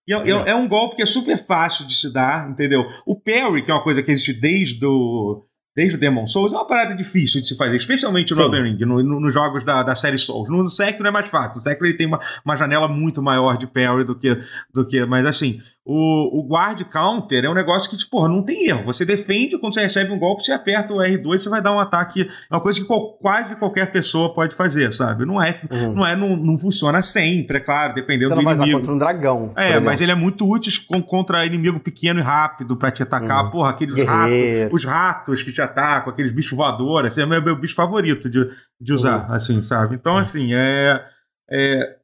Speaker 1: E é, é. é, um golpe que é super fácil de se dar, entendeu? O parry, que é uma coisa que existe desde o. Desde o Demon Souls é uma parada difícil de se fazer, especialmente no Sim. Elden Ring, nos no, no jogos da, da série Souls. No, no Sekiro é mais fácil. No Sekiro ele tem uma, uma janela muito maior de parry do que. Do que mas assim, o, o guard counter é um negócio que, tipo, não tem erro. Você defende, quando você recebe um golpe, você aperta o R2, você vai dar um ataque. É uma coisa que quase qualquer pessoa pode fazer, sabe? Não é, uhum. não, é não, não funciona sempre, é claro, dependendo
Speaker 3: você
Speaker 1: do
Speaker 3: não
Speaker 1: inimigo.
Speaker 3: Vai contra um dragão.
Speaker 1: É, mas ele é muito útil contra inimigo pequeno e rápido para te atacar. Uhum. Porra, aqueles ratos, os ratos que te atacam, aqueles bichos voadores, assim, é meu, meu bicho favorito de, de usar, uhum. assim, sabe? Então, assim, é, é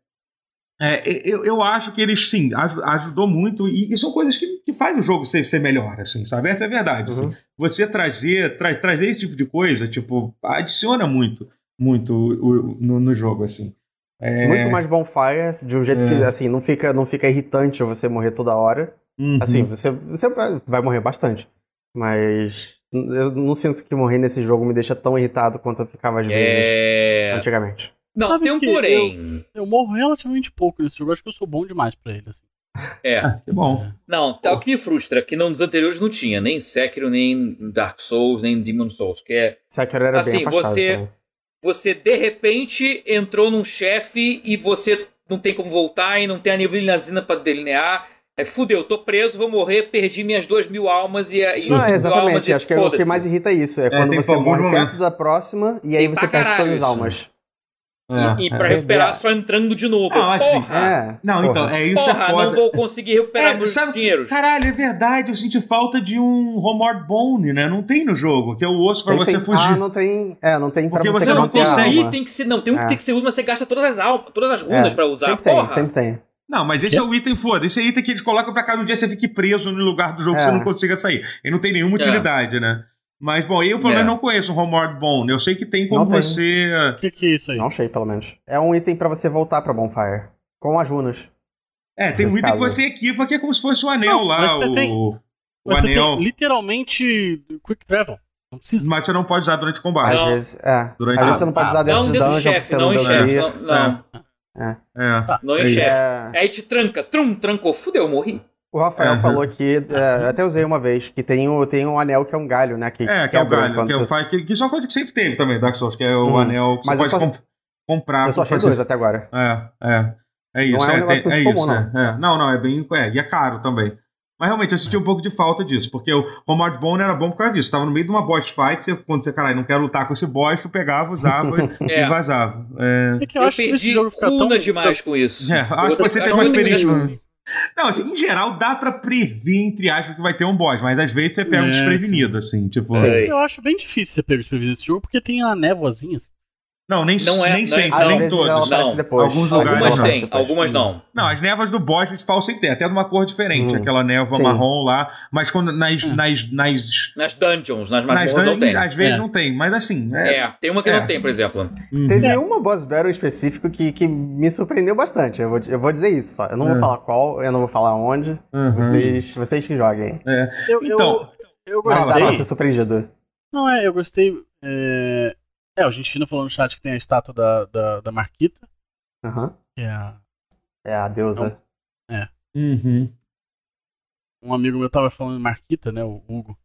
Speaker 1: é, eu, eu acho que eles, sim, ajudou muito e, e são coisas que, que faz o jogo ser, ser melhor, assim, sabe? Essa é a verdade. Uhum. Assim. Você trazer, tra, trazer esse tipo de coisa, tipo, adiciona muito, muito o, o, no, no, jogo, assim.
Speaker 3: É... Muito mais bonfires, de um jeito é. que, assim, não fica, não fica irritante você morrer toda hora. Uhum. Assim, você, você vai morrer bastante, mas eu não sinto que morrer nesse jogo me deixa tão irritado quanto eu ficava
Speaker 1: É.
Speaker 3: às vezes antigamente.
Speaker 2: É. Não, Sabe tem um porém.
Speaker 4: Eu, eu, morro relativamente pouco nesse jogo. Acho que eu sou bom demais pra ele. Assim.
Speaker 2: É.
Speaker 1: Ah, que bom.
Speaker 2: Não, é o que me frustra, que não, nos anteriores não tinha, nem Sekiro, nem Dark Souls, nem Demon Souls, que é...
Speaker 3: Sekiro era
Speaker 2: assim,
Speaker 3: bem afastado,
Speaker 2: você, também. você de repente entrou num chefe e você não tem como voltar e não tem a nebulazina pra delinear. É, fudeu, tô preso, vou morrer, perdi minhas duas mil almas e. e
Speaker 3: não, é
Speaker 1: É,
Speaker 3: exatamente. Acho que é o que mais irrita isso. É, é quando você morre perto da próxima e aí tem você perde todas as almas.
Speaker 1: É,
Speaker 2: e pra recuperar só entrando de novo.
Speaker 1: Não, assim,
Speaker 2: porra,
Speaker 1: Não,
Speaker 3: Porra.
Speaker 1: então, é isso é
Speaker 2: porra
Speaker 1: foda.
Speaker 2: não vou conseguir recuperar
Speaker 1: É,
Speaker 2: meus
Speaker 1: sabe que-
Speaker 2: dinheiros.
Speaker 1: caralho, é verdade. Eu senti falta de um Homeward Bone, né? Não tem no jogo, que é o osso pra
Speaker 3: Tem
Speaker 1: você
Speaker 3: sem-
Speaker 1: fugir.
Speaker 3: Ah, não tem. É, não tem pra
Speaker 1: Porque
Speaker 3: você
Speaker 1: você não
Speaker 3: manter a
Speaker 1: consegue-
Speaker 2: Ih,
Speaker 3: alma.
Speaker 2: tem que ser. Não, tem um que
Speaker 3: É.
Speaker 2: tem que ser ruim, mas você gasta todas as almas, todas as runas
Speaker 3: É,
Speaker 2: pra usar.
Speaker 3: Sempre
Speaker 2: porra.
Speaker 3: tem, sempre tem.
Speaker 1: Não, mas esse
Speaker 4: Quê?
Speaker 1: é o item foda. Esse é item que eles colocam pra cada dia você fique preso no lugar do jogo que
Speaker 3: É.
Speaker 1: você não consiga sair. E não tem nenhuma
Speaker 2: É.
Speaker 1: utilidade, né? Mas, bom, eu pelo
Speaker 2: É.
Speaker 1: menos não conheço um Homeward Bone. Eu sei que tem como
Speaker 3: Não tem.
Speaker 1: você.
Speaker 4: O que, que é isso aí?
Speaker 3: Não achei, pelo menos. É um item pra você voltar pra Bonfire. Com as runas.
Speaker 1: É, tem um
Speaker 3: Nesse
Speaker 1: item que
Speaker 3: caso.
Speaker 1: você equipa que é como se fosse o anel
Speaker 4: Não,
Speaker 1: lá.
Speaker 4: mas você
Speaker 1: o...
Speaker 4: tem-
Speaker 1: o
Speaker 4: Você
Speaker 1: anel.
Speaker 4: tem literalmente Quick Travel. Não precisa.
Speaker 1: Mas você Ah, não pode usar durante o combate.
Speaker 3: Às
Speaker 2: Não.
Speaker 3: vezes, é.
Speaker 1: Durante
Speaker 3: Às
Speaker 1: a-
Speaker 3: vezes você não pode
Speaker 4: Ah,
Speaker 3: usar dentro
Speaker 2: Não
Speaker 3: de
Speaker 2: dentro do
Speaker 3: dungeon, porque
Speaker 2: chefe,
Speaker 3: você não
Speaker 2: não em
Speaker 3: deu
Speaker 2: chefe.
Speaker 3: guia.
Speaker 2: Não, não,
Speaker 1: É.
Speaker 4: Tá.
Speaker 2: não em
Speaker 1: É isso.
Speaker 2: chefe.
Speaker 3: É,
Speaker 2: Aí te tranca, trum, trancou, fudeu, morri.
Speaker 3: o Rafael
Speaker 1: Uhum.
Speaker 3: falou que, é, eu até usei uma vez, que tem, o, tem um anel que é um galho, né? Que
Speaker 1: É, que é o
Speaker 3: quebra
Speaker 1: galho,
Speaker 3: quando
Speaker 1: que, é o
Speaker 3: você-
Speaker 1: fa- que, que isso é uma coisa que sempre teve também, Dark Souls, que é o
Speaker 3: Hum.
Speaker 1: anel que
Speaker 3: Mas
Speaker 1: você
Speaker 3: eu
Speaker 1: pode
Speaker 3: só-
Speaker 1: com- comprar.
Speaker 3: Eu só
Speaker 1: pra
Speaker 3: achei
Speaker 1: fazer-
Speaker 3: dois até agora.
Speaker 1: É, é. É isso,
Speaker 3: Não é um
Speaker 1: é,
Speaker 3: negócio
Speaker 1: tem- é
Speaker 3: muito
Speaker 1: isso.
Speaker 3: comum,
Speaker 1: é, é. Não, não, é bem. É, e é caro também. Mas realmente eu senti
Speaker 3: É.
Speaker 1: um pouco de falta disso, porque o Homeward Bone era bom por causa disso. Tava no meio de uma boss fight, você, quando você, caralho, não quero lutar com esse boss, tu pegava, usava e-
Speaker 2: É.
Speaker 1: e vazava. É.
Speaker 4: É que eu,
Speaker 2: Eu,
Speaker 4: acho que esse
Speaker 2: perdi
Speaker 4: jogo fica tão.
Speaker 2: runa demais com isso.
Speaker 1: É, acho que você
Speaker 2: Acho
Speaker 4: Então,
Speaker 1: teve uma
Speaker 2: que ninguém-
Speaker 1: experiência. Não, assim, em geral dá pra prever, entre aspas, que vai ter um boss, mas às vezes você pega um
Speaker 4: É,
Speaker 1: desprevenido, assim, tipo.
Speaker 2: Sim.
Speaker 4: Eu acho bem difícil você pegar os previsões desse jogo, porque tem a névoazinha. assim.
Speaker 1: Não, nem,
Speaker 2: Não é,
Speaker 1: nem
Speaker 2: não é,
Speaker 1: sempre,
Speaker 3: Às
Speaker 2: não.
Speaker 1: nem
Speaker 3: vezes ela
Speaker 1: Então, todos. né?
Speaker 3: aparece
Speaker 2: Não.
Speaker 3: depois.
Speaker 1: Alguns lugares
Speaker 2: Algumas
Speaker 1: não.
Speaker 2: tem,
Speaker 3: tá
Speaker 2: algumas não.
Speaker 1: Não, as nevas do boss principal sempre tem, até de uma cor diferente,
Speaker 3: Hum.
Speaker 1: aquela névoa
Speaker 3: Sim.
Speaker 1: marrom lá, mas quando nas,
Speaker 4: Hum.
Speaker 1: nas, nas,
Speaker 2: Nas dungeons,
Speaker 1: nas
Speaker 2: nas masmorras não tem. né?
Speaker 1: dungeons, às vezes
Speaker 4: É.
Speaker 1: não tem, mas assim, é.
Speaker 2: É, tem uma que
Speaker 1: É.
Speaker 2: não tem, por exemplo.
Speaker 1: Uhum.
Speaker 3: Teve uma boss battle em específico que, que me surpreendeu bastante. Eu vou, eu vou dizer isso só. Eu não
Speaker 1: É.
Speaker 3: vou falar qual, eu não vou falar onde.
Speaker 1: Uhum.
Speaker 3: Vocês, vocês que joguem.
Speaker 4: Eu, eu-
Speaker 1: Então,
Speaker 4: eu
Speaker 3: Mas dá pra
Speaker 4: gostei.
Speaker 3: ser surpreendido.
Speaker 4: Não, é, eu gostei. É, é o Gentino falou no chat que tem a estátua da, da, da Marquita,
Speaker 3: Aham.
Speaker 4: que é a-
Speaker 3: É a deusa.
Speaker 1: Uhum.
Speaker 4: um amigo meu tava falando Marquita, né, o Hugo.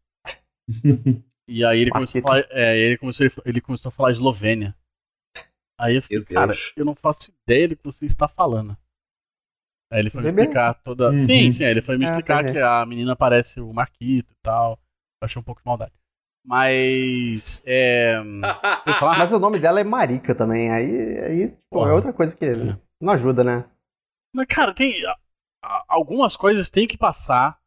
Speaker 4: E aí ele começou a falar,
Speaker 3: Marquita.
Speaker 4: é, ele começou, ele começou a falar Eslovênia. Aí eu fiquei,
Speaker 2: Meu Deus.
Speaker 4: cara, eu não faço ideia do que você está falando. Aí ele foi me
Speaker 3: Bebê.
Speaker 4: explicar toda.
Speaker 1: Uhum.
Speaker 4: Sim, sim, aí ele foi me
Speaker 3: É Ah,
Speaker 4: explicar
Speaker 3: entendi.
Speaker 4: que a menina parece o Marquito e tal. Eu achei um pouco de maldade. Mas. É...
Speaker 3: Hum.
Speaker 4: eu ia falar,
Speaker 3: Mas o nome dela é Marika também. Aí, aí pô,
Speaker 4: Porra.
Speaker 3: é outra coisa que
Speaker 4: É.
Speaker 3: não ajuda, né?
Speaker 4: Mas, cara, tem. a- a- Algumas coisas têm que passar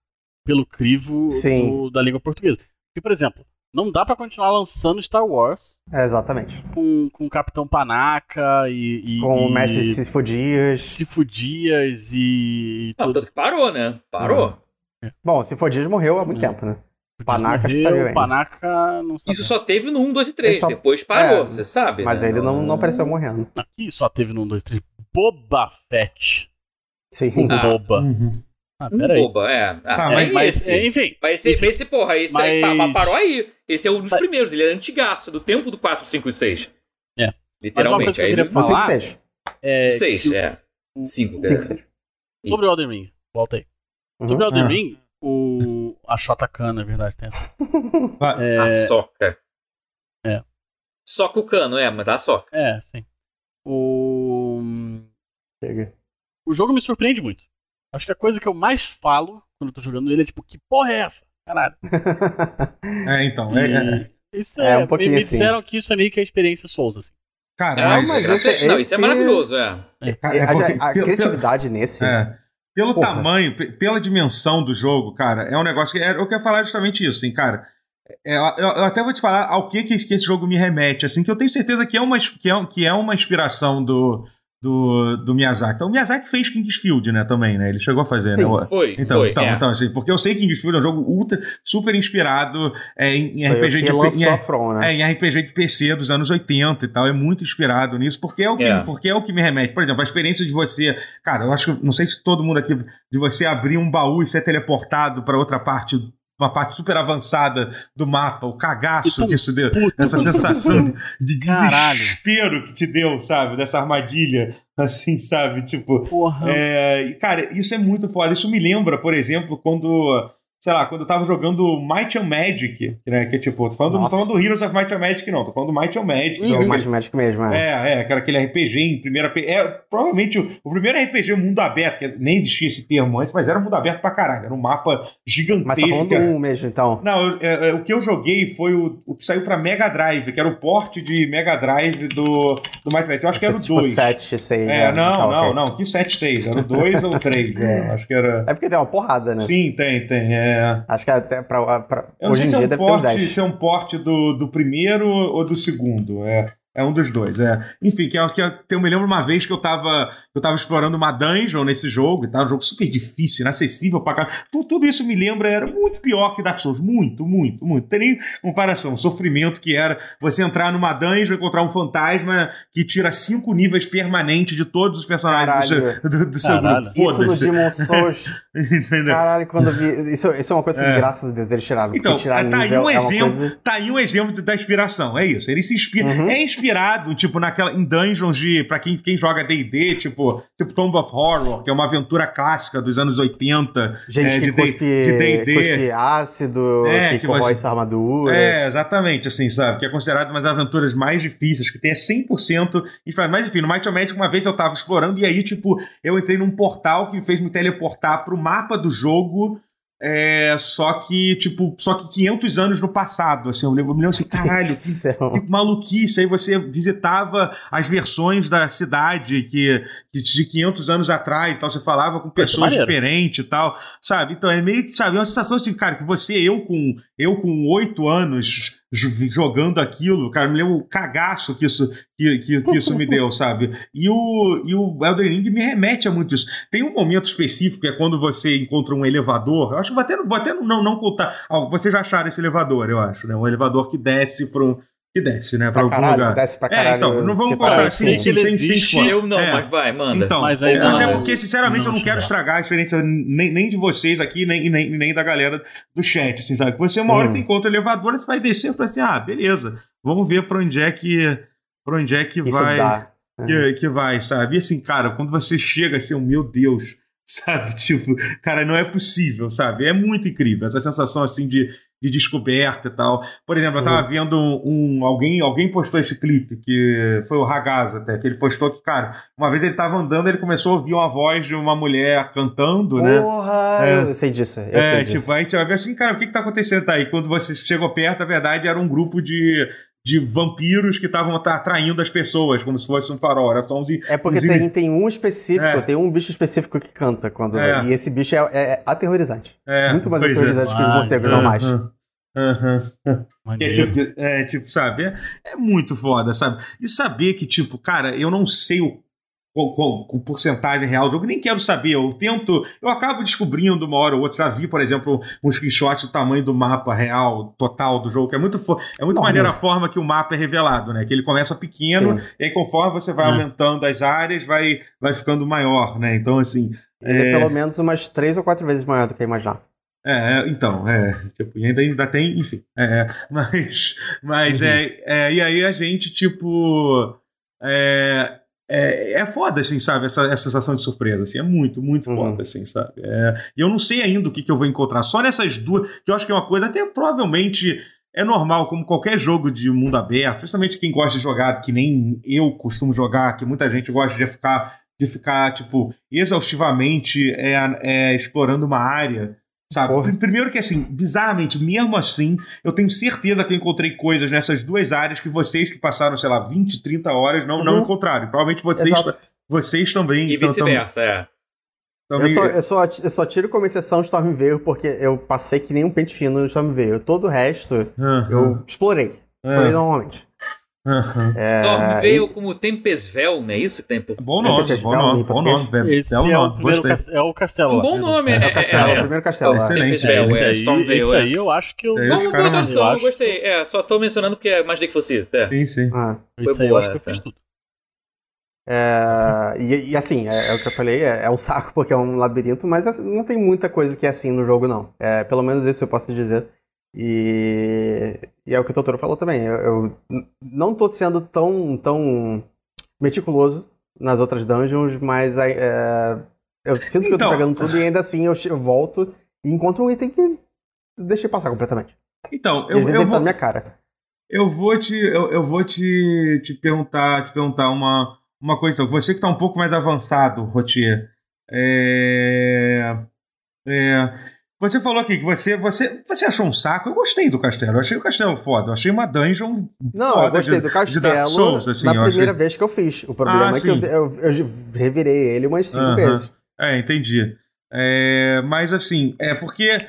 Speaker 4: pelo crivo
Speaker 3: Sim.
Speaker 4: do- da língua portuguesa. Porque, por exemplo, não dá pra continuar lançando Star Wars
Speaker 3: É, exatamente.
Speaker 4: com, com o Capitão Panaca e. e-
Speaker 3: Com o
Speaker 4: e
Speaker 3: mestre Sifo Dias.
Speaker 4: Sifo Dias e. e
Speaker 2: Não,
Speaker 4: todo-
Speaker 2: tanto que parou, né?
Speaker 3: Ah,
Speaker 2: Parou.
Speaker 3: tá Bom, Sifo Dias morreu há muito
Speaker 4: É.
Speaker 3: tempo, né? Panaca acho que tá vivo
Speaker 4: morreu,
Speaker 3: ainda.
Speaker 4: Panaca não sabe.
Speaker 2: Isso só teve no 1, 2 e 3.
Speaker 3: Ele só-
Speaker 2: Depois
Speaker 3: É,
Speaker 2: parou, você sabe.
Speaker 3: Mas
Speaker 2: né?
Speaker 3: ele não, não apareceu morrendo.
Speaker 4: Aqui só teve no 1, 2, 3. Boba Fett.
Speaker 3: Sim.
Speaker 2: Ah.
Speaker 4: Boba.
Speaker 1: Uhum.
Speaker 4: Ah,
Speaker 2: Um
Speaker 4: peraí.
Speaker 2: boba, é. Ah,
Speaker 1: Tá,
Speaker 2: era
Speaker 1: mas-
Speaker 4: Mas,
Speaker 2: esse.
Speaker 4: é, enfim.
Speaker 2: Mas esse,
Speaker 4: enfim.
Speaker 2: esse, porra, esse aí,
Speaker 4: Mas-
Speaker 2: pa- mas parou aí. Esse é um dos
Speaker 4: Mas-
Speaker 2: primeiros, ele é antigaço, do tempo do 4, 5 e 6.
Speaker 4: É.
Speaker 2: Literalmente. Aí
Speaker 4: Mas uma coisa que eu
Speaker 2: ele
Speaker 4: queria
Speaker 3: No 5
Speaker 4: Falar?
Speaker 3: 6.
Speaker 4: É,
Speaker 2: 6,
Speaker 4: que-
Speaker 2: é. 5,
Speaker 3: 5 6.
Speaker 2: é
Speaker 4: Sobre o Elden Ring. Volta aí. Sobre o
Speaker 1: Uhum.
Speaker 4: Elden
Speaker 1: Ah.
Speaker 4: Ring, o... a Shota Khan, na verdade, tem essa.
Speaker 1: Ah,
Speaker 4: É,
Speaker 2: A soca.
Speaker 4: É.
Speaker 2: Soca o cano, é, mas a soca.
Speaker 4: é, sim. O...
Speaker 3: Chega.
Speaker 4: o jogo me surpreende muito. Acho que a coisa que eu mais falo quando eu tô jogando ele é tipo, que porra é essa? Caralho.
Speaker 1: É, então. é- é- é.
Speaker 4: E Isso é,
Speaker 3: É, um pouquinho
Speaker 4: me, me
Speaker 3: assim.
Speaker 4: disseram que isso é meio que a experiência Souls, assim.
Speaker 1: Cara,
Speaker 2: Ah,
Speaker 1: mas.
Speaker 2: mas
Speaker 3: esse-
Speaker 2: esse- não, isso
Speaker 3: esse-
Speaker 2: é maravilhoso, é.
Speaker 1: cara, é
Speaker 3: a,
Speaker 1: porque-
Speaker 3: a- a
Speaker 1: pelo- pelo-
Speaker 3: criatividade nesse.
Speaker 1: É. Pelo
Speaker 3: Porra.
Speaker 1: tamanho, pe- pela dimensão do jogo, cara, é um negócio que. é- eu quero falar justamente isso, assim, cara. É, eu, eu até vou te falar ao que, que, que esse jogo me remete, assim, que eu tenho certeza que é uma, que é, que é uma inspiração do, do, do Miyazaki. Então, o Miyazaki fez Kingsfield, né, também, né? Ele chegou a fazer, né?
Speaker 3: Sim.
Speaker 1: o-
Speaker 2: Foi,
Speaker 1: Então,
Speaker 2: foi.
Speaker 1: então,
Speaker 2: é.
Speaker 1: então, assim, porque eu sei que Kingsfield é um jogo ultra, super inspirado é, em, em
Speaker 3: Foi
Speaker 1: RPG
Speaker 3: o
Speaker 1: de
Speaker 3: que
Speaker 1: em-
Speaker 3: lançou a From, né?
Speaker 1: é, em RPG de PC dos anos 80 e tal, é muito inspirado nisso, porque é o que,
Speaker 2: É.
Speaker 1: Porque é o que me remete. Por exemplo, a experiência de você, cara, eu acho que, não sei se todo mundo aqui, de você abrir um baú e ser teleportado para outra parte, uma parte super avançada do mapa, o
Speaker 4: E
Speaker 1: cagaço
Speaker 4: pum,
Speaker 1: que isso deu,
Speaker 4: Puta,
Speaker 1: essa sensação de, de
Speaker 4: Caralho.
Speaker 1: desespero que te deu, sabe, dessa armadilha, assim, sabe, tipo,
Speaker 4: porra.
Speaker 1: é, e, cara, isso é muito foda. Isso me lembra, por exemplo, quando sei lá, quando eu tava jogando Might and Magic, né? Que é tipo, tô falando, não tô falando do Heroes of Might and Magic, não, tô falando do Might and Magic.
Speaker 3: Uhum. Might and Magic mesmo,
Speaker 1: É,
Speaker 3: é.
Speaker 1: é, cara, aquele RPG em primeira. É, provavelmente o, o primeiro RPG mundo aberto, que nem existia esse termo antes, mas era mundo aberto pra caralho. Era um mapa gigantesco.
Speaker 3: Mas tá falando
Speaker 1: cara.
Speaker 3: um mesmo, então.
Speaker 1: Não, eu, é, é, o que eu joguei foi o, o que saiu pra Mega Drive, que era o porte de Mega Drive do, do Might and Magic. Eu acho que era o 2. Tipo
Speaker 3: 7, 6.
Speaker 1: É, não,
Speaker 3: Então,
Speaker 1: tá, não, okay. não. Que 7, 6. Era o 2 ou o 3, né? Acho que era.
Speaker 3: né, É porque tem uma porrada, né?
Speaker 1: Sim, tem, tem. É. É.
Speaker 3: Acho que até pra. pra
Speaker 1: eu não sei se é, um porte, se é um porte do, do primeiro ou do segundo. É, é um dos dois. É. Enfim, que, é, que eu, eu me lembro uma vez que eu tava, eu tava explorando uma dungeon nesse jogo e tal. Um jogo super difícil, inacessível pra caralho. Tudo, tudo, isso me lembra, era muito pior que Dark Souls. Muito, muito, muito. Tem nem comparação. O sofrimento que era você entrar numa dungeon, encontrar um fantasma que tira cinco níveis permanentes de todos os personagens
Speaker 3: caralho.
Speaker 1: do seu, do, do seu grupo.
Speaker 3: Isso no Demon Souls. Entendeu? Caralho, quando eu vi. Isso, isso é uma coisa que, é. graças a Deus, eles tiraram.
Speaker 1: Então,
Speaker 3: tirar
Speaker 1: tá, aí um
Speaker 3: é
Speaker 1: exemplo,
Speaker 3: coisa...
Speaker 1: tá aí um exemplo da inspiração. É isso. Ele se inspira. Uhum. É inspira inspirado, tipo, naquela, em dungeons de. pra quem, quem joga DD, tipo, tipo Tomb of Horror, que é uma aventura clássica dos anos 80.
Speaker 3: Gente
Speaker 1: é,
Speaker 3: que
Speaker 1: de
Speaker 3: D&D. ácido, é, que, que corrói você... armadura.
Speaker 1: É, exatamente, assim, sabe? Que é considerado uma das aventuras mais difíceis, que tem é 100%. Mas enfim, no Might Magic, uma vez eu tava explorando, e aí, tipo, eu entrei num portal que fez me teleportar pro mapa do jogo. É, só que, tipo, só que 500 anos no passado, assim, eu me lembro assim, caralho, que,
Speaker 3: é um-
Speaker 1: que, maluquice, aí você visitava as versões da cidade que, que de 500 anos atrás, tal, você falava com pessoas é diferentes e tal, sabe, então é meio que, sabe, é uma sensação assim, cara, que você, eu com, eu com 8 anos, jogando aquilo, cara, me lembro o cagaço que isso, que, que, que isso me deu, sabe? E o, e o Elden Ring me remete a muito isso. Tem um momento específico, que é quando você encontra um elevador, eu acho que vou até, vou até não, não contar, ah, vocês já acharam esse elevador, eu acho, né? Um elevador que desce para um que desce, né? Pra, pra algum
Speaker 3: caralho,
Speaker 1: lugar.
Speaker 3: Desce pra caralho.
Speaker 1: É, então, não vamos contar assim, sim, sim, sim, sim,
Speaker 2: Eu não, é. mas vai, manda.
Speaker 1: Então,
Speaker 2: mas
Speaker 1: aí, até não, porque, sinceramente, não eu não quero estragar a experiência nem, nem de vocês aqui, nem, nem, nem da galera do chat, assim, sabe? Você uma hora hum. você encontra o elevador, você vai descer e fala assim, ah, beleza, vamos ver pra onde é que, pra onde é que
Speaker 3: Isso
Speaker 1: vai...
Speaker 3: Dá.
Speaker 1: Que,
Speaker 3: É.
Speaker 1: uhum. que vai, sabe? E assim, cara, quando você chega assim, oh, meu Deus, sabe? Tipo, cara, não é possível, sabe? É muito incrível essa sensação assim de, de descoberta e tal. Por exemplo, eu
Speaker 3: Uhum.
Speaker 1: tava vendo um, um, alguém, alguém postou esse clipe que foi o Ragaz até, que ele postou que, cara, uma vez ele tava andando, ele começou a ouvir uma voz de uma mulher cantando, né?
Speaker 3: Porra, é, eu sei disso, eu
Speaker 1: é,
Speaker 3: sei
Speaker 1: tipo,
Speaker 3: disso.
Speaker 1: aí você vai ver assim, cara, o que que tá acontecendo tá aí? Quando você chegou perto, a verdade era um grupo de de vampiros que estavam atraindo as pessoas, como se fosse um farol. Era só uns,
Speaker 3: é porque
Speaker 1: uns...
Speaker 3: Tem, tem um específico, é. tem um bicho específico que canta quando. É. E esse bicho é, é aterrorizante. Muito mais
Speaker 1: É, pois Ah, é.
Speaker 3: aterrorizante que você, que não mais.
Speaker 1: Uhum. É tipo, é tipo, sabe? É, muito foda, sabe? E saber que, tipo, cara, eu não sei o com, com, com, porcentagem real do jogo, nem quero saber. Eu tento, eu acabo descobrindo uma hora ou outra. Já vi, por exemplo, um screenshot do tamanho do mapa real, total do jogo, que é muito, é muito Não, maneira né? a forma que o mapa é revelado, né? Que ele começa pequeno, Sim. e aí conforme você vai é. aumentando as áreas, vai, vai ficando maior, né? Então, assim.
Speaker 3: Ele é... é pelo menos umas três ou quatro vezes maior do que eu imaginar.
Speaker 1: É, então, é, tipo, ainda, ainda tem, enfim, é, mas, mas uhum. é, é, e aí a gente, tipo, é, é, é foda, assim, sabe? Essa, essa sensação de surpresa, assim, é muito, muito uhum. foda, assim, sabe? E é, eu não sei ainda o que, que eu vou encontrar. Só nessas duas, que eu acho que é uma coisa até provavelmente é normal, como qualquer jogo de mundo aberto, principalmente quem gosta de jogar, que nem eu costumo jogar, que muita gente gosta de ficar, de ficar tipo, exaustivamente é, é explorando uma área. Sabe? Porra. Primeiro que assim, bizarramente, mesmo assim, eu tenho certeza que eu encontrei coisas nessas duas áreas que vocês que passaram, sei lá, 20, 30 horas não, uhum. não encontraram. Provavelmente vocês,
Speaker 3: Exato.
Speaker 1: vocês também. então,
Speaker 2: E vice-versa, é.
Speaker 3: Também... Eu, só, eu, só, eu só tiro como exceção Stormveil porque eu passei que nem um pente fino no Stormveil. Todo o resto
Speaker 1: uhum.
Speaker 3: eu explorei.
Speaker 1: Ah.
Speaker 3: Explorei uhum. normalmente.
Speaker 1: Uhum.
Speaker 2: É, Storm veio e... como Tempesvel, não é isso que tem
Speaker 1: por... Bom nome, é, bom nome, bom nome.
Speaker 4: Esse é,
Speaker 1: um
Speaker 4: é, o primeiro cast... é o castelo.
Speaker 2: Um bom nome,
Speaker 3: é, é, o castelo, é, o primeiro castelo.
Speaker 2: Excelente.
Speaker 4: Esse aí, Stormveil, esse
Speaker 2: é.
Speaker 4: aí eu acho que eu...
Speaker 1: É
Speaker 2: Não, uma boa tradução, eu gostei. É, só tô mencionando porque imaginei que fosse isso. É.
Speaker 1: Sim, sim.
Speaker 3: Ah,
Speaker 4: Foi isso aí eu acho que eu fiz tudo.
Speaker 3: É, e, e, assim, é, é, o que eu falei, é, é, um saco porque é um labirinto, mas não tem muita coisa que é assim no jogo, não. É, pelo menos isso eu posso dizer. E, e é o que o Totoro falou também. Eu, eu não estou sendo tão, tão meticuloso nas outras dungeons, mas é, eu sinto que eu tô
Speaker 1: Então.
Speaker 3: pegando tudo e ainda assim eu, che- eu volto e encontro um item que deixei passar completamente.
Speaker 1: Então,
Speaker 3: Eu,
Speaker 1: eu, eu
Speaker 3: tá
Speaker 1: vou,
Speaker 3: na minha cara.
Speaker 1: eu vou te, eu, eu vou te, te perguntar, te perguntar uma, uma coisa. então. Você que está um pouco mais avançado, Rotier. É, é, você falou aqui que você, você, você achou um saco. Eu gostei do castelo. Eu achei o castelo foda. Eu achei uma dungeon
Speaker 3: Não,
Speaker 1: foda
Speaker 3: eu gostei
Speaker 1: de-
Speaker 3: do
Speaker 1: de
Speaker 3: castelo
Speaker 1: Dark Souls, assim,
Speaker 3: na
Speaker 1: eu
Speaker 3: primeira
Speaker 1: achei.
Speaker 3: vez que eu fiz. O
Speaker 1: Ah,
Speaker 3: problema é que eu,
Speaker 1: sim.
Speaker 3: eu- eu revirei ele umas cinco
Speaker 1: Aham.
Speaker 3: vezes.
Speaker 1: É, entendi. É, mas assim, é porque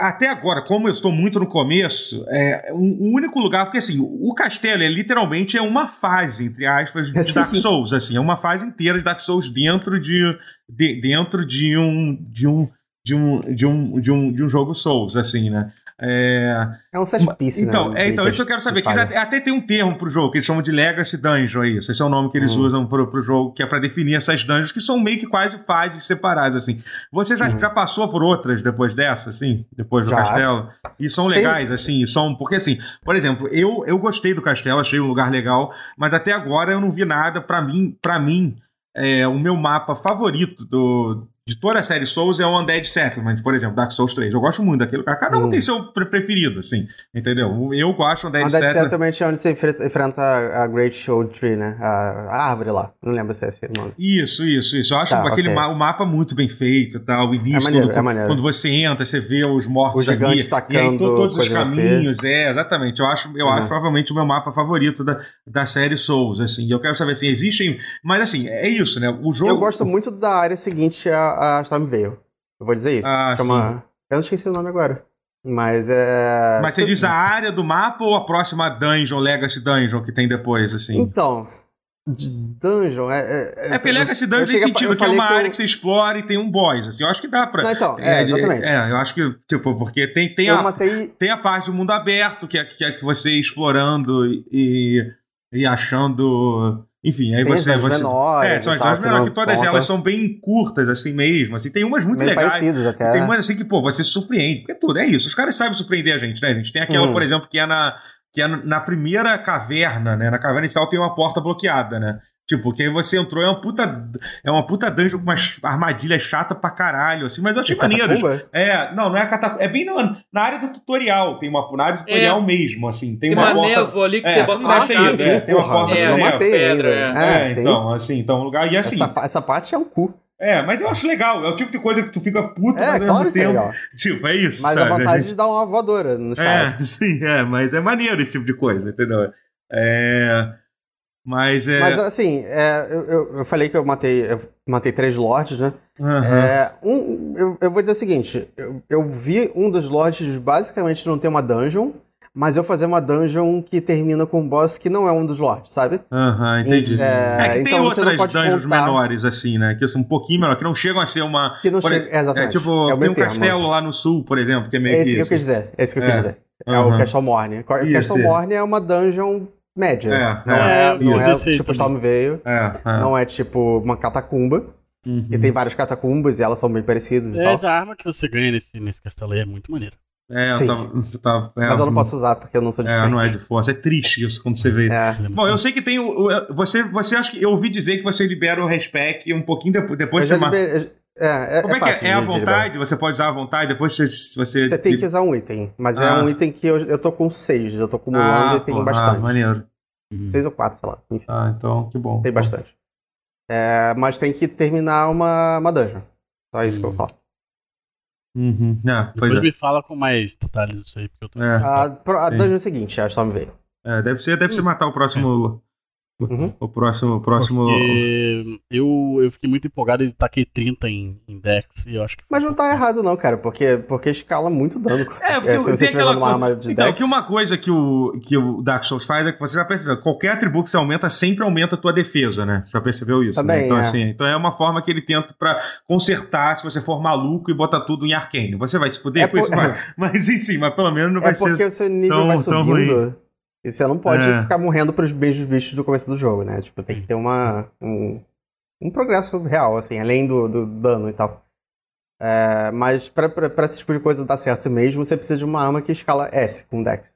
Speaker 1: até agora, como eu estou muito no começo, é um, um único lugar, porque assim, o castelo é literalmente é uma fase, entre aspas, de
Speaker 3: Sim.
Speaker 1: Dark Souls, assim, é uma fase inteira de Dark Souls dentro de, de- dentro de um de um de um de um de um, de um jogo Souls, assim, né? É,
Speaker 3: É um set piece,
Speaker 1: então,
Speaker 3: né?
Speaker 1: é, então,
Speaker 3: De-
Speaker 1: isso eu quero saber.
Speaker 3: de
Speaker 1: Que eles
Speaker 3: falha.
Speaker 1: até, até tem um termo pro jogo que eles chamam de Legacy Dungeon, é isso. Esse é o nome que eles
Speaker 3: Hum.
Speaker 1: usam pro, pro jogo, que é pra definir essas dungeons, que são meio que quase fases separadas, assim. Você já,
Speaker 3: Hum.
Speaker 1: já passou por outras depois dessa, assim? Depois do
Speaker 3: Já.
Speaker 1: castelo? E são
Speaker 3: Tem-
Speaker 1: legais, assim, e são. Porque, assim, por exemplo, eu, eu gostei do castelo, achei um lugar legal, mas até agora eu não vi nada. Pra mim, pra mim é, o meu mapa favorito do. De toda a série Souls é o Undead Settlement, por exemplo, Dark Souls 3. Eu gosto muito daquele lugar. Cada um
Speaker 3: Hum.
Speaker 1: tem seu pre- preferido, assim. Entendeu? Eu gosto do Undead,
Speaker 3: Undead
Speaker 1: Settlement.
Speaker 3: Settlement é onde você enfre- enfrenta a Great Show Tree, né? A, a árvore lá. Não lembro se é esse o nome.
Speaker 1: Isso, isso, isso. Eu acho
Speaker 3: Tá,
Speaker 1: aquele
Speaker 3: ok.
Speaker 1: ma- o mapa muito bem feito e tal. O início,
Speaker 3: É maneiro,
Speaker 1: quando,
Speaker 3: é maneiro.
Speaker 1: quando você entra, você vê os mortos
Speaker 3: Os gigantes
Speaker 1: ali. E aí
Speaker 3: tacando
Speaker 1: to- todos os
Speaker 3: coisa em você.
Speaker 1: caminhos. É, exatamente. Eu acho, eu
Speaker 3: Uhum.
Speaker 1: acho provavelmente o meu mapa favorito da, da série Souls, assim. E eu quero saber, assim, existem... Mas, assim, é isso, né? O jogo...
Speaker 3: Eu gosto muito da área seguinte a, a Stormveille. Eu vou dizer isso.
Speaker 1: Ah,
Speaker 3: Eu não esqueci o nome agora. Mas é.
Speaker 1: Mas você diz a área do mapa ou a próxima dungeon, Legacy Dungeon, que tem depois, assim?
Speaker 3: Então. de Dungeon é. É,
Speaker 1: É porque Legacy
Speaker 3: eu
Speaker 1: Dungeon tem
Speaker 3: cheguei a fa-
Speaker 1: sentido,
Speaker 3: eu
Speaker 1: que é
Speaker 3: falei
Speaker 1: uma
Speaker 3: eu-
Speaker 1: área que você explora e tem um boss, assim. Eu acho que dá pra...
Speaker 3: Não, então, é, exatamente.
Speaker 1: é, eu acho que, tipo, porque tem, tem
Speaker 3: eu
Speaker 1: a
Speaker 3: matei
Speaker 1: tem a parte do mundo aberto, que é que, é que você explorando e, e achando. Enfim, aí
Speaker 3: Tem as
Speaker 1: você.
Speaker 3: dungeons
Speaker 1: você
Speaker 3: menores
Speaker 1: é, são
Speaker 3: e
Speaker 1: as
Speaker 3: tal,
Speaker 1: duas
Speaker 3: que
Speaker 1: menores,
Speaker 3: não
Speaker 1: que todas
Speaker 3: conta.
Speaker 1: elas são bem curtas, assim mesmo. Assim, tem umas muito
Speaker 3: meio
Speaker 1: legais.
Speaker 3: parecidos até.
Speaker 1: E Tem
Speaker 3: né?
Speaker 1: umas assim que, pô, você se surpreende, porque tudo, é isso. Os caras sabem surpreender a gente, né, gente? Tem aquela,
Speaker 3: Hum.
Speaker 1: por exemplo, que é na, que é na primeira caverna, né? Na caverna inicial tem uma porta bloqueada, né? Tipo, que aí você entrou, é uma puta. É uma puta dungeon com umas armadilhas chata pra caralho, assim, mas eu achei
Speaker 3: Tem
Speaker 1: maneiro.
Speaker 3: catacumba?
Speaker 1: É, não, não é catacumba. É bem na, na área do tutorial. Tem uma na área do tutorial mesmo, assim. Tem,
Speaker 2: É. Tem
Speaker 1: uma,
Speaker 2: uma
Speaker 1: porta.
Speaker 2: névoa ali que
Speaker 1: É,
Speaker 2: você bota
Speaker 1: não
Speaker 2: uma
Speaker 3: Ah,
Speaker 1: deve ter
Speaker 2: chave.
Speaker 1: isso, né? Tem uma
Speaker 3: porra,
Speaker 1: porta
Speaker 2: É,
Speaker 3: eu
Speaker 2: é,
Speaker 3: matei
Speaker 2: pedra,
Speaker 3: ainda.
Speaker 1: É,
Speaker 3: Ah, sim.
Speaker 1: então, assim, então, um lugar. E assim,
Speaker 3: Essa, essa parte é um cu.
Speaker 1: é, mas eu acho legal. É o tipo de coisa que tu fica puto, mas
Speaker 3: É,
Speaker 1: ao mesmo
Speaker 3: claro que é
Speaker 1: tempo.
Speaker 3: legal.
Speaker 1: tipo, é isso.
Speaker 3: Mas
Speaker 1: sabe?
Speaker 3: a vontade de dar uma voadora nos caras.
Speaker 1: É, sim, é, mas é maneiro esse tipo de coisa, entendeu? É. Mas é.
Speaker 3: Mas assim, é, eu, eu- eu falei que eu matei, eu matei três lords, né?
Speaker 1: Aham.
Speaker 3: É, um, eu, eu vou dizer o seguinte: eu, eu vi um dos lords basicamente não ter uma dungeon, mas eu fazer uma dungeon que termina com um boss que não é um dos lords, sabe?
Speaker 1: Aham, entendi.
Speaker 3: É,
Speaker 1: É que tem
Speaker 3: então você não
Speaker 1: outras
Speaker 3: pode
Speaker 1: dungeons
Speaker 3: contar-
Speaker 1: menores, assim, né? Que são um pouquinho menores, que não chegam a ser uma.
Speaker 3: Que não
Speaker 1: Por
Speaker 3: chega. é,
Speaker 1: É
Speaker 3: exatamente.
Speaker 1: tipo,
Speaker 3: É o
Speaker 1: tem
Speaker 3: meio
Speaker 1: um
Speaker 3: termo.
Speaker 1: castelo lá no sul, por exemplo, que é meio
Speaker 3: É esse que,
Speaker 1: que.
Speaker 3: eu quis
Speaker 1: isso.
Speaker 3: dizer. É esse que eu quis
Speaker 1: É.
Speaker 3: dizer. É o
Speaker 1: Aham.
Speaker 3: Castle Morne. O
Speaker 1: Isso, isso.
Speaker 3: Castle Morne é uma dungeon média.
Speaker 1: É,
Speaker 3: não
Speaker 1: é,
Speaker 3: é, não
Speaker 1: isso.
Speaker 3: é
Speaker 4: Esse aí
Speaker 3: tipo
Speaker 4: também.
Speaker 3: Stormveil,
Speaker 1: É, é.
Speaker 3: não é tipo uma catacumba,
Speaker 1: Uhum.
Speaker 3: que tem várias catacumbas e elas são bem parecidas e
Speaker 4: É,
Speaker 3: tal.
Speaker 4: essa arma que você ganha nesse, nesse castelo aí é muito maneiro.
Speaker 1: É, eu
Speaker 3: Sim.
Speaker 1: tava- eu tava- é,
Speaker 3: Mas eu não posso usar porque eu não sou de
Speaker 1: É, não é de força. É triste isso quando você vê.
Speaker 3: É.
Speaker 1: Bom, eu sei que tem o. o- Você, você acha que. Eu ouvi dizer que você libera o respec um pouquinho depois. depois
Speaker 3: Eu
Speaker 1: você
Speaker 3: já
Speaker 1: ma-
Speaker 3: liberei- É, é,
Speaker 1: Como é, que
Speaker 3: fácil
Speaker 1: é? É à
Speaker 3: de- de liberar.
Speaker 1: vontade? Você pode usar à vontade, depois você. Você,
Speaker 3: Você tem que usar um item, mas é
Speaker 1: Ah.
Speaker 3: um item que eu, eu tô com seis, eu tô acumulando
Speaker 1: Ah,
Speaker 3: e tenho
Speaker 1: porra, Ah,
Speaker 3: né? bastante.
Speaker 1: maneiro.
Speaker 3: Seis ou quatro, sei lá. Enfim,
Speaker 1: Ah, então, que bom.
Speaker 3: tem bastante. É, mas tem que terminar uma, uma dungeon. Só isso que eu
Speaker 4: Hum.
Speaker 3: falo.
Speaker 1: Uhum. É, pois
Speaker 4: Depois
Speaker 1: é.
Speaker 4: me fala com mais detalhes isso aí, porque eu tô.
Speaker 1: É.
Speaker 3: A, pro- a
Speaker 1: Sim.
Speaker 3: dungeon é a seguinte, a Storm veio.
Speaker 1: É, deve ser, deve ser matar o próximo. o-
Speaker 3: Uhum.
Speaker 1: O próximo. O próximo.
Speaker 4: É. Porque eu, eu fiquei muito empolgado e taquei 30 em, em Dex e eu acho que.
Speaker 3: Mas não tá errado não, cara, porque, porque escala muito dano.
Speaker 1: É, porque
Speaker 3: se você
Speaker 1: tem
Speaker 3: tiver
Speaker 1: aquela
Speaker 3: numa
Speaker 1: co-
Speaker 3: arma de
Speaker 1: Então,
Speaker 3: Dex,
Speaker 1: que uma coisa que o, que o Dark Souls faz é que você já percebeu, qualquer atributo que você aumenta sempre aumenta a tua defesa, né? Você já percebeu isso, né?
Speaker 3: Também,
Speaker 1: Então,
Speaker 3: é.
Speaker 1: assim, então é uma forma que ele tenta pra consertar se você for maluco e botar tudo em arcane. Você vai se fuder
Speaker 3: É
Speaker 1: com isso,
Speaker 3: por-
Speaker 1: vai. Mas enfim, mas pelo menos não
Speaker 3: é
Speaker 1: vai
Speaker 3: porque
Speaker 1: ser.
Speaker 3: o seu nível
Speaker 1: tão-
Speaker 3: vai
Speaker 1: tão
Speaker 3: subindo e você não pode
Speaker 1: É.
Speaker 3: ficar morrendo pros mesmos bichos do começo do jogo, né? Tipo, tem que ter uma, um, um progresso real, assim, além do, do dano e tal. É, mas pra, pra, pra esse tipo de coisa dar certo mesmo, você precisa de uma arma que escala S com Dex.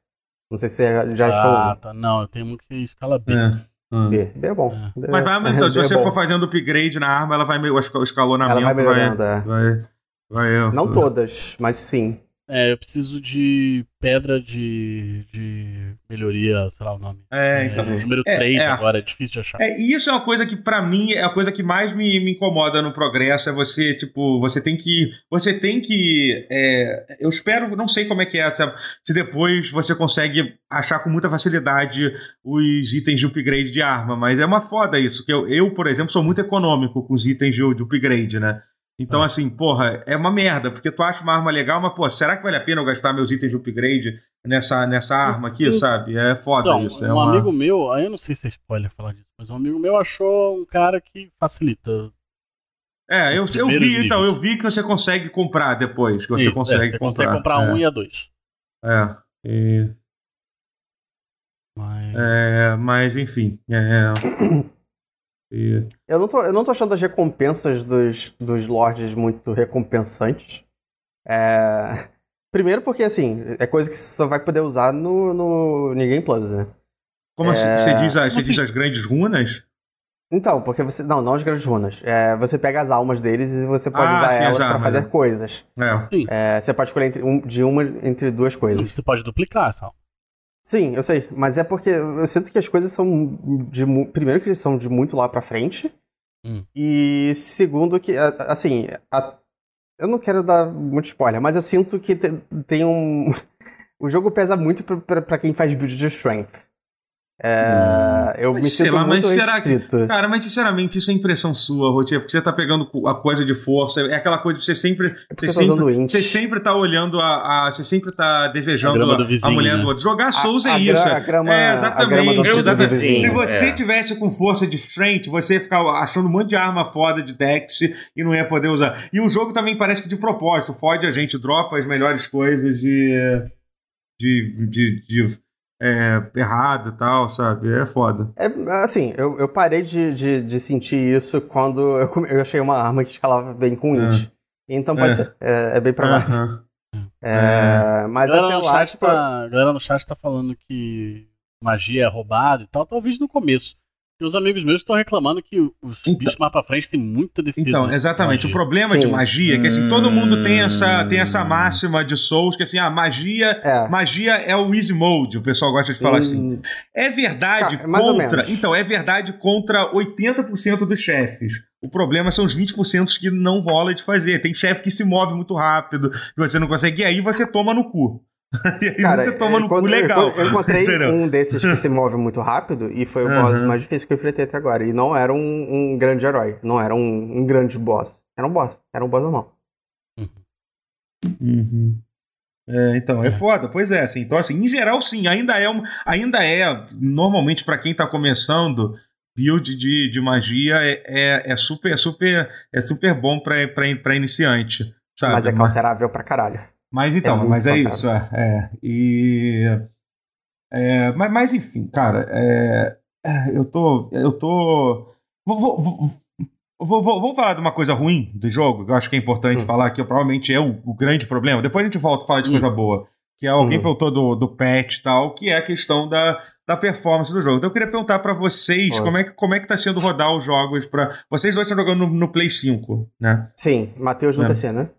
Speaker 3: Não sei se você já, já
Speaker 4: Ah,
Speaker 3: achou.
Speaker 4: tá. Não, eu tenho um que escala B.
Speaker 1: É. Hum.
Speaker 3: B. B é bom.
Speaker 4: É.
Speaker 3: B-
Speaker 1: Mas vai aumentando. Se
Speaker 3: B é
Speaker 1: você
Speaker 3: bom.
Speaker 1: for fazendo upgrade na arma, ela vai meio. O esca- o escalonamento
Speaker 3: Ela vai melhorando, é.
Speaker 1: vai. vai-
Speaker 3: Não todas, mas sim.
Speaker 4: É, eu preciso de pedra de, de melhoria, sei lá o nome.
Speaker 1: É, então.
Speaker 4: o número
Speaker 1: É,
Speaker 4: 3
Speaker 1: é.
Speaker 4: agora, é difícil de achar.
Speaker 1: É, e isso é uma coisa que, pra mim, é a coisa que mais me, me incomoda no progresso. É você, tipo, você tem que. Você tem que. é, eu espero, não sei como é que é, sabe? Se depois você consegue achar com muita facilidade os itens de upgrade de arma. Mas é uma foda isso. Que eu, eu, por exemplo, sou muito econômico com os itens de, de upgrade, né? Então, assim, porra, é uma merda, porque tu acha uma arma legal, mas, pô, será que vale a pena eu gastar meus itens de upgrade nessa, nessa arma aqui,
Speaker 4: Então,
Speaker 1: sabe? É foda
Speaker 4: Então,
Speaker 1: isso.
Speaker 4: um
Speaker 1: É uma...
Speaker 4: amigo meu, aí eu não sei se é spoiler falar disso, mas um amigo meu achou um cara que facilita.
Speaker 1: É, eu,
Speaker 4: Os
Speaker 1: eu vi,
Speaker 4: primeiros
Speaker 1: então,
Speaker 4: níveis.
Speaker 1: eu vi que você consegue comprar depois, que você
Speaker 4: Isso, é,
Speaker 1: consegue
Speaker 4: você
Speaker 1: comprar.
Speaker 4: consegue comprar
Speaker 1: é,
Speaker 4: um e a dois.
Speaker 1: É, E-
Speaker 4: Mas...
Speaker 1: é, mas enfim. É, e-
Speaker 3: Eu não tô, eu não tô achando as recompensas dos, dos lords muito recompensantes. É, Primeiro porque, assim, é coisa que você só vai poder usar no, no New Game Plus, né?
Speaker 1: como assim?
Speaker 3: É,
Speaker 1: Você diz, a- você
Speaker 4: Como
Speaker 1: diz
Speaker 4: assim?
Speaker 1: as grandes runas?
Speaker 3: Então, porque você... Não, não as grandes runas. É, você pega as almas deles e você pode
Speaker 1: Ah,
Speaker 3: usar
Speaker 1: sim, as
Speaker 3: elas pra
Speaker 1: armas,
Speaker 3: fazer
Speaker 1: né?
Speaker 3: coisas.
Speaker 1: É.
Speaker 3: É, você pode escolher entre um- de uma entre duas coisas.
Speaker 4: Você pode duplicar essa.
Speaker 3: Sim, eu sei, mas é porque eu sinto que as coisas são de mu- primeiro que eles são de muito lá pra frente
Speaker 4: Hum.
Speaker 3: e segundo que a- a- assim, a- eu não quero dar muito spoiler, mas eu sinto que te- tem um o jogo pesa muito pra- pra pra quem faz build de strength. É, eu
Speaker 1: Hum. Mas
Speaker 3: me
Speaker 1: sei
Speaker 3: sinto
Speaker 1: lá, mas
Speaker 3: muito
Speaker 1: será que-
Speaker 3: restrito.
Speaker 1: Cara, mas sinceramente, isso é impressão sua, Rotier, porque você tá pegando co- a coisa de força, é aquela coisa de você sempre.
Speaker 3: porque
Speaker 1: Você
Speaker 3: eu tô
Speaker 1: sempre,
Speaker 3: usando int.
Speaker 1: você sempre tá olhando a. a- você sempre tá
Speaker 4: A
Speaker 1: desejando
Speaker 4: grama
Speaker 1: a,
Speaker 4: do vizinho,
Speaker 1: a mulher
Speaker 4: né?
Speaker 1: do outro. Jogar Souls é
Speaker 3: a gra-
Speaker 1: isso. é-
Speaker 3: a grama-
Speaker 1: é,
Speaker 3: a grama do
Speaker 1: exatamente.
Speaker 2: outro
Speaker 1: exatamente.
Speaker 2: vizinho.
Speaker 1: Se você
Speaker 2: é.
Speaker 1: tivesse com força de frente, você ia ficar achando um monte de arma foda de Dex e não ia poder usar. E o jogo também parece que de propósito, fode a gente, dropa as melhores coisas de. de. de. de é, errado e tal, sabe? É foda.
Speaker 3: É, assim, eu, eu parei de, de, de sentir isso quando eu, come- eu achei uma arma que escalava bem com
Speaker 1: É.
Speaker 3: int. Então
Speaker 1: É.
Speaker 3: pode
Speaker 1: Ah.
Speaker 3: ser, é, é bem provável.
Speaker 1: Aham.
Speaker 3: É, mas
Speaker 4: A galera,
Speaker 3: até
Speaker 4: no
Speaker 3: lá,
Speaker 4: chat
Speaker 3: tipo,
Speaker 4: tá, a galera no chat tá falando que magia é roubado e tal, talvez no começo. E os amigos meus estão reclamando que os
Speaker 1: Então-
Speaker 4: bichos mais pra frente tem muita defesa.
Speaker 1: Então, exatamente. O
Speaker 4: Magia.
Speaker 1: problema de
Speaker 3: Sim.
Speaker 1: magia é que assim, todo mundo tem essa, tem essa
Speaker 2: Hum.
Speaker 1: máxima de Souls que assim, a magia.
Speaker 3: é.
Speaker 1: Magia é o easy mode, o pessoal gosta de falar assim.
Speaker 3: Hum,
Speaker 1: É verdade
Speaker 3: Tá, mais ou
Speaker 1: contra.
Speaker 3: menos.
Speaker 1: Então, é verdade contra 80% dos chefes. O problema são os 20% que não rola de fazer. Tem chefe que se move muito rápido, que você não consegue, e aí você toma no cu. e aí
Speaker 3: cara,
Speaker 1: você toma
Speaker 3: eu-
Speaker 1: no cu
Speaker 3: quando- eu-
Speaker 1: legal.
Speaker 3: Eu, encontrei
Speaker 1: Entendeu?
Speaker 3: um desses que se move muito rápido e foi o
Speaker 1: Aham.
Speaker 3: boss mais difícil que eu enfrentei até agora. E não era um, um grande herói, não era um, um grande boss. Era um boss, era um boss normal.
Speaker 1: Uhum. É, então, é foda, pois é, assim, então assim, em geral sim, ainda é, um- ainda é normalmente pra quem tá começando, build de, de magia é, é, é super, é super, é super bom pra, pra, pra iniciante, sabe?
Speaker 3: mas é
Speaker 1: Mas-
Speaker 3: counterável pra caralho.
Speaker 1: Mas então,
Speaker 3: muito
Speaker 1: mas é
Speaker 3: bacana.
Speaker 1: isso, é. é. e. é, mas, mas enfim, cara, é, é, eu tô. Eu tô. Vou, vou- vou- vou- vou- vamos falar de uma coisa ruim do jogo, que eu acho que é importante
Speaker 3: Hum.
Speaker 1: falar, que provavelmente é o, o grande problema. Depois a gente volta a falar de
Speaker 4: Hum.
Speaker 1: coisa boa. Que é alguém
Speaker 3: Hum.
Speaker 1: perguntou do, do patch e tal, que é a questão da, da performance do jogo. Então eu queria perguntar pra vocês
Speaker 3: Olha.
Speaker 1: como é, que, como é que tá sendo rodar os jogos pra. Vocês dois estão jogando no, no Play 5, né?
Speaker 3: Sim, Matheus no
Speaker 1: É.
Speaker 3: PC, né?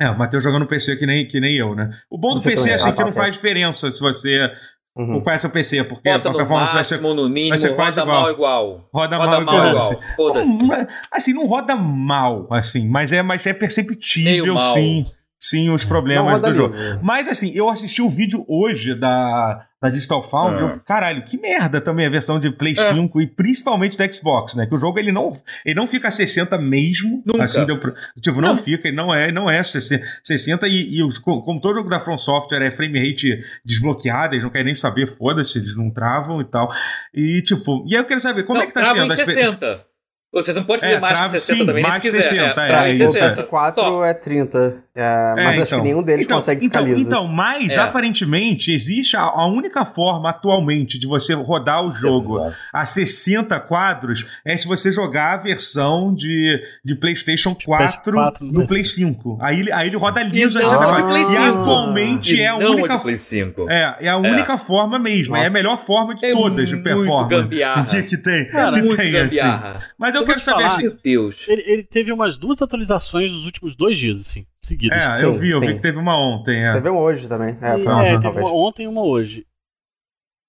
Speaker 1: É, o Matheus jogando no PC que nem, que nem eu, né? O bom do
Speaker 3: Você
Speaker 1: PC é
Speaker 3: também,
Speaker 1: assim
Speaker 3: ah,
Speaker 1: que
Speaker 3: tá,
Speaker 1: não
Speaker 3: tá.
Speaker 1: faz diferença se você.
Speaker 3: Uhum.
Speaker 1: Qual é seu PC? Porque
Speaker 2: Bota
Speaker 1: a
Speaker 2: no
Speaker 1: performance vai ser.
Speaker 2: máximo, no mínimo,
Speaker 1: ser quase
Speaker 2: roda mal igual.
Speaker 1: Roda,
Speaker 2: Roda
Speaker 1: mal
Speaker 2: mal
Speaker 1: igual.
Speaker 2: igual. Foda-se.
Speaker 1: Assim. Não, assim, não roda mal, assim, mas é, mas é
Speaker 2: Meio
Speaker 1: perceptível,
Speaker 2: mal.
Speaker 1: sim, sim, os
Speaker 3: Não
Speaker 1: problemas
Speaker 3: roda
Speaker 1: é do jogo.
Speaker 3: liso.
Speaker 1: Mas assim, eu assisti o vídeo hoje da, da Digital Foundry.
Speaker 2: É.
Speaker 1: eu- caralho, que merda também a versão de Play 5 e principalmente do Xbox, né? Que o jogo ele não, ele não fica a 60 mesmo.
Speaker 2: Nunca.
Speaker 1: Assim, deu pra- tipo, não,
Speaker 2: Não.
Speaker 1: fica, ele não é, não é 60. 60 e, e os- co- como todo jogo da From Software é frame rate desbloqueado, eles não querem nem saber, foda-se, eles não travam e tal. E tipo, e aí eu quero saber como
Speaker 2: não,
Speaker 1: é que tá
Speaker 2: trava
Speaker 1: sendo
Speaker 2: em
Speaker 1: a experi-
Speaker 2: 60. Vocês não podem
Speaker 1: É,
Speaker 2: fazer mais
Speaker 1: trava-
Speaker 2: de 60
Speaker 1: sim,
Speaker 2: também, nem
Speaker 1: mais
Speaker 2: se
Speaker 1: de
Speaker 2: quiser.
Speaker 1: 60, é,
Speaker 2: trava em
Speaker 1: é,
Speaker 3: o
Speaker 1: isso
Speaker 2: 60.
Speaker 3: PS4
Speaker 2: Só.
Speaker 3: é 30, é, mas
Speaker 1: É,
Speaker 3: acho
Speaker 1: então.
Speaker 3: que nenhum deles
Speaker 1: então,
Speaker 3: consegue
Speaker 1: então,
Speaker 3: ficar liso.
Speaker 1: Então, mas
Speaker 2: É.
Speaker 1: aparentemente existe a, a única forma atualmente de você rodar o jogo a 60 quadros é se você jogar a versão de, de PlayStation 4
Speaker 4: PS4 no
Speaker 3: né?
Speaker 1: no Play
Speaker 4: Play
Speaker 1: 5. Aí, ele- aí tá ele roda liso
Speaker 3: Então,
Speaker 2: não
Speaker 1: a
Speaker 2: é
Speaker 1: 60
Speaker 2: de
Speaker 1: quadros.
Speaker 2: Play
Speaker 1: E
Speaker 2: 5.
Speaker 1: atualmente
Speaker 2: E
Speaker 1: é a
Speaker 2: não
Speaker 1: única
Speaker 2: de Play 5.
Speaker 1: É, é a única forma mesmo, é a melhor forma de
Speaker 2: É
Speaker 1: todas de
Speaker 2: muito
Speaker 1: performance.
Speaker 2: gambiarra. É
Speaker 1: Que, que tem,
Speaker 4: Cara,
Speaker 1: que
Speaker 2: muito
Speaker 1: tem assim.
Speaker 2: gambiarra.
Speaker 1: Mas eu eu, quero
Speaker 4: te
Speaker 1: saber
Speaker 4: falar,
Speaker 1: assim.
Speaker 2: Meu Deus.
Speaker 4: Ele, ele teve umas duas atualizações nos últimos dois dias, assim, seguidas.
Speaker 1: É, eu
Speaker 3: Sim,
Speaker 1: vi, eu vi
Speaker 3: tem.
Speaker 1: que teve uma ontem. É.
Speaker 3: Teve um hoje também. É,
Speaker 4: E-
Speaker 3: foi ontem,
Speaker 4: é, teve
Speaker 3: talvez.
Speaker 4: uma ontem e uma hoje.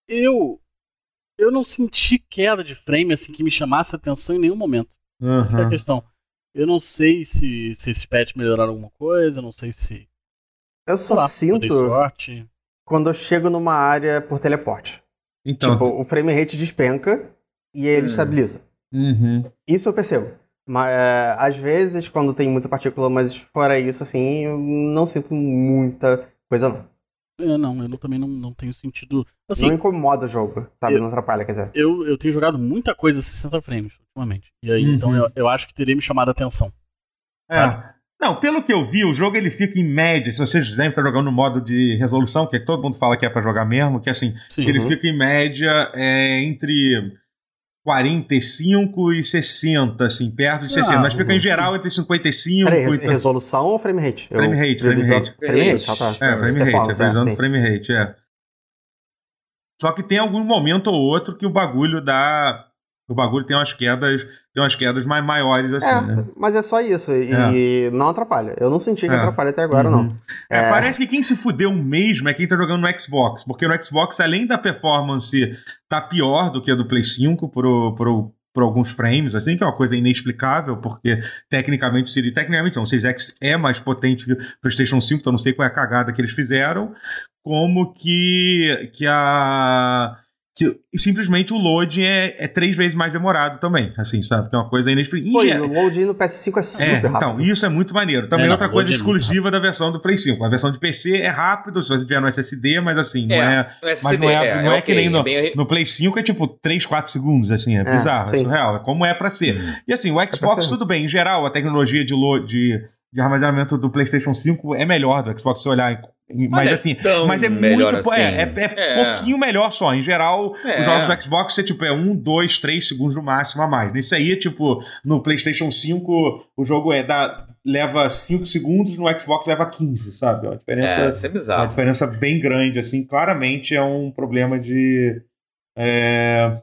Speaker 4: Eu eu não senti queda de frame assim que me chamasse atenção em nenhum momento. Essa é a
Speaker 3: Uhum.
Speaker 1: Aham.
Speaker 4: questão. Eu não sei se, se esses patch melhoraram alguma coisa, não sei se.
Speaker 3: Eu
Speaker 4: sei
Speaker 3: só
Speaker 4: lá, eu dei
Speaker 3: sinto
Speaker 4: sorte.
Speaker 3: quando eu chego numa área por teleporte.
Speaker 1: Então.
Speaker 3: tipo, o frame rate despenca e aí ele
Speaker 2: Hum.
Speaker 3: estabiliza.
Speaker 1: Uhum.
Speaker 3: Isso eu percebo. Mas é, às vezes, quando tem muita partícula, mas fora isso, assim, eu não sinto muita coisa, não.
Speaker 4: É, não, eu não- também não, não tenho sentido. Assim,
Speaker 3: Não é. incomoda o jogo, sabe?
Speaker 4: Eu-
Speaker 3: Não atrapalha, quer dizer.
Speaker 4: eu, eu tenho jogado muita coisa a 60 frames ultimamente. E aí,
Speaker 1: Uhum.
Speaker 4: então, eu, eu acho que teria me chamado a atenção.
Speaker 1: É. Não, pelo que eu vi, o jogo ele fica em média. Se vocês devem estar jogando no modo de resolução, que é que todo mundo fala que é pra jogar mesmo, que assim,
Speaker 4: Sim.
Speaker 1: ele
Speaker 3: Uhum.
Speaker 1: fica em média é, entre 45 e 60, assim, perto de 60. Mas fica
Speaker 3: uhum.
Speaker 1: em geral entre 55
Speaker 3: Peraí,
Speaker 1: e.
Speaker 3: res- resolução ou frame rate? Eu-
Speaker 1: Frame rate, frame
Speaker 3: priorizando-
Speaker 1: rate.
Speaker 3: Frame rate, ah, tá.
Speaker 1: É, frame
Speaker 3: Eu
Speaker 1: rate,
Speaker 3: falo,
Speaker 1: é visando
Speaker 3: sim.
Speaker 1: frame rate, é. Só que tem algum momento ou outro que o bagulho dá. O bagulho tem umas quedas, tem umas quedas mais maiores, assim,
Speaker 3: É,
Speaker 1: né?
Speaker 3: mas é só isso. E não atrapalha. Eu não senti que
Speaker 1: É.
Speaker 3: atrapalha até agora,
Speaker 1: Uhum.
Speaker 3: não.
Speaker 1: É,
Speaker 3: É.
Speaker 1: Parece que quem se fudeu mesmo é quem tá jogando no Xbox, porque no Xbox, além da performance tá pior do que a do Play 5 pro, pro, por alguns frames, assim, que é uma coisa inexplicável, porque tecnicamente o Series, tecnicamente não, o Series X é mais potente que o PlayStation 5, então eu não sei qual é a cagada que eles fizeram, como que, que a... Que, simplesmente o loading é, é três vezes mais demorado também, assim, sabe? Que é uma coisa
Speaker 3: Pô, e
Speaker 1: inexplicável.
Speaker 3: o load no PS5 é super
Speaker 1: É,
Speaker 3: rápido.
Speaker 1: então, isso é muito maneiro. Também
Speaker 4: É, não,
Speaker 1: outra
Speaker 4: o
Speaker 1: coisa
Speaker 4: load é muito
Speaker 1: exclusiva da versão do Play 5. A versão de PC é rápido, se você tiver no SSD, mas assim, não
Speaker 2: É.
Speaker 1: é. Mas não é- não é que nem No Play 5 é tipo 3, 4 segundos, assim, é,
Speaker 3: É,
Speaker 1: bizarro, é
Speaker 3: sim.
Speaker 1: surreal, é como é pra ser. E assim, o Xbox,
Speaker 3: ser.
Speaker 1: tudo bem, em geral, a tecnologia de, lo- de, de armazenamento do PlayStation 5 é melhor do Xbox, se olhar. em- em- Mas assim, mas é muito. po- É, é, é
Speaker 2: assim. É.
Speaker 1: pouquinho melhor só. Em geral,
Speaker 2: É.
Speaker 1: os jogos do Xbox é tipo, é 1, 2, 3 segundos no máximo a mais. Isso aí, tipo, no PlayStation 5, o jogo é da, leva 5 segundos, no Xbox leva 15, sabe? É uma diferença,
Speaker 2: É, isso é
Speaker 1: uma
Speaker 2: bizarro.
Speaker 1: diferença bem grande, assim. Claramente é um problema de. É.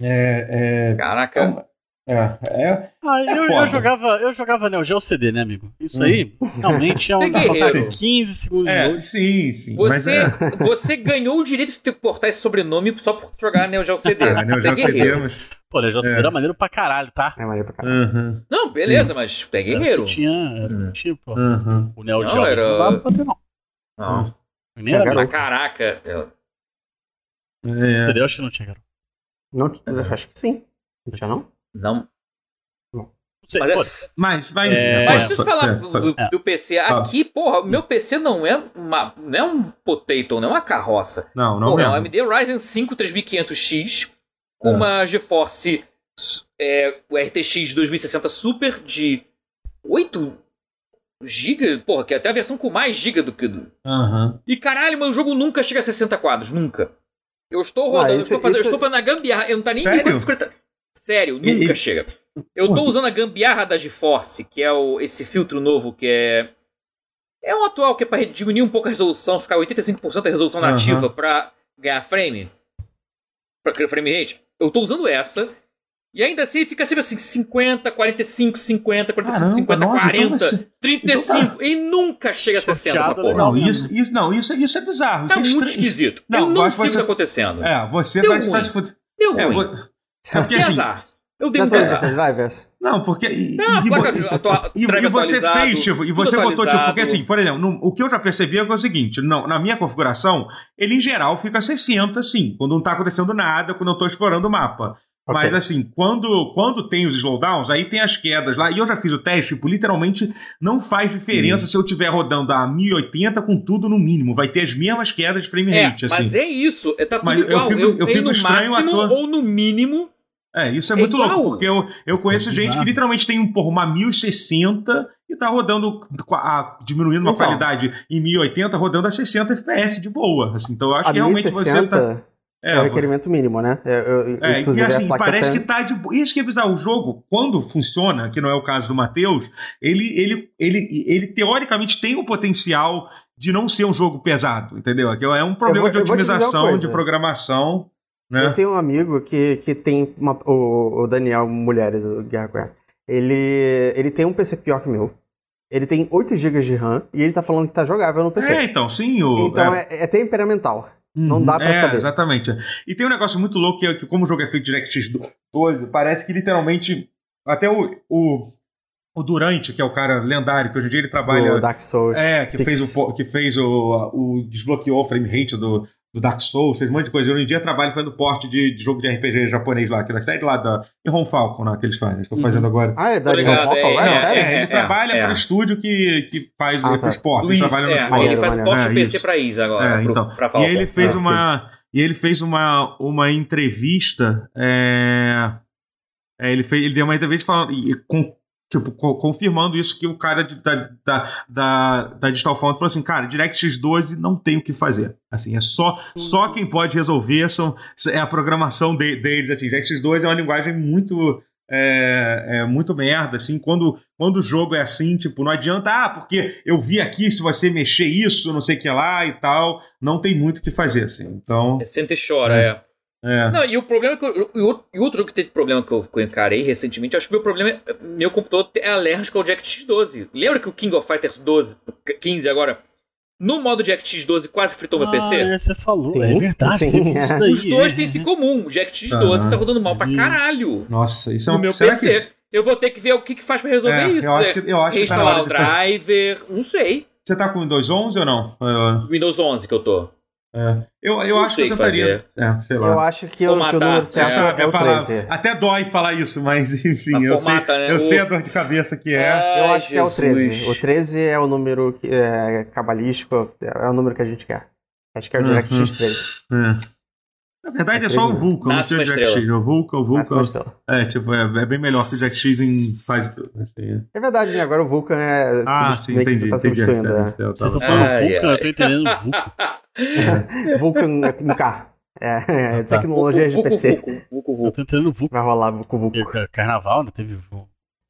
Speaker 1: É. É.
Speaker 2: Caraca.
Speaker 1: é, é,
Speaker 4: Ah, eu, eu
Speaker 1: foda.
Speaker 4: jogava, eu jogava Neo Geo CD, né, amigo? Isso aí, realmente é um
Speaker 2: Tem guerreiro.
Speaker 4: 15 segundos
Speaker 1: é,
Speaker 4: de load.
Speaker 1: sim, sim. mas
Speaker 2: Você,
Speaker 1: é,
Speaker 2: você ganhou o direito de ter que portar esse sobrenome só por jogar Neo Geo CD.
Speaker 1: é, né, eu já
Speaker 2: Até
Speaker 1: sei,
Speaker 2: guerreiro.
Speaker 1: mas.
Speaker 4: Pô, Neo Geo CD era maneiro pra caralho, tá?
Speaker 3: É maneiro pra caralho.
Speaker 1: Aham,
Speaker 2: Não, beleza, mas tu é
Speaker 4: Era o que
Speaker 2: guerreiro.
Speaker 4: Tinha, era o que
Speaker 2: Hum.
Speaker 4: tinha, pô.
Speaker 1: aham.
Speaker 4: O Neo
Speaker 2: Não,
Speaker 4: Geo
Speaker 2: era-
Speaker 4: não dava pra ter, não.
Speaker 2: Não.
Speaker 4: Nem era
Speaker 3: Tinha
Speaker 2: Ah,
Speaker 3: garoto.
Speaker 4: garoto.
Speaker 2: caraca. Eu-
Speaker 1: É.
Speaker 4: CD eu acho que não tinha garoto.
Speaker 3: Não, acho que sim. Não tinha, não?
Speaker 2: Não.
Speaker 4: Não sei,
Speaker 2: Mas é
Speaker 4: pô,
Speaker 1: Mas, mas,
Speaker 4: É,
Speaker 2: Mas
Speaker 4: é,
Speaker 2: deixa eu falar do, do-
Speaker 4: é.
Speaker 2: do PC. Aqui, porra, o meu PC não é, uma, não é um potato, não é uma carroça.
Speaker 1: Não, não
Speaker 2: porra, é um
Speaker 1: mesmo. É.
Speaker 2: AMD Ryzen 5 3500X com uma GeForce é, o RTX 2060 Super de 8 GB, porra, que é até a versão com mais giga do que... do-
Speaker 1: Aham.
Speaker 2: E caralho, meu jogo nunca chega a 60 quadros, nunca. Eu estou rodando,
Speaker 3: Ah,
Speaker 2: eu,
Speaker 3: isso-
Speaker 2: estou fazendo, eu
Speaker 3: isso-
Speaker 2: estou fazendo a gambiarra, eu não tá nem
Speaker 1: Sério?
Speaker 2: 50. Sério,
Speaker 1: E-
Speaker 2: nunca
Speaker 1: e-
Speaker 2: chega. Eu tô
Speaker 1: Porra, que-
Speaker 2: usando a gambiarra da GeForce, que é o, esse filtro novo que é. É um atual que é pra diminuir um pouco a resolução, ficar 85% da resolução
Speaker 1: Aham.
Speaker 2: nativa pra ganhar frame. Pra criar frame rate. Eu tô usando essa. E ainda assim fica sempre assim: 50, 45, 50, 45,
Speaker 1: Caramba,
Speaker 2: 50,
Speaker 1: nossa, então né?
Speaker 2: 40,
Speaker 1: vai ser-
Speaker 2: 35. E nunca chega a 60 essa
Speaker 4: Chateado,
Speaker 2: porra.
Speaker 4: legal.
Speaker 1: Não, isso, isso, não, isso, isso é bizarro.
Speaker 2: né? Tá
Speaker 1: isso é
Speaker 2: muito
Speaker 1: estra-
Speaker 2: esquisito.
Speaker 1: Não,
Speaker 2: eu
Speaker 1: eu
Speaker 2: não
Speaker 1: acho
Speaker 2: sei o que
Speaker 1: você-
Speaker 2: tá acontecendo.
Speaker 1: É, você
Speaker 2: Deu
Speaker 1: tá, você tá
Speaker 2: ruim.
Speaker 1: se fudendo.
Speaker 2: Deu
Speaker 1: É,
Speaker 2: ruim.
Speaker 1: vo- é porque
Speaker 2: Dei
Speaker 1: assim.
Speaker 2: azar. Eu dei
Speaker 3: Já
Speaker 2: muito
Speaker 3: todas
Speaker 2: azar.
Speaker 3: essas drivers?
Speaker 1: Não, porque. E,
Speaker 2: Não, a
Speaker 1: e,
Speaker 2: placa
Speaker 1: vo-
Speaker 2: atua-
Speaker 1: e-
Speaker 2: drive
Speaker 1: e você
Speaker 2: atualizado,
Speaker 1: fez, tipo, e
Speaker 2: tudo
Speaker 1: você botou, tipo,
Speaker 2: atualizado.
Speaker 1: porque assim, por exemplo, no- o que eu já percebi é que é o seguinte: não, na minha configuração, ele em geral fica 60, assim, quando não tá acontecendo nada, quando eu tô explorando o mapa. Mas
Speaker 3: é. Ok.
Speaker 1: assim, quando, quando tem os slowdowns, aí tem as quedas lá. E eu já fiz o teste, tipo, literalmente não faz diferença se eu estiver rodando a 1080 com tudo no mínimo. Vai ter as mesmas quedas de frame
Speaker 2: É,
Speaker 1: rate, assim.
Speaker 2: mas é isso. é- Tá tudo
Speaker 1: Mas eu
Speaker 2: igual. Eu,
Speaker 1: fico- eu
Speaker 2: tenho
Speaker 1: fico
Speaker 2: no
Speaker 1: estranho
Speaker 2: máximo
Speaker 1: à toa.
Speaker 2: ou no mínimo.
Speaker 1: É, isso é,
Speaker 2: É
Speaker 1: muito
Speaker 2: igual.
Speaker 1: louco, porque eu, eu conheço
Speaker 4: É
Speaker 1: gente
Speaker 4: bizarro.
Speaker 1: que literalmente tem um, porra, uma 1060 e tá rodando, com a- a- diminuindo a
Speaker 3: Então.
Speaker 1: qualidade em 1080, rodando a 60 FPS de boa. assim. então eu acho
Speaker 3: A
Speaker 1: que realmente você
Speaker 3: 1060
Speaker 1: tá.
Speaker 3: é,
Speaker 1: É,
Speaker 3: o requerimento mínimo, né? Eu, eu,
Speaker 1: é, e
Speaker 3: inclusive,
Speaker 1: assim,
Speaker 3: a placa
Speaker 1: parece
Speaker 3: tem-
Speaker 1: que tá de boa. Isso que é bizarro. O jogo, quando funciona, que não é o caso do Matheus, ele, ele, ele, ele teoricamente tem o potencial de não ser um jogo pesado, entendeu? É que É um problema
Speaker 3: vou-
Speaker 1: de
Speaker 3: eu vou te dizer uma
Speaker 1: otimização, de
Speaker 3: coisa.
Speaker 1: programação. Né?
Speaker 3: Eu tenho um amigo que, que tem uma- o, o Daniel Mulheres, o Guerra conhece. Ele, ele tem um PC pior que meu. Ele tem 8 GB de RAM e ele tá falando que tá jogável no PC.
Speaker 1: É, então, sim. O,
Speaker 3: então é, é temperamental. não dá pra
Speaker 1: é,
Speaker 3: saber.
Speaker 1: Exatamente. é. E tem um negócio muito louco que, é que como o jogo é feito DirectX 12, parece que literalmente. Até o, o, o Durante, que é o cara lendário, que hoje em dia ele trabalha.
Speaker 3: Do Dark Souls.
Speaker 1: É, que
Speaker 3: Pix.
Speaker 1: fez, o, po- que fez o, o. desbloqueou o frame rate do, do Dark Souls, fez um monte de coisa. Hoje em dia trabalho fazendo porte de, de jogo de RPG japonês lá, que sai de lá da. E Ron Falcon, né, que eles fazem, eles estão fazendo agora.
Speaker 3: Ah, é da
Speaker 2: Obrigado,
Speaker 3: Obrigado,
Speaker 2: é,
Speaker 3: é,
Speaker 2: não,
Speaker 3: sério?
Speaker 1: É, ele
Speaker 2: é,
Speaker 1: trabalha
Speaker 2: é.
Speaker 1: para o estúdio que, que faz
Speaker 3: Ah,
Speaker 1: ah,
Speaker 3: tá.
Speaker 1: os portes.
Speaker 2: Luiz,
Speaker 1: ele trabalha
Speaker 2: é,
Speaker 1: nos portes.
Speaker 2: ele faz
Speaker 3: maneiro,
Speaker 2: porte
Speaker 1: maneiro. É,
Speaker 2: PC
Speaker 1: isso.
Speaker 2: pra isso agora.
Speaker 1: É,
Speaker 2: pro-
Speaker 1: então.
Speaker 2: pra É.
Speaker 1: E
Speaker 2: falar.
Speaker 1: aí ele fez
Speaker 3: Ah,
Speaker 1: uma. E ele fez uma, uma entrevista. É, é, ele, fez, ele deu uma entrevista falando. e- e com- tipo, co- confirmando isso que o cara de- da, da, da, da Digital Foundry falou assim: cara, DirectX 12 não tem o que fazer. Assim, é só, só
Speaker 2: Uhum.
Speaker 1: quem pode resolver são, é a programação de- deles. Assim, DirectX 12 é uma linguagem muito. É, é muito merda, assim, quando, quando o jogo é assim, tipo, não adianta, ah, porque eu vi aqui, se você mexer isso, não sei o que lá e tal, não tem muito o que fazer, assim, então,
Speaker 2: É, Senta e chora, é.
Speaker 1: é.
Speaker 2: Não, e o problema que eu, e o- e outro que teve problema que eu, que eu encarei recentemente, acho que o meu problema é meu computador é alérgico ao DirectX 12. Lembra que o King of Fighters 12, 15 agora, no modo DirectX 12 quase fritou meu PC?
Speaker 4: Ah, é, você falou,
Speaker 3: Sim,
Speaker 4: é verdade.
Speaker 3: sim.
Speaker 4: teve isso daí,
Speaker 2: Os dois
Speaker 4: é,
Speaker 2: têm
Speaker 4: é,
Speaker 2: esse
Speaker 4: é.
Speaker 2: comum. O DirectX 12 tá rodando mal pra
Speaker 4: Ih.
Speaker 2: caralho
Speaker 1: Nossa, isso é
Speaker 2: no
Speaker 1: um
Speaker 2: meu
Speaker 1: será que
Speaker 2: PC.
Speaker 1: isso-
Speaker 2: Eu vou ter que ver o que, que faz pra resolver
Speaker 1: é,
Speaker 2: isso.
Speaker 1: Eu acho
Speaker 2: É
Speaker 1: que, eu acho que tá na
Speaker 2: Reinstalar
Speaker 1: hora
Speaker 2: o
Speaker 1: de fazer.
Speaker 2: driver, não sei.
Speaker 1: Você tá com o Windows 11 ou não? É,
Speaker 2: Windows 11 que eu tô.
Speaker 1: é. Eu, eu
Speaker 2: Não
Speaker 1: acho que
Speaker 2: sei
Speaker 1: eu
Speaker 2: o que
Speaker 1: tentaria. É, sei
Speaker 3: Eu
Speaker 1: lá.
Speaker 3: acho que, o- que
Speaker 2: Formatar.
Speaker 3: o número
Speaker 1: Você
Speaker 2: acho que
Speaker 3: certo
Speaker 1: sabe
Speaker 3: é
Speaker 1: a
Speaker 3: o
Speaker 1: palavra.
Speaker 3: 13.
Speaker 1: Até dói falar isso, mas enfim,
Speaker 2: A
Speaker 1: eu
Speaker 2: formata,
Speaker 1: sei,
Speaker 2: né?
Speaker 1: eu
Speaker 2: O-
Speaker 1: sei a dor de cabeça que é.
Speaker 3: Eu
Speaker 2: Ai,
Speaker 3: acho que é o 13. O
Speaker 2: Jesus.
Speaker 3: 13 é o número que- é, cabalístico, é o número que a gente quer. Acho que é o
Speaker 1: Uhum.
Speaker 3: DirectX 13.
Speaker 1: É. Na verdade, é só o Vulkan, não
Speaker 2: Nasce
Speaker 1: sei o
Speaker 2: uma
Speaker 1: DirectX.
Speaker 2: estrela.
Speaker 1: O Vulkan, o
Speaker 3: Mas
Speaker 1: Vulkan.
Speaker 3: gostou.
Speaker 1: É, tipo, é, é bem melhor que o DirectX em quase tudo. assim, é.
Speaker 3: É verdade, né? Agora o Vulkan é.
Speaker 1: Ah,
Speaker 3: subst-
Speaker 1: sim,
Speaker 3: meio que
Speaker 1: entendi.
Speaker 3: Tá
Speaker 1: entendi é a
Speaker 3: substituindo, né?
Speaker 1: diferença, eu
Speaker 4: Vocês
Speaker 1: tava-
Speaker 4: estão falando
Speaker 2: Ai,
Speaker 4: VUCA,
Speaker 2: ai.
Speaker 4: eu tô entendendo
Speaker 2: Ah,
Speaker 4: VUCA.
Speaker 3: Vulkan é com K.
Speaker 1: Ah,
Speaker 3: É, é
Speaker 4: Tá.
Speaker 3: tecnologia de
Speaker 2: Vucu,
Speaker 3: PC.
Speaker 2: vucu, vucu,
Speaker 4: Eu
Speaker 2: vucu.
Speaker 4: tô entendendo VUCA.
Speaker 3: Vai rolar Vucu Vucu.
Speaker 4: Porque Carnaval, né? Teve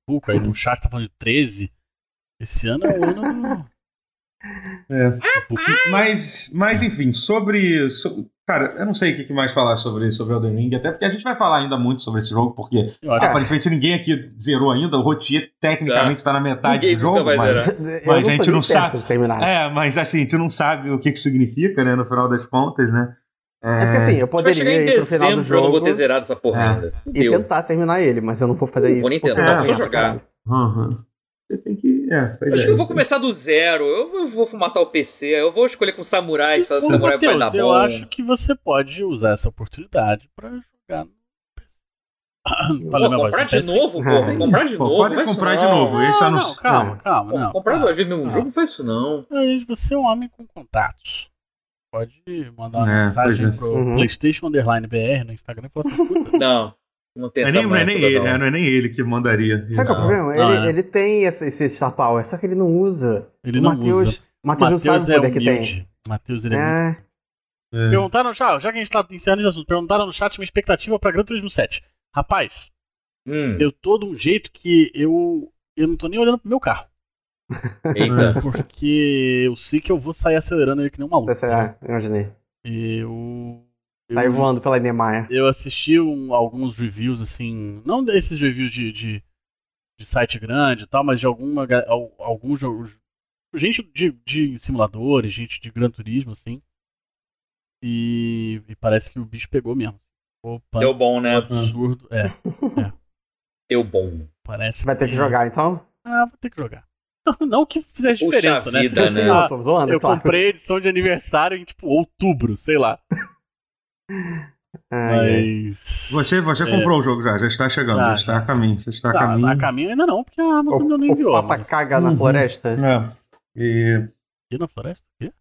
Speaker 4: VUCA, aí o chat tá falando de 13. Esse ano é o ano
Speaker 1: É.
Speaker 4: do VUCA.
Speaker 1: Mas, mas enfim, sobre, so- Cara, eu não sei o que que mais falar sobre, sobre Elden Ring, até porque a gente vai falar ainda muito sobre esse jogo, porque
Speaker 4: Eu acho
Speaker 3: Ah,
Speaker 1: aparentemente ninguém aqui zerou ainda. O Rotier tecnicamente está na metade
Speaker 2: Ninguém
Speaker 1: do
Speaker 2: nunca
Speaker 1: jogo,
Speaker 2: vai
Speaker 1: mas.
Speaker 2: zerar.
Speaker 3: Eu
Speaker 1: Mas
Speaker 3: tô
Speaker 1: a gente
Speaker 3: nem
Speaker 1: não
Speaker 3: perto
Speaker 1: sabe.
Speaker 3: de terminar. É,
Speaker 1: É, mas assim, a gente não sabe o que, que significa, né, no final das contas, né?
Speaker 3: porque assim, eu
Speaker 2: A gente vai
Speaker 3: poderia
Speaker 2: chegar em
Speaker 3: ir pro final do
Speaker 2: dezembro, eu não
Speaker 3: jogo
Speaker 2: vou ter zerado essa porra
Speaker 1: É.
Speaker 2: ainda.
Speaker 3: e
Speaker 2: Fudeu.
Speaker 3: tentar terminar ele, mas eu não vou fazer
Speaker 2: Não
Speaker 3: isso.
Speaker 2: vou nem
Speaker 3: porque tá
Speaker 1: tentar,
Speaker 3: eu
Speaker 1: vou só
Speaker 3: pra
Speaker 2: jogar.
Speaker 3: caralho.
Speaker 1: Aham. Você tem que. É, pois
Speaker 2: Acho
Speaker 1: é.
Speaker 2: que eu vou começar do zero. Eu eu vou matar o PC, eu vou escolher com samurai, de fazer
Speaker 4: Ô,
Speaker 2: samurai vai dar
Speaker 4: Matheus, eu
Speaker 2: tá bom.
Speaker 4: acho que você pode usar essa oportunidade pra jogar no PC. Falei
Speaker 2: Pô,
Speaker 4: minha voz,
Speaker 2: comprar
Speaker 4: no
Speaker 2: de
Speaker 4: PC.
Speaker 2: novo, pô.
Speaker 3: Ah,
Speaker 2: Comprar de
Speaker 1: pô,
Speaker 2: novo.
Speaker 1: foda é
Speaker 2: faz isso
Speaker 1: comprar de
Speaker 2: não.
Speaker 1: novo. Esse
Speaker 4: Ah,
Speaker 1: anúncio-
Speaker 4: não, calma, calma.
Speaker 2: Pô,
Speaker 4: Não,
Speaker 2: comprar
Speaker 4: calma.
Speaker 2: duas vezes o mesmo
Speaker 4: Ah.
Speaker 2: jogo não faz isso, não.
Speaker 4: Mas você é um homem com contatos. Pode mandar uma
Speaker 1: É,
Speaker 4: mensagem
Speaker 1: pois é.
Speaker 4: pro
Speaker 3: Uhum.
Speaker 4: PlayStation Underline BR no Instagram e falar assim: escuta,
Speaker 2: Não. Não tem
Speaker 1: É
Speaker 2: essa
Speaker 1: nem,
Speaker 4: um,
Speaker 1: não, é
Speaker 2: manha
Speaker 1: nem
Speaker 2: toda,
Speaker 1: ele,
Speaker 2: não.
Speaker 4: né?
Speaker 1: é, não é nem ele que mandaria.
Speaker 3: Sabe qual é o
Speaker 1: isso.
Speaker 3: problema?
Speaker 4: Não,
Speaker 3: ele,
Speaker 4: é.
Speaker 3: ele tem esse, esse Star Power, só que ele não usa.
Speaker 4: ele
Speaker 3: o
Speaker 4: não
Speaker 3: Matheus,
Speaker 4: usa.
Speaker 3: Matheus não sabe o
Speaker 4: é
Speaker 3: poder que tem.
Speaker 4: humilde. Matheus, ele é, humilde.
Speaker 3: É,
Speaker 1: É.
Speaker 4: Perguntaram no chat, já que a gente tá encerrando esse assunto, perguntaram no chat minha expectativa pra Gran Turismo 7. Rapaz,
Speaker 2: Hum,
Speaker 4: eu tô de um jeito que eu, eu não tô nem olhando pro meu carro.
Speaker 1: É.
Speaker 2: eita.
Speaker 4: Porque eu sei que eu vou sair acelerando ele que nem um maluco.
Speaker 3: essa, ah, imaginei.
Speaker 4: Eu. eu
Speaker 3: Tá aí voando pela Neymar.
Speaker 4: eu assisti um- alguns reviews, assim, não desses reviews de, de, de site grande e tal, mas de alguma, ga- al- alguns jogos. Gente de, de simuladores, gente de Gran Turismo, assim. E, e parece que o bicho pegou mesmo. Opa,
Speaker 2: Deu bom, né?
Speaker 4: absurdo. É,
Speaker 2: Deu bom.
Speaker 4: parece.
Speaker 3: Você vai ter que jogar então?
Speaker 4: Ah, vou ter que jogar. Não que fizesse
Speaker 2: Puxa
Speaker 4: diferença, né?
Speaker 2: vida,
Speaker 4: Sei
Speaker 2: né?
Speaker 4: lá,
Speaker 3: não, tô zoando, tá?
Speaker 4: eu
Speaker 3: claro.
Speaker 4: comprei a edição de aniversário em, tipo, outubro, sei lá.
Speaker 3: Ai,
Speaker 4: Mas.
Speaker 1: Você, você
Speaker 4: É.
Speaker 1: comprou o jogo já, já está chegando, já,
Speaker 4: Já,
Speaker 1: está a caminho. Já está a
Speaker 4: Ah,
Speaker 1: caminho.
Speaker 4: a caminho ainda não, porque a
Speaker 3: o,
Speaker 4: Amazon ainda não enviou.
Speaker 3: o Papa
Speaker 4: mas-
Speaker 3: caga na
Speaker 1: Uhum.
Speaker 3: floresta?
Speaker 1: É. E,
Speaker 4: Aqui na floresta? O quê?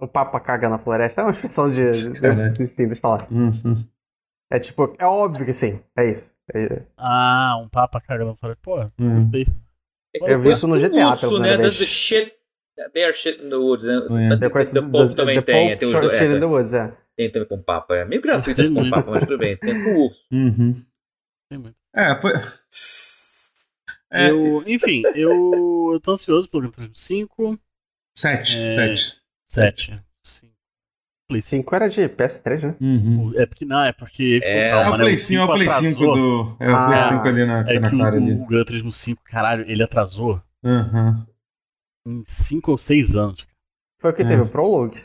Speaker 3: O Papa caga na floresta é uma expressão de.
Speaker 4: é, né?
Speaker 1: Caralho.
Speaker 3: Enfim, deixa eu falar.
Speaker 1: uhum.
Speaker 3: É tipo, é óbvio que sim. É isso. É-
Speaker 4: Ah, um papa caga na floresta. Pô,
Speaker 1: Hum.
Speaker 4: gostei.
Speaker 3: Eu vi isso no GTA pela
Speaker 2: Urso, né?
Speaker 3: primeira
Speaker 2: There's
Speaker 3: vez.
Speaker 2: the shit. Bear shit in the woods, né?
Speaker 1: É.
Speaker 3: Eu conheço
Speaker 2: The Pope também
Speaker 3: The
Speaker 2: tem,
Speaker 3: Pope,
Speaker 2: tem os
Speaker 3: Short
Speaker 2: dois,
Speaker 3: Shade
Speaker 2: é,
Speaker 3: in the Woods, é.
Speaker 2: Tem também com papa. É meio gratuito esse
Speaker 4: Gostei
Speaker 2: com
Speaker 4: muito.
Speaker 2: papa, mas tudo bem. Tem com urso.
Speaker 1: Uhum.
Speaker 4: Tem muito.
Speaker 1: É, foi. É,
Speaker 4: Eu, enfim, eu, eu tô ansioso pelo Gran Turismo 5,
Speaker 1: Sete.
Speaker 4: É.
Speaker 1: Sete.
Speaker 4: 7. 5. Play 5.
Speaker 3: 5 era de PS3, né?
Speaker 1: Uhum.
Speaker 4: É porque não, é porque ficou
Speaker 2: É.
Speaker 1: É
Speaker 4: calma,
Speaker 1: o
Speaker 4: né?
Speaker 1: Play 5, é o Play 5
Speaker 4: atrasou.
Speaker 1: do. É o Play
Speaker 3: Ah,
Speaker 1: 5 ali na,
Speaker 4: É
Speaker 1: na
Speaker 4: que
Speaker 1: cara
Speaker 4: o,
Speaker 1: ali. Uhum.
Speaker 4: o Gran Turismo 5, caralho, ele atrasou
Speaker 1: Aham.
Speaker 4: em 5 ou 6 anos. cara.
Speaker 3: Foi o que
Speaker 1: É.
Speaker 3: teve o Prologue.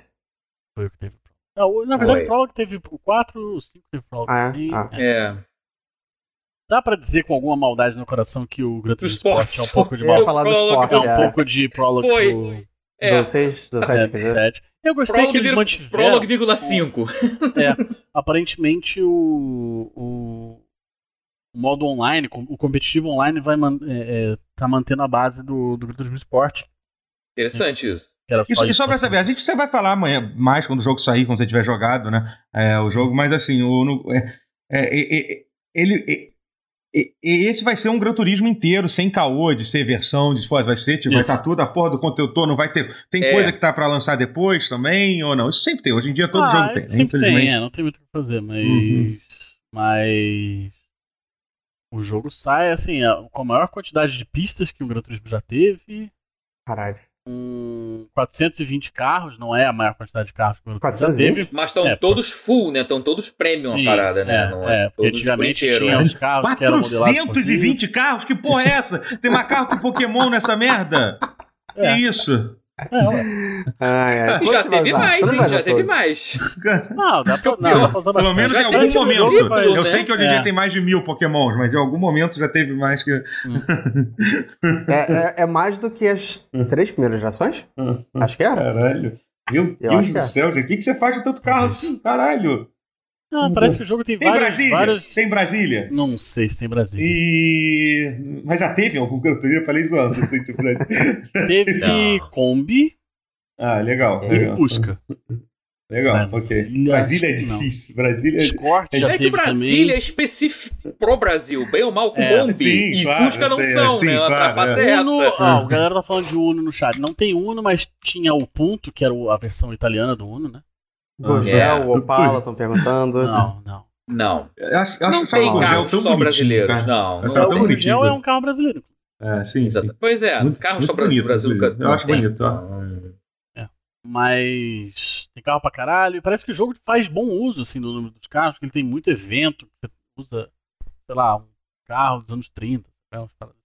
Speaker 4: Foi o que teve. Não, na verdade,
Speaker 2: Foi.
Speaker 4: o Prologue teve o 4, o 5 teve o Prologue.
Speaker 3: Ah, é?
Speaker 4: E-
Speaker 3: Ah.
Speaker 2: É.
Speaker 4: Dá pra dizer com alguma maldade no coração que o Gran
Speaker 2: Do
Speaker 4: Turismo
Speaker 2: esporte.
Speaker 4: Sport é um pouco de
Speaker 3: Eu
Speaker 4: mal.
Speaker 3: ia falar do
Speaker 2: Prologue
Speaker 3: esporte.
Speaker 4: É um
Speaker 3: é.
Speaker 4: pouco de Prologue
Speaker 2: Foi.
Speaker 4: do,
Speaker 2: É.
Speaker 3: 16, 17, quer
Speaker 4: é,
Speaker 3: dizer.
Speaker 4: 7. Eu gostei
Speaker 2: Prologue
Speaker 4: que eles
Speaker 2: vira-
Speaker 4: mantiveram.
Speaker 2: Prologue, vírgula 5.
Speaker 4: aparentemente o, o o modo online, com- o competitivo online vai man, é, é, tá mantendo a base do, do Gran Turismo Sport.
Speaker 2: Interessante isso.
Speaker 4: que era
Speaker 1: Isso,
Speaker 4: de-
Speaker 1: e só pra saber, a gente você vai falar amanhã mais quando o jogo sair, quando você tiver jogado, né? É, o jogo, mas assim, o, no- é, é, é, é, ele. é, é, é, esse vai ser um Gran Turismo inteiro, sem caô, de ser versão, de pô, vai ser, tipo, vai
Speaker 4: Isso.
Speaker 1: estar tudo a porra do conteúdo, todo, não vai ter. Tem
Speaker 2: É.
Speaker 1: coisa que tá pra lançar depois também, ou não? Isso sempre tem, hoje em dia todo
Speaker 4: Ah,
Speaker 1: jogo tem, né?
Speaker 4: Sempre
Speaker 1: infelizmente.
Speaker 4: tem, é, não tem muito o que fazer, mas.
Speaker 1: Uhum.
Speaker 4: Mas. O jogo sai, assim, a- com a maior quantidade de pistas que o Gran Turismo já teve.
Speaker 3: Caralho.
Speaker 2: Hum.
Speaker 4: Com 420 carros, não é a maior quantidade de carros que o Gran Turismo já
Speaker 3: 420?
Speaker 4: teve.
Speaker 2: Mas estão
Speaker 4: É,
Speaker 2: todos full, né? Estão todos premium
Speaker 4: Sim,
Speaker 2: a parada, né?
Speaker 4: é,
Speaker 2: Não
Speaker 4: é, porque
Speaker 2: todos
Speaker 4: antigamente
Speaker 2: por inteiro,
Speaker 4: tinha um
Speaker 2: né?
Speaker 4: os carros que eram modelados. por si.
Speaker 1: 420 carros? Que porra é essa? Tem macaco com Pokémon nessa merda?
Speaker 4: É.
Speaker 1: Que isso?
Speaker 4: É, ué.
Speaker 3: Ai, ai.
Speaker 2: E
Speaker 3: Quando
Speaker 2: Já
Speaker 3: você vai
Speaker 2: teve
Speaker 3: usar?
Speaker 2: mais,
Speaker 3: Quando
Speaker 2: hein?
Speaker 3: vai
Speaker 2: Já
Speaker 3: usar
Speaker 2: teve
Speaker 3: todos?
Speaker 2: mais.
Speaker 4: Não, dá pra,
Speaker 2: Campeão.
Speaker 4: não, dá pra usar
Speaker 1: Pelo
Speaker 4: bastante.
Speaker 1: menos em
Speaker 4: Já
Speaker 1: algum
Speaker 4: teve um
Speaker 1: momento.
Speaker 4: jogo, mas-
Speaker 1: Eu
Speaker 2: né?
Speaker 1: sei que hoje em dia
Speaker 4: É.
Speaker 1: tem mais de mil Pokémons, mas em algum momento já teve mais que.
Speaker 3: É, é- é mais do que as três primeiras gerações?
Speaker 1: Hum,
Speaker 3: Acho que
Speaker 1: É.
Speaker 3: era.
Speaker 1: Caralho. Meu Deus
Speaker 3: acho que
Speaker 1: do
Speaker 3: é.
Speaker 1: céu, gente. O que, que você faz com tanto carro assim? Caralho.
Speaker 4: Não, parece que o jogo tem
Speaker 1: Tem
Speaker 4: vários.
Speaker 1: Brasília?
Speaker 4: vários-
Speaker 1: Tem Brasília?
Speaker 4: Não sei se tem Brasília.
Speaker 1: E. Mas já teve algum Gran Turismo? Eu falei zoando. Assim, tipo, né?
Speaker 4: Teve
Speaker 2: Não.
Speaker 4: Kombi
Speaker 1: Ah, legal.
Speaker 3: É,
Speaker 4: e
Speaker 1: Legal,
Speaker 4: Fusca.
Speaker 1: legal ok.
Speaker 4: Brasília,
Speaker 1: Brasília é
Speaker 4: acho que não.
Speaker 1: difícil. Brasília é
Speaker 4: Escort já
Speaker 2: É
Speaker 4: teve
Speaker 2: que Brasília é específico pro Brasil, bem ou mal, com Kombi
Speaker 1: É, sim,
Speaker 2: e
Speaker 1: claro,
Speaker 2: Fusca não
Speaker 1: sei,
Speaker 2: são,
Speaker 1: sim,
Speaker 2: né? A
Speaker 1: claro,
Speaker 2: trapaça é
Speaker 4: também.
Speaker 2: essa.
Speaker 4: Uno, ah, o galera tá falando de Uno no chat. Não tem Uno, mas tinha o Punto, que era o- a versão italiana do Uno, né?
Speaker 3: Gurgel,
Speaker 1: É,
Speaker 2: Yeah.
Speaker 3: Opala, estão perguntando.
Speaker 4: Não, não.
Speaker 2: Não,
Speaker 1: Eu acho, eu acho
Speaker 2: não
Speaker 1: que o
Speaker 2: tem
Speaker 1: Gurgel
Speaker 2: carros
Speaker 1: tão
Speaker 2: só
Speaker 1: bonitinho,
Speaker 2: brasileiros,
Speaker 1: cara.
Speaker 2: não.
Speaker 1: Acho
Speaker 2: não
Speaker 1: ela tão né?
Speaker 4: o
Speaker 2: tem.
Speaker 1: bonito.
Speaker 4: Gurgel é um carro brasileiro.
Speaker 1: É, sim,
Speaker 2: Exato.
Speaker 1: sim.
Speaker 2: Pois é,
Speaker 1: Muito-
Speaker 2: carros
Speaker 1: muito
Speaker 2: só brasileiros
Speaker 1: bonito,
Speaker 2: Brasil.
Speaker 1: bonito. Eu
Speaker 2: não
Speaker 1: acho
Speaker 2: tem.
Speaker 1: bonito, ó.
Speaker 2: Hum.
Speaker 4: Mas tem carro pra caralho. E parece que o jogo faz bom uso, assim, do número dos carros, porque ele tem muito evento. que Você usa, sei lá, um carro dos anos 30. né, umas paradas.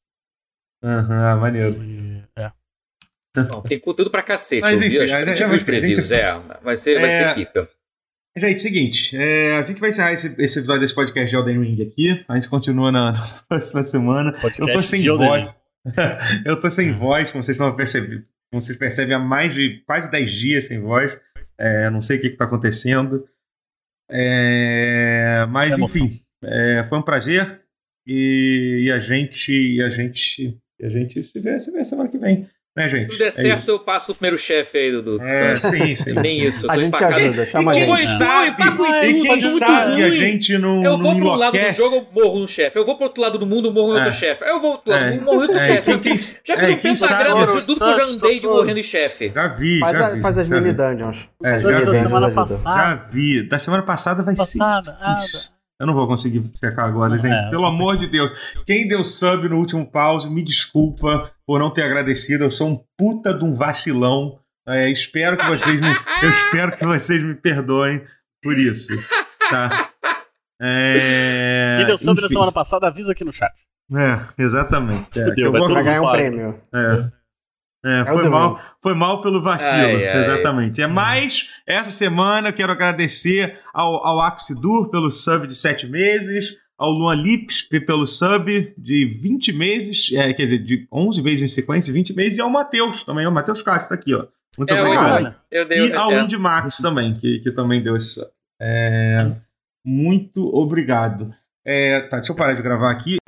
Speaker 1: Aham, maneiro.
Speaker 4: E- É.
Speaker 2: Não, tem conteúdo pra cacete.
Speaker 1: Mas,
Speaker 2: eu vi
Speaker 1: enfim,
Speaker 2: as-
Speaker 1: a gente-
Speaker 2: eu vi os
Speaker 1: a gente-
Speaker 2: previews, é. Vai ser, vai
Speaker 1: É,
Speaker 2: ser pica.
Speaker 1: Gente, seguinte, é, a gente vai encerrar esse, esse episódio desse podcast de Elden Ring aqui. A gente continua na, na próxima semana.
Speaker 4: Podcast
Speaker 1: Eu tô sem
Speaker 4: de Elden Ring.
Speaker 1: voz. Eu tô sem voz, como vocês estão percebendo. Como vocês percebem, há mais de quase 10 dias sem voz. É, não sei o que, que tá acontecendo. É, mas,
Speaker 4: É emoção.
Speaker 1: enfim, é, foi um prazer. E, e a gente. E a gente. E a gente se vê, se vê semana que vem. Né, gente?
Speaker 2: Se tudo der
Speaker 1: É
Speaker 2: certo,
Speaker 1: isso.
Speaker 2: eu passo o primeiro chefe aí do. do
Speaker 1: É, sim, sim.
Speaker 2: Nem isso, eu
Speaker 3: A
Speaker 2: tô
Speaker 3: gente
Speaker 2: empacado.
Speaker 3: ajuda, chama a
Speaker 1: E quem
Speaker 3: gente.
Speaker 1: sabe,
Speaker 2: Paco e
Speaker 1: e
Speaker 2: tudo,
Speaker 1: quem
Speaker 2: mas muito
Speaker 1: sabe a
Speaker 2: ruim.
Speaker 1: gente não,
Speaker 2: Eu vou
Speaker 1: não
Speaker 2: pro lado do
Speaker 1: um enlouquece.
Speaker 2: jogo, eu morro no chefe. Eu vou pro outro lado do mundo, eu morro em outro
Speaker 1: É.
Speaker 2: chefe. Eu vou pro outro lado
Speaker 1: É.
Speaker 2: do mundo, morro em outro
Speaker 1: É,
Speaker 2: chefe.
Speaker 1: quem,
Speaker 2: Eu
Speaker 1: quem,
Speaker 2: fiz- Já fiz
Speaker 1: é,
Speaker 2: um
Speaker 1: quem
Speaker 2: pentagrama
Speaker 1: sabe,
Speaker 2: de tudo que eu já andei de morrendo em chefe.
Speaker 1: já vi,
Speaker 3: Faz,
Speaker 1: já
Speaker 3: a-
Speaker 1: vi.
Speaker 3: faz as
Speaker 1: já
Speaker 3: mini
Speaker 1: vi.
Speaker 3: dungeons.
Speaker 4: O
Speaker 1: É,
Speaker 4: Santos
Speaker 1: já
Speaker 4: da
Speaker 1: vi,
Speaker 4: semana
Speaker 3: já vi.
Speaker 4: passada.
Speaker 1: Já vi. Da semana passada vai
Speaker 4: Passada,
Speaker 1: ser difícil. Eu não vou conseguir checar agora,
Speaker 4: Não,
Speaker 1: gente.
Speaker 4: é.
Speaker 1: Pelo amor de Deus. Quem deu sub no último pause, me desculpa por não ter agradecido. Eu sou um puta de um vacilão. É, espero que vocês me, eu espero que vocês me perdoem por isso. Tá? É,
Speaker 4: Quem deu sub na
Speaker 1: enfim.
Speaker 4: semana passada, avisa aqui no chat.
Speaker 1: É, exatamente. É,
Speaker 4: Fudeu,
Speaker 1: que eu
Speaker 4: vai
Speaker 1: vou-
Speaker 4: todo
Speaker 3: Vai ganhar um
Speaker 4: Fala.
Speaker 3: prêmio.
Speaker 1: É. É, foi,
Speaker 3: Elden
Speaker 1: mal, foi mal pelo vacilo,
Speaker 2: Ai, ai.
Speaker 1: exatamente. É, mas essa semana eu quero agradecer ao, ao Axidur pelo sub de 7 meses, ao Luan Lips pe- pelo sub de 20 meses, é, quer dizer, de 11 vezes em sequência, 20 meses, e ao Matheus também, o Matheus Castro tá aqui, ó. Muito
Speaker 2: É,
Speaker 1: obrigado.
Speaker 2: olha, Eu dei
Speaker 1: E ao
Speaker 2: é.
Speaker 1: Indy Max também, que, que também deu esse. É, muito obrigado. É, tá, deixa eu parar de gravar aqui.